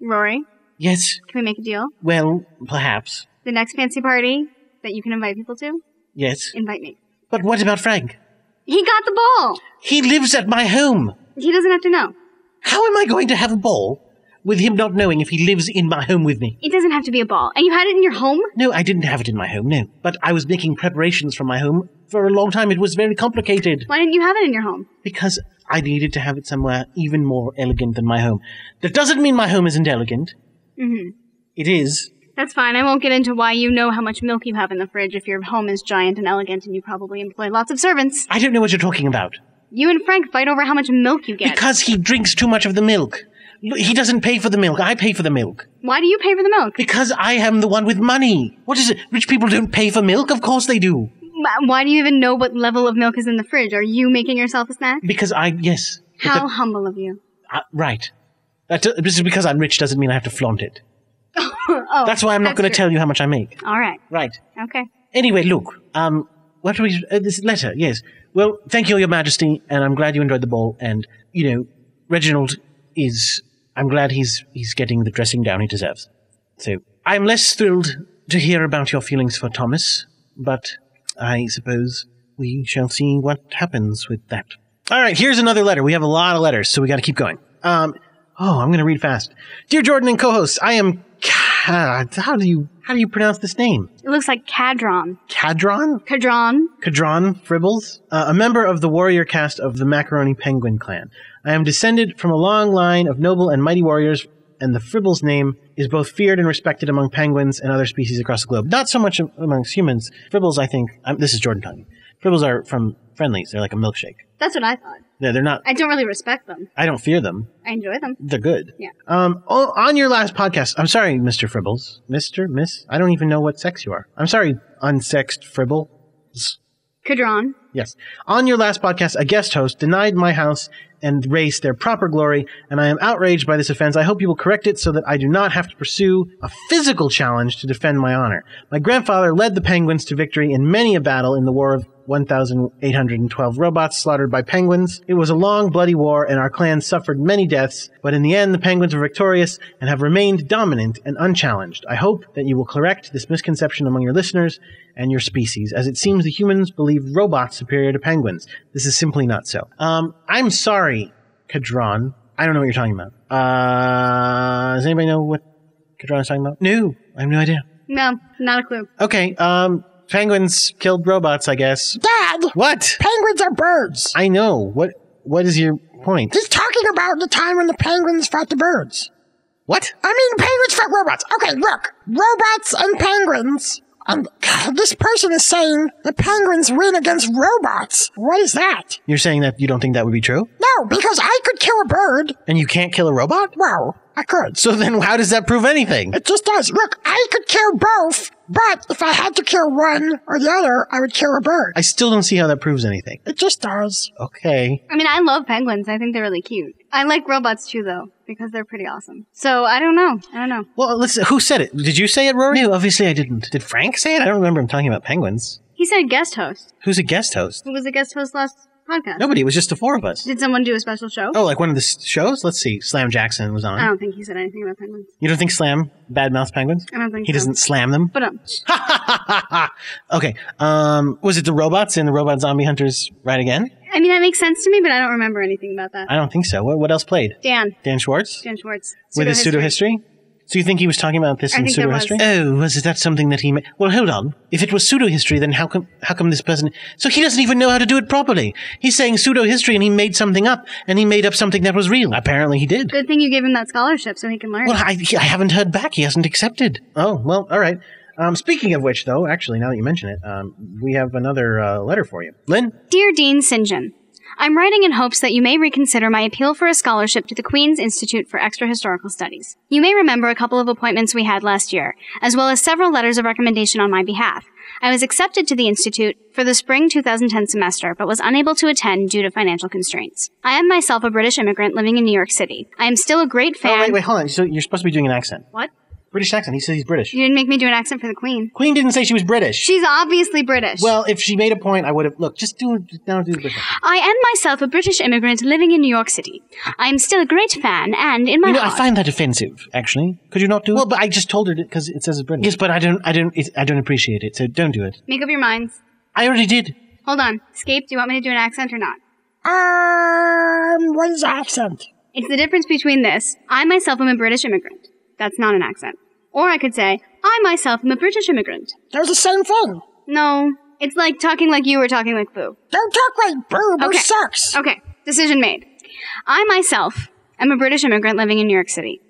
Speaker 3: Rory,
Speaker 2: Yes.
Speaker 3: can we make a deal?
Speaker 2: Well, perhaps.
Speaker 3: The next fancy party that you can invite people to,
Speaker 2: Yes.
Speaker 3: invite me.
Speaker 2: But what about Frank?
Speaker 3: He got the ball.
Speaker 2: He lives at my home.
Speaker 3: He doesn't have to know.
Speaker 2: How am I going to have a ball with him not knowing if he lives in my home with me?
Speaker 3: It doesn't have to be a ball. And you had it in your home?
Speaker 2: No, I didn't have it in my home, no. But I was making preparations from my home for a long time. It was very complicated
Speaker 3: Why didn't you have it in your home?
Speaker 2: because I needed to have it somewhere even more elegant than my home. That doesn't mean my home isn't elegant.
Speaker 3: hmm
Speaker 2: It is.
Speaker 3: That's fine. I won't get into why you know how much milk you have in the fridge if your home is giant and elegant and you probably employ lots of servants.
Speaker 2: I don't know what you're talking about.
Speaker 3: You and Frank fight over how much milk you get.
Speaker 2: Because he drinks too much of the milk. L- He doesn't pay for the milk. I pay for the milk.
Speaker 3: Why do you pay for the milk?
Speaker 2: Because I am the one with money. What is it? Rich people don't pay for milk? Of course they do.
Speaker 3: Wh- Why do you even know what level of milk is in the fridge? Are you making yourself a snack?
Speaker 2: Because I, yes. But
Speaker 3: How
Speaker 2: that-
Speaker 3: humble of you.
Speaker 2: uh, right. That, do- just because I'm rich doesn't mean I have to flaunt it.
Speaker 3: oh,
Speaker 2: that's why I'm not going to
Speaker 3: true.
Speaker 2: tell you how much I make.
Speaker 3: All right.
Speaker 2: Right.
Speaker 3: Okay.
Speaker 2: Anyway, look. Um, what we uh, this letter? Yes. Well, thank you, Your Majesty, and I'm glad you enjoyed the ball. And you know, Reginald is. I'm glad he's he's getting the dressing down he deserves. So I'm less thrilled to hear about your feelings for Thomas, but I suppose we shall see what happens with that. All right. Here's another letter. We have a lot of letters, so we got to keep going. Um. Oh, I'm going to read fast. Dear Jordan and co-hosts, I am Ca- how do you how do you pronounce this name?
Speaker 3: It looks like Cadron.
Speaker 2: Cadron?
Speaker 3: Cadron.
Speaker 2: Cadron Fribbles, uh, a member of the warrior caste of the Macaroni Penguin clan. I am descended from a long line of noble and mighty warriors, and the Fribbles name is both feared and respected among penguins and other species across the globe. Not so much am- amongst humans. Fribbles, I think, um, this is Jordan talking. Fribbles are from friendlies. They're like a milkshake.
Speaker 3: That's what I thought.
Speaker 2: They're, they're not,
Speaker 3: I don't really respect them.
Speaker 2: I don't fear them.
Speaker 3: I enjoy them.
Speaker 2: They're good.
Speaker 3: Yeah.
Speaker 2: Um, o- on your last podcast, I'm sorry, Mr. Fribbles. Mr. Miss, I don't even know what sex you are. I'm sorry, unsexed Fribble.
Speaker 3: Cadron.
Speaker 2: Yes. On your last podcast, a guest host denied my house and race their proper glory, and I am outraged by this offense. I hope you will correct it so that I do not have to pursue a physical challenge to defend my honor. My grandfather led the Penguins to victory in many a battle in the War of 1,812 robots slaughtered by penguins. It was a long, bloody war, and our clan suffered many deaths, but in the end, the penguins were victorious and have remained dominant and unchallenged. I hope that you will correct this misconception among your listeners and your species, as it seems the humans believe robots superior to penguins. This is simply not so. Um, I'm sorry, Kadron. I don't know what you're talking about. Uh, does anybody know what Kadron is talking about? No, I have no idea.
Speaker 3: No, not a clue.
Speaker 2: Okay, um, penguins killed robots, I guess.
Speaker 4: Dad!
Speaker 2: What?
Speaker 4: Penguins are birds.
Speaker 2: I know. What? What is your point?
Speaker 4: He's talking about the time when the penguins fought the birds.
Speaker 2: What?
Speaker 4: I mean, penguins fought robots. Okay, look. Robots and penguins. And God, this person is saying the penguins win against robots. What is that?
Speaker 2: You're saying that you don't think that would be true,
Speaker 4: No, because I could kill a bird.
Speaker 2: and you can't kill a robot?
Speaker 4: Wow, I could.
Speaker 2: So then, how does that prove anything?
Speaker 4: It just does. Look, I could kill both, but if I had to kill one or the other, I would kill a bird.
Speaker 2: I still don't see how that proves anything.
Speaker 4: It just does.
Speaker 2: Okay.
Speaker 3: I mean, I love penguins. I think they're really cute. I like robots too, though, because they're pretty awesome. So I don't know. I don't know.
Speaker 2: Well, let's. Who said it? Did you say it, Rory? No, obviously I didn't. Did Frank say it? I don't remember him talking about penguins.
Speaker 3: He said guest host.
Speaker 2: Who's a guest host?
Speaker 3: Who was the guest host last podcast?
Speaker 2: Nobody. It was just the four of us.
Speaker 3: Did someone do a special show?
Speaker 2: Oh, like one of the s- shows? Let's see. Slam Jackson was on.
Speaker 3: I
Speaker 4: Oh.
Speaker 3: don't think he said anything about penguins.
Speaker 2: You don't think Slam badmouths penguins?
Speaker 3: I don't think
Speaker 2: he
Speaker 3: so.
Speaker 2: doesn't slam them.
Speaker 3: But um,
Speaker 2: Okay. Um, was it the robots in the Robot Zombie Hunters Right Again?
Speaker 3: I mean, that makes sense to me, but I don't remember anything about that.
Speaker 2: I don't think so. What, what else played?
Speaker 3: Dan.
Speaker 2: Dan Schwartz
Speaker 3: Dan Schwartz.
Speaker 2: with his pseudo history. So you think he was talking about this
Speaker 3: I
Speaker 2: in
Speaker 3: think there
Speaker 2: pseudo
Speaker 3: was.
Speaker 2: history? Oh, was that something that he? Ma- well, hold on. If it was pseudo history, then how come how come this person? So he doesn't even know how to do it properly. He's saying pseudo history, and he made something up, and he made up something that was real. Apparently, he did.
Speaker 3: Good thing you gave him that scholarship so he can learn.
Speaker 2: Well, I, I haven't heard back. He hasn't accepted. Oh, well, all right. Um, speaking of which, though, actually, now that you mention it, um, we have another uh, letter for you. Lynn?
Speaker 3: Dear Dean St. John, I'm writing in hopes that you may reconsider my appeal for a scholarship to the Queen's Institute for Extra Historical Studies. You may remember a couple of appointments we had last year, as well as several letters of recommendation on my behalf. I was accepted to the Institute for the spring 2010 semester, but was unable to attend due to financial constraints. I am myself a British immigrant living in New York City. I am still a great fan.
Speaker 2: Oh, wait, wait, hold on. So you're supposed to be doing an accent.
Speaker 3: What?
Speaker 2: British accent. He says he's British.
Speaker 3: You didn't make me do an accent for the Queen.
Speaker 2: Queen didn't say she was British.
Speaker 3: She's obviously British.
Speaker 2: well, if she made a point, I would have. Look, just do just now do the British. accent.
Speaker 3: I am myself a British immigrant living in New York City. I am still a great fan, and in my
Speaker 2: You know,
Speaker 3: heart,
Speaker 2: I find that offensive. Actually, could you not do? Well, but I just told her because it says it's British. Yes, but I don't, I don't, it, I don't appreciate it. So don't do it.
Speaker 3: Make up your minds.
Speaker 2: I already did.
Speaker 3: Hold on. Scape, do you want me to do an accent or not?
Speaker 4: Um, what is accent?
Speaker 3: It's the difference between this. I myself am a British immigrant. That's not an accent. Or I could say, I myself am a British immigrant.
Speaker 4: They're the same thing.
Speaker 3: No. It's like talking like you or talking like Boo.
Speaker 4: Don't talk like Boo. Boo
Speaker 3: Okay.
Speaker 4: sucks.
Speaker 3: Okay. Decision made. I myself am a British immigrant living in New York City.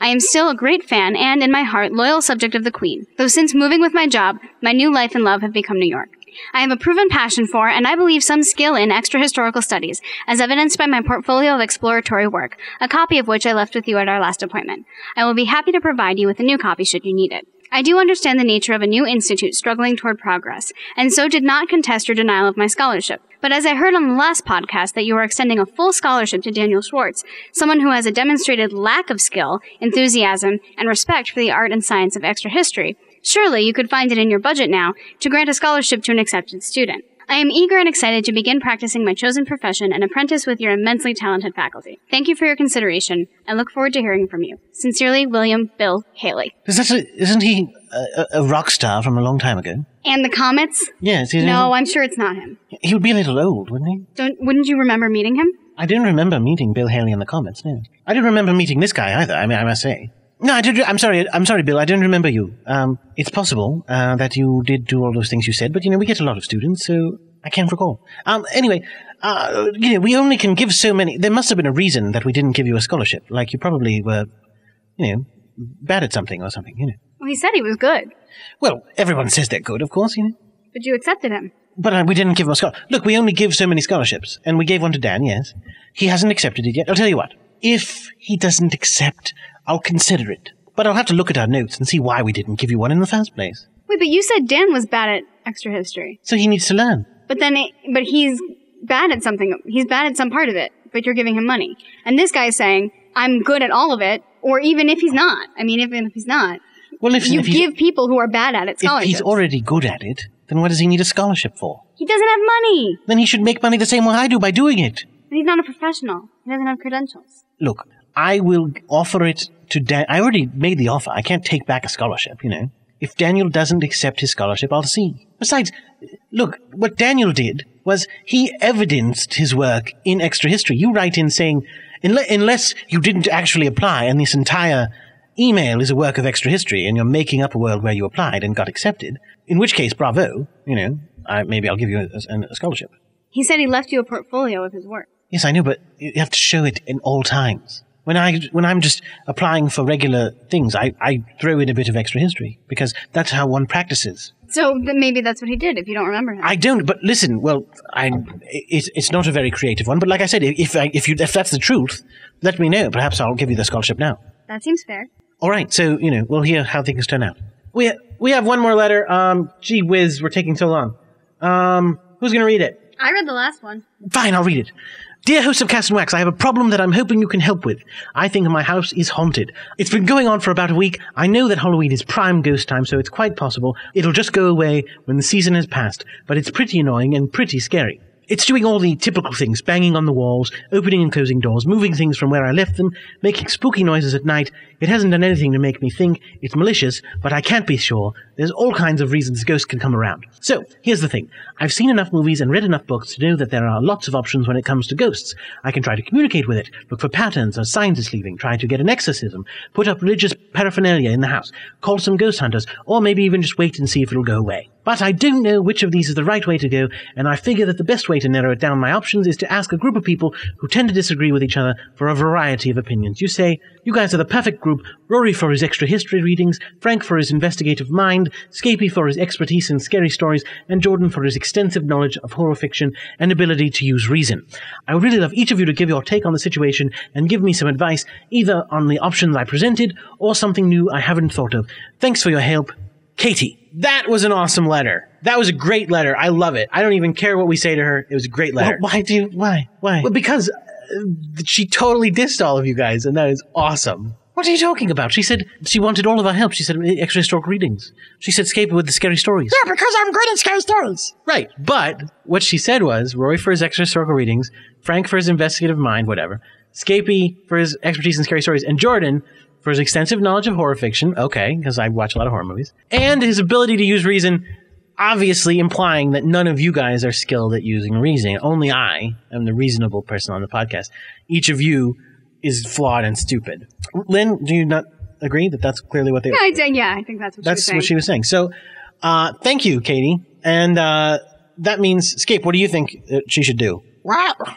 Speaker 3: I am still a great fan and, in my heart, loyal subject of the Queen, though since moving with my job, my new life and love have become New York. I have a proven passion for, and I believe some skill in, extra historical studies, as evidenced by my portfolio of exploratory work, a copy of which I left with you at our last appointment. I will be happy to provide you with a new copy should you need it. I do understand the nature of a new institute struggling toward progress, and so did not contest your denial of my scholarship. But as I heard on the last podcast that you are extending a full scholarship to Daniel Schwartz, someone who has a demonstrated lack of skill, enthusiasm, and respect for the art and science of extra history, surely you could find it in your budget now to grant a scholarship to an accepted student. I am eager and excited to begin practicing my chosen profession and apprentice with your immensely talented faculty. Thank you for your consideration. I look forward to hearing from you. Sincerely, William Bill Haley.
Speaker 2: Is that a, isn't he a, a a rock star from a long time ago?
Speaker 3: And the comets?
Speaker 2: Yes. He's
Speaker 3: No, I'm sure it's not him.
Speaker 2: He would be a little old, wouldn't he?
Speaker 3: Don't, wouldn't you remember meeting him?
Speaker 2: I didn't remember meeting Bill Haley in the comments. No, I didn't remember meeting this guy either. I mean, I must say. No, I did. I'm sorry. I'm sorry, Bill. I didn't remember you. Um, it's possible uh, that you did do all those things you said, but you know we get a lot of students, so I can't recall. Um, anyway, uh, you know we only can give so many. There must have been a reason that we didn't give you a scholarship. Like you probably were, you know, bad at something or something. You know.
Speaker 3: Well, he said he was good,
Speaker 2: Well, everyone says they're good, of course. You know.
Speaker 3: but you accepted him.
Speaker 2: But uh, we didn't give him a scholarship. Look, we only give so many scholarships, and we gave one to Dan, yes. He hasn't accepted it yet. I'll tell you what. If he doesn't accept, I'll consider it. But I'll have to look at our notes and see why we didn't give you one in the first place.
Speaker 3: Wait, but you said Dan was bad at extra history.
Speaker 2: So he needs to learn.
Speaker 3: But then, it, but he's bad at something. He's bad at some part of it. But you're giving him money, and this guy's saying, "I'm good at all of it." Or even if he's not. I mean, even if he's not.
Speaker 2: Well, if-
Speaker 3: you
Speaker 2: if he's-
Speaker 3: give people who are bad at it
Speaker 2: If
Speaker 3: scholarships,
Speaker 2: he's already good at it, then what does he need a scholarship for?
Speaker 3: he doesn't have money.
Speaker 2: Then he should make money the same way I do by doing it.
Speaker 3: And he's not a professional. He doesn't have credentials.
Speaker 2: Look, I will offer it to Dan. I already made the offer. I can't take back a scholarship, you know. If Daniel doesn't accept his scholarship, I'll see. Besides, look, what Daniel did was he evidenced his work in extra history. You write in saying, "Unle- unless you didn't actually apply and this entire email is a work of extra history and you're making up a world where you applied and got accepted, in which case, bravo, you know, I, maybe I'll give you a, a- a scholarship.
Speaker 3: He said he left you a portfolio of his work.
Speaker 2: Yes, I know, but you have to show it in all times. When I when I'm just applying for regular things, I, I throw in a bit of extra history because that's how one practices.
Speaker 3: So th- maybe that's what he did. If you don't remember him.
Speaker 2: I don't, but listen. Well, I it, it's not a very creative one, but like I said, if I, if you if that's the truth, let me know. Perhaps I'll give you the scholarship now.
Speaker 3: That seems fair.
Speaker 2: All right, so you know we'll hear how things turn out. We we have one more letter. Um, gee whiz, we're taking so long. Um, who's gonna read it?
Speaker 3: I read the last one.
Speaker 2: Fine, I'll read it. Dear host of Cast and Wax, I have a problem that I'm hoping you can help with. I think my house is haunted. It's been going on for about a week. I know that Halloween is prime ghost time, so it's quite possible it'll just go away when the season has passed, but it's pretty annoying and pretty scary. It's doing all the typical things, banging on the walls, opening and closing doors, moving things from where I left them, making spooky noises at night. It hasn't done anything to make me think it's malicious, but I can't be sure. There's all kinds of reasons ghosts can come around. So, here's the thing. I've seen enough movies and read enough books to know that there are lots of options when it comes to ghosts. I can try to communicate with it, look for patterns or signs it's leaving, try to get an exorcism, put up religious paraphernalia in the house, call some ghost hunters, or maybe even just wait and see if it'll go away. But I don't know which of these is the right way to go, and I figure that the best way to narrow it down my options is to ask a group of people who tend to disagree with each other for a variety of opinions. You say, you guys are the perfect group, Rory for his extra history readings, Frank for his investigative mind, Scapy for his expertise in scary stories, and Jordan for his extensive knowledge of horror fiction and ability to use reason. I would really love each of you to give your take on the situation and give me some advice, either on the options I presented or something new I haven't thought of. Thanks for your help, Katie. That was an awesome letter. That was a great letter. I love it. I don't even care what we say to her. It was a great letter. why do you, why? Why? Well, because uh, she totally dissed all of you guys, and that is awesome. What are you talking about? She said she wanted all of our help. She said extra historical readings. She said Scape with the scary stories.
Speaker 4: Yeah, because I'm good at scary stories.
Speaker 2: Right. But what she said was Rory for his extra circle readings, Frank for his investigative mind, whatever, Scapy for his expertise in scary stories, and Jordan for his extensive knowledge of horror fiction. Okay, because I watch a lot of horror movies. And his ability to use reason, obviously implying that none of you guys are skilled at using reason. Only I am the reasonable person on the podcast. Each of you is flawed and stupid. Lynn, do you not agree that that's clearly what they
Speaker 3: Yeah, I did. Yeah, I think that's what
Speaker 2: that's
Speaker 3: she was saying.
Speaker 2: what she was saying. So, uh, thank you, Katie. And uh, that means, Scape, what do you think uh, she should do?
Speaker 4: Wow. I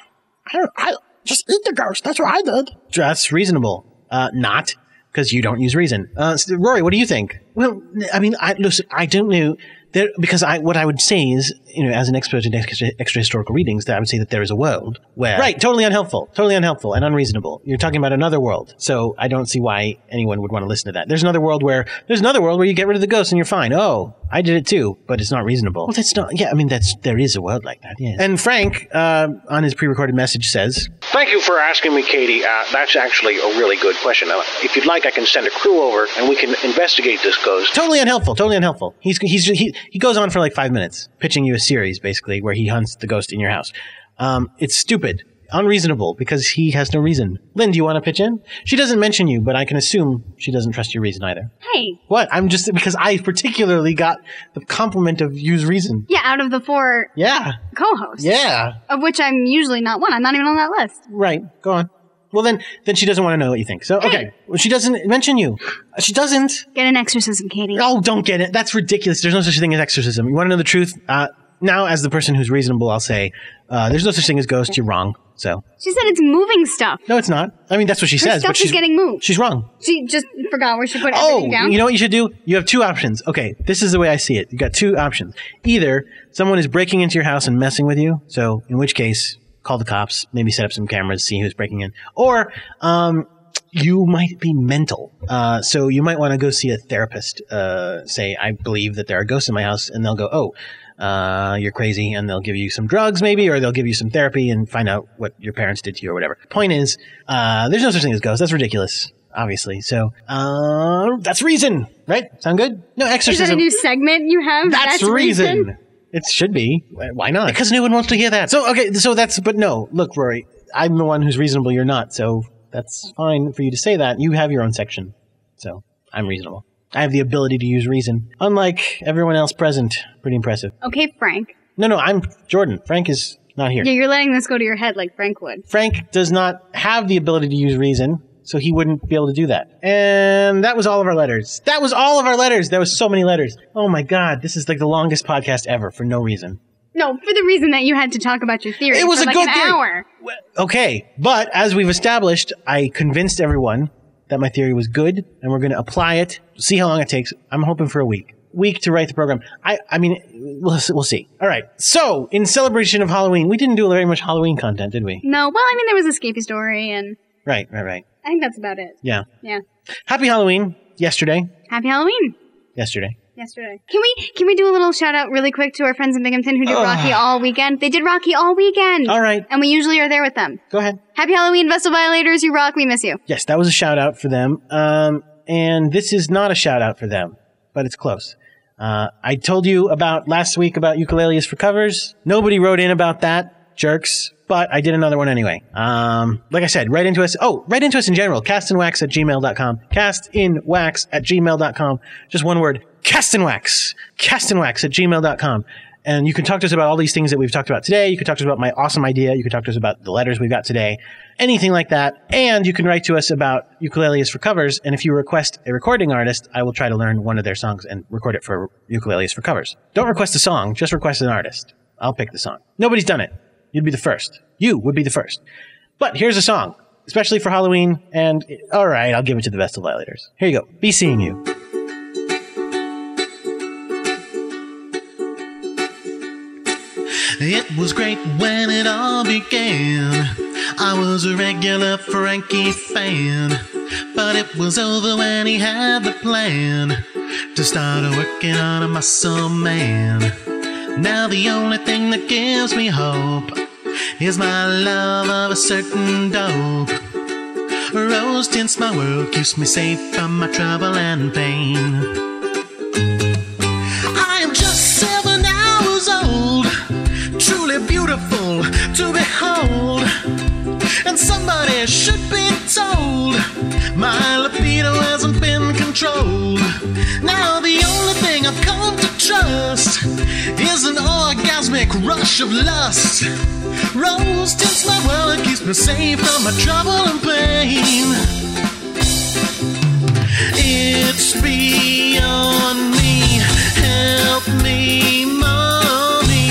Speaker 4: don't. I just eat the ghost. That's what I did.
Speaker 2: That's reasonable. Uh, not because you don't use reason. Uh, s- Rory, what do you think? Well, I mean, I, listen, I don't know there because I what I would say is, you know, as an expert in extra, extra historical readings, that I would say that there is a world where right, totally unhelpful, totally unhelpful and unreasonable. You're talking about another world, so I don't see why anyone would want to listen to that. There's another world where there's another world where you get rid of the ghosts and you're fine. Oh, I did it too, but it's not reasonable. Well, that's not. Yeah, I mean, that's there is a world like that. Yeah. And Frank, uh, on his pre-recorded message, says,
Speaker 18: Thank you for asking me, Katie. Uh, that's actually a really good question. Uh, if you'd like, I can send a crew over and we can investigate this ghost.
Speaker 2: Totally unhelpful. Totally unhelpful. He's he's he, he goes on for like five minutes pitching you a series basically where he hunts the ghost in your house. Um, it's stupid, unreasonable because he has no reason. Lynn, do you want to pitch in? She doesn't mention you, but I can assume she doesn't trust your reason either.
Speaker 3: Hey.
Speaker 2: What? I'm just because I particularly got the compliment of use reason.
Speaker 3: Yeah, out of the four
Speaker 2: Yeah.
Speaker 3: co-hosts.
Speaker 2: Yeah.
Speaker 3: Of which I'm usually not one. I'm not even on that list.
Speaker 2: Right. Go on. Well, then, then she doesn't want to know what you think. So, okay. Well, she doesn't mention you. Uh, She doesn't.
Speaker 3: Get an exorcism, Katie.
Speaker 2: Oh, don't get it. That's ridiculous. There's no such thing as exorcism. You want to know the truth? Uh, now, as the person who's reasonable, I'll say uh, there's no such thing as ghost. You're wrong. So,
Speaker 3: She said it's moving stuff.
Speaker 2: no, it's not. I mean, that's what she
Speaker 3: Her
Speaker 2: says.
Speaker 3: stuff
Speaker 2: but
Speaker 3: is
Speaker 2: she's
Speaker 3: getting moved.
Speaker 2: She's wrong.
Speaker 3: She just forgot where she put
Speaker 2: Oh,
Speaker 3: everything down.
Speaker 2: you know what you should do? You have two options. Okay, this is the way I see it. You got two options. Either someone is breaking into your house and messing with you, so in which case, call the cops, maybe set up some cameras, see who's breaking in, or um, you might be mental. Uh, so you might want to go see a therapist. Uh, say, I believe that there are ghosts in my house, and they'll go, oh. Uh, you're crazy, and they'll give you some drugs, maybe, or they'll give you some therapy and find out what your parents did to you or whatever. Point is, uh, there's no such thing as ghosts. That's ridiculous obviously. So uh, that's reason, right? Sound good? No
Speaker 3: Is that a
Speaker 2: exorcism.
Speaker 3: new segment you have?
Speaker 2: that's reason. It should be. Why why not? Because no one wants to hear that. So okay, so that's but no. Look, Rory, I'm the one who's reasonable. You're not. So that's fine for you to say that. You have your own section. So I'm reasonable. I have the ability to use reason, unlike everyone else present. Pretty impressive.
Speaker 3: Okay, Frank.
Speaker 2: No, no, I'm Jordan. Frank is not here.
Speaker 3: Yeah, you're letting this go to your head like Frank would.
Speaker 2: Frank does not have the ability to use reason, so he wouldn't be able to do that. And that was all of our letters. That was all of our letters. There was so many letters. Oh my god, this is like the longest podcast ever for no reason.
Speaker 3: No, for the reason that you had to talk about your theory.
Speaker 2: It was
Speaker 3: for
Speaker 2: a
Speaker 3: like
Speaker 2: good
Speaker 3: an
Speaker 2: theory.
Speaker 3: hour.
Speaker 2: Okay, but as we've established, I convinced everyone that my theory was good, and we're going to apply it. See how long it takes. I'm hoping for a week. Week to write the program. I, I mean, we'll, we'll see. All right. So, in celebration of Halloween, we didn't do very much Halloween content, did we?
Speaker 3: No, well, I mean, there was a scapey story, and
Speaker 2: Right, right, right.
Speaker 3: I think that's about it.
Speaker 2: Yeah.
Speaker 3: Yeah.
Speaker 2: Happy Halloween. Yesterday.
Speaker 3: Happy Halloween.
Speaker 2: Yesterday.
Speaker 3: Yesterday. Can we can we do a little shout out really quick to our friends in Binghamton who did
Speaker 2: Ugh.
Speaker 3: Rocky all weekend? They did Rocky all weekend.
Speaker 2: Oh. All right.
Speaker 3: And we usually are there with them.
Speaker 2: Go ahead.
Speaker 3: Happy Halloween, Vessel Violators. You rock. We miss you.
Speaker 2: Yes, that was a shout out for them. Um, and this is not a shout out for them, but it's close. Uh, I told you about last week about ukuleles for covers. Nobody wrote in about that, jerks, but I did another one anyway. Um, like I said, write into us. Oh, write into us in general. Castinwax at gmail.com. Castinwax at gmail.com. Just one word. Castinwax. Castinwax at gmail.com. And you can talk to us about all these things that we've talked about today. You can talk to us about my awesome idea. You can talk to us about the letters we've got today, anything like that. And you can write to us about ukuleles for covers. And if you request a recording artist, I will try to learn one of their songs and record it for ukuleles for covers. Don't request a song, just request an artist. I'll pick the song. Nobody's done it. You'd be the first. You would be the first. But here's a song, especially for Halloween. And all right, I'll give it to the Vestal Violators. Here you go. Be seeing you.
Speaker 1: It was great when it all began. I was a regular Frankie fan, but it was over when he had the plan to start working on a muscle man. Now the only thing that gives me hope is my love of a certain dope. Rose tints my world, keeps me safe from my trouble and pain. I am just seven hours old, truly beautiful to behold. And somebody should be told my libido hasn't been controlled. Now the only thing I've come to trust is an orgasmic rush of lust. Rose tints my world and keeps me safe from my trouble and pain. It's beyond me. Help me, mommy.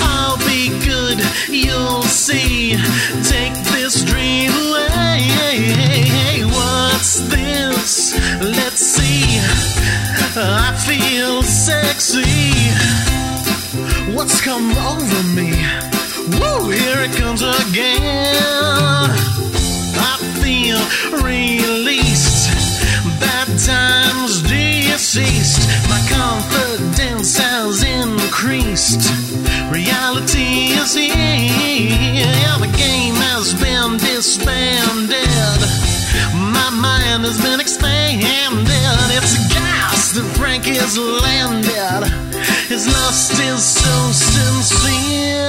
Speaker 1: I'll be good, you'll see. Take this dream away. What's this? Let's see. I feel sexy. What's come over me? Woo, here it comes again. I feel released. Bad times deceased. My confidence has increased. Reality is here. The game has been disbanded. My mind has been expanded. It's a gas that Frank has landed. His lust is so sincere.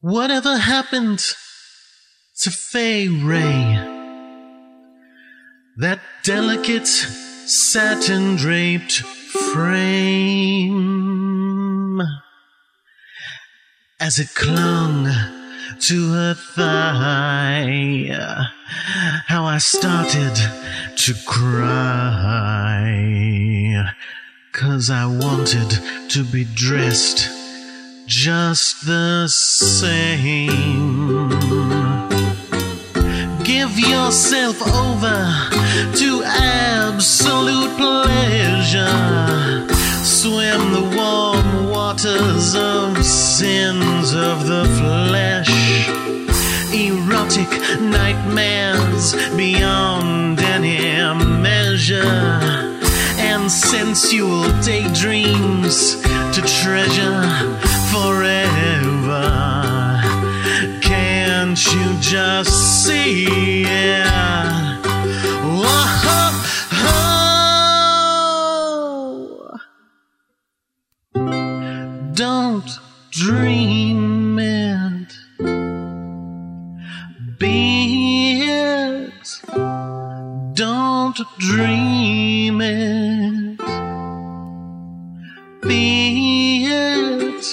Speaker 1: Whatever happened to Fay Ray? That delicate satin draped frame as it clung to her thigh. How I started to cry. Cause I wanted to be dressed just the same. Give yourself over to absolute pleasure. Swim the warm waters of sins of the flesh. Erotic nightmares beyond any measure. And sensual daydreams to treasure forever. Can't you just see it? Whoa-ho-ho! Don't dream it. Be it. Don't dream it. Be it.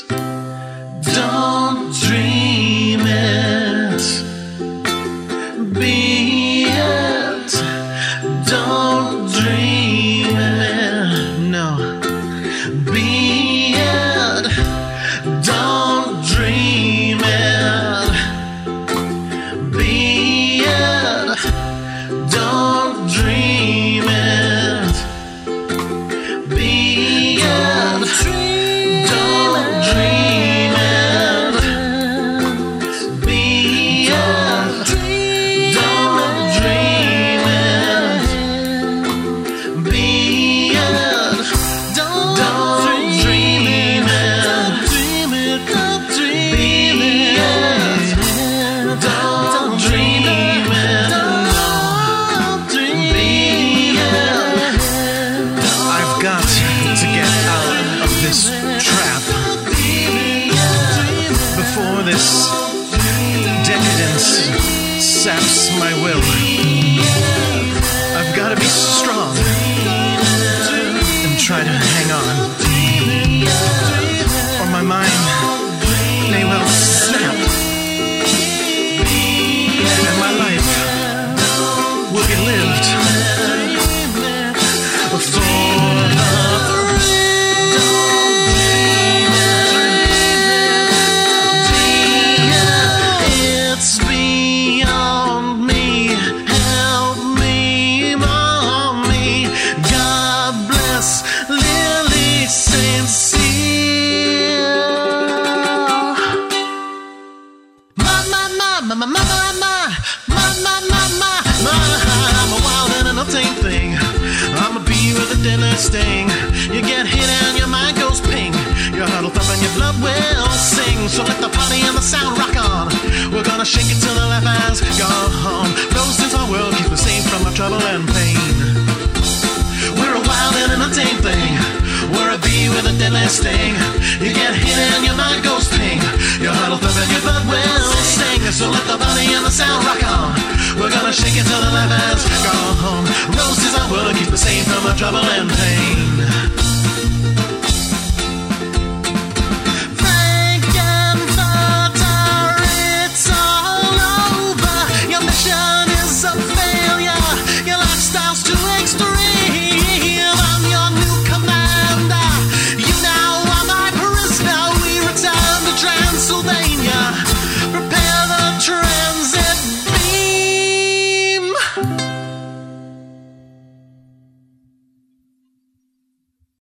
Speaker 1: Don't dream it. Be it. Don't dream it. No. Be it. Don't dream it. Be it. Don't dream it. Be it. Don't dream it. Be it. Don't dream it. Be it. Don't dream it. Dream it. Don't dream it. Don't dream it. Don't dream it. I've got to get out of this trap before this decadence saps my will. I've got to be strong and try to hang on, or my mind may well snap, and my life will be lived before the. It's beyond me. Help me, mommy. God bless Lily St. Cyr. Ma, ma, ma, ma, ma, ma, ma, ma, ma, ma, ma, ma, ma. I'm a wild and an obtain thing. I'm a bee with a deadly sting. You get hit and your mind goes ping. Your heart will thump and your blood will sing. So let the party and the sound rock on. We're gonna shake it till the laugh has gone. Those things our world keep us safe from our trouble and pain. We're a wild and an untamed thing. We're a bee with a deadly sting. You get hit and your mind goes ping. Your heart will thump and your blood will sing. So let the body and the sound rock on. We're gonna shake it till the life has gone. Roses are what keep us safe from our trouble and pain.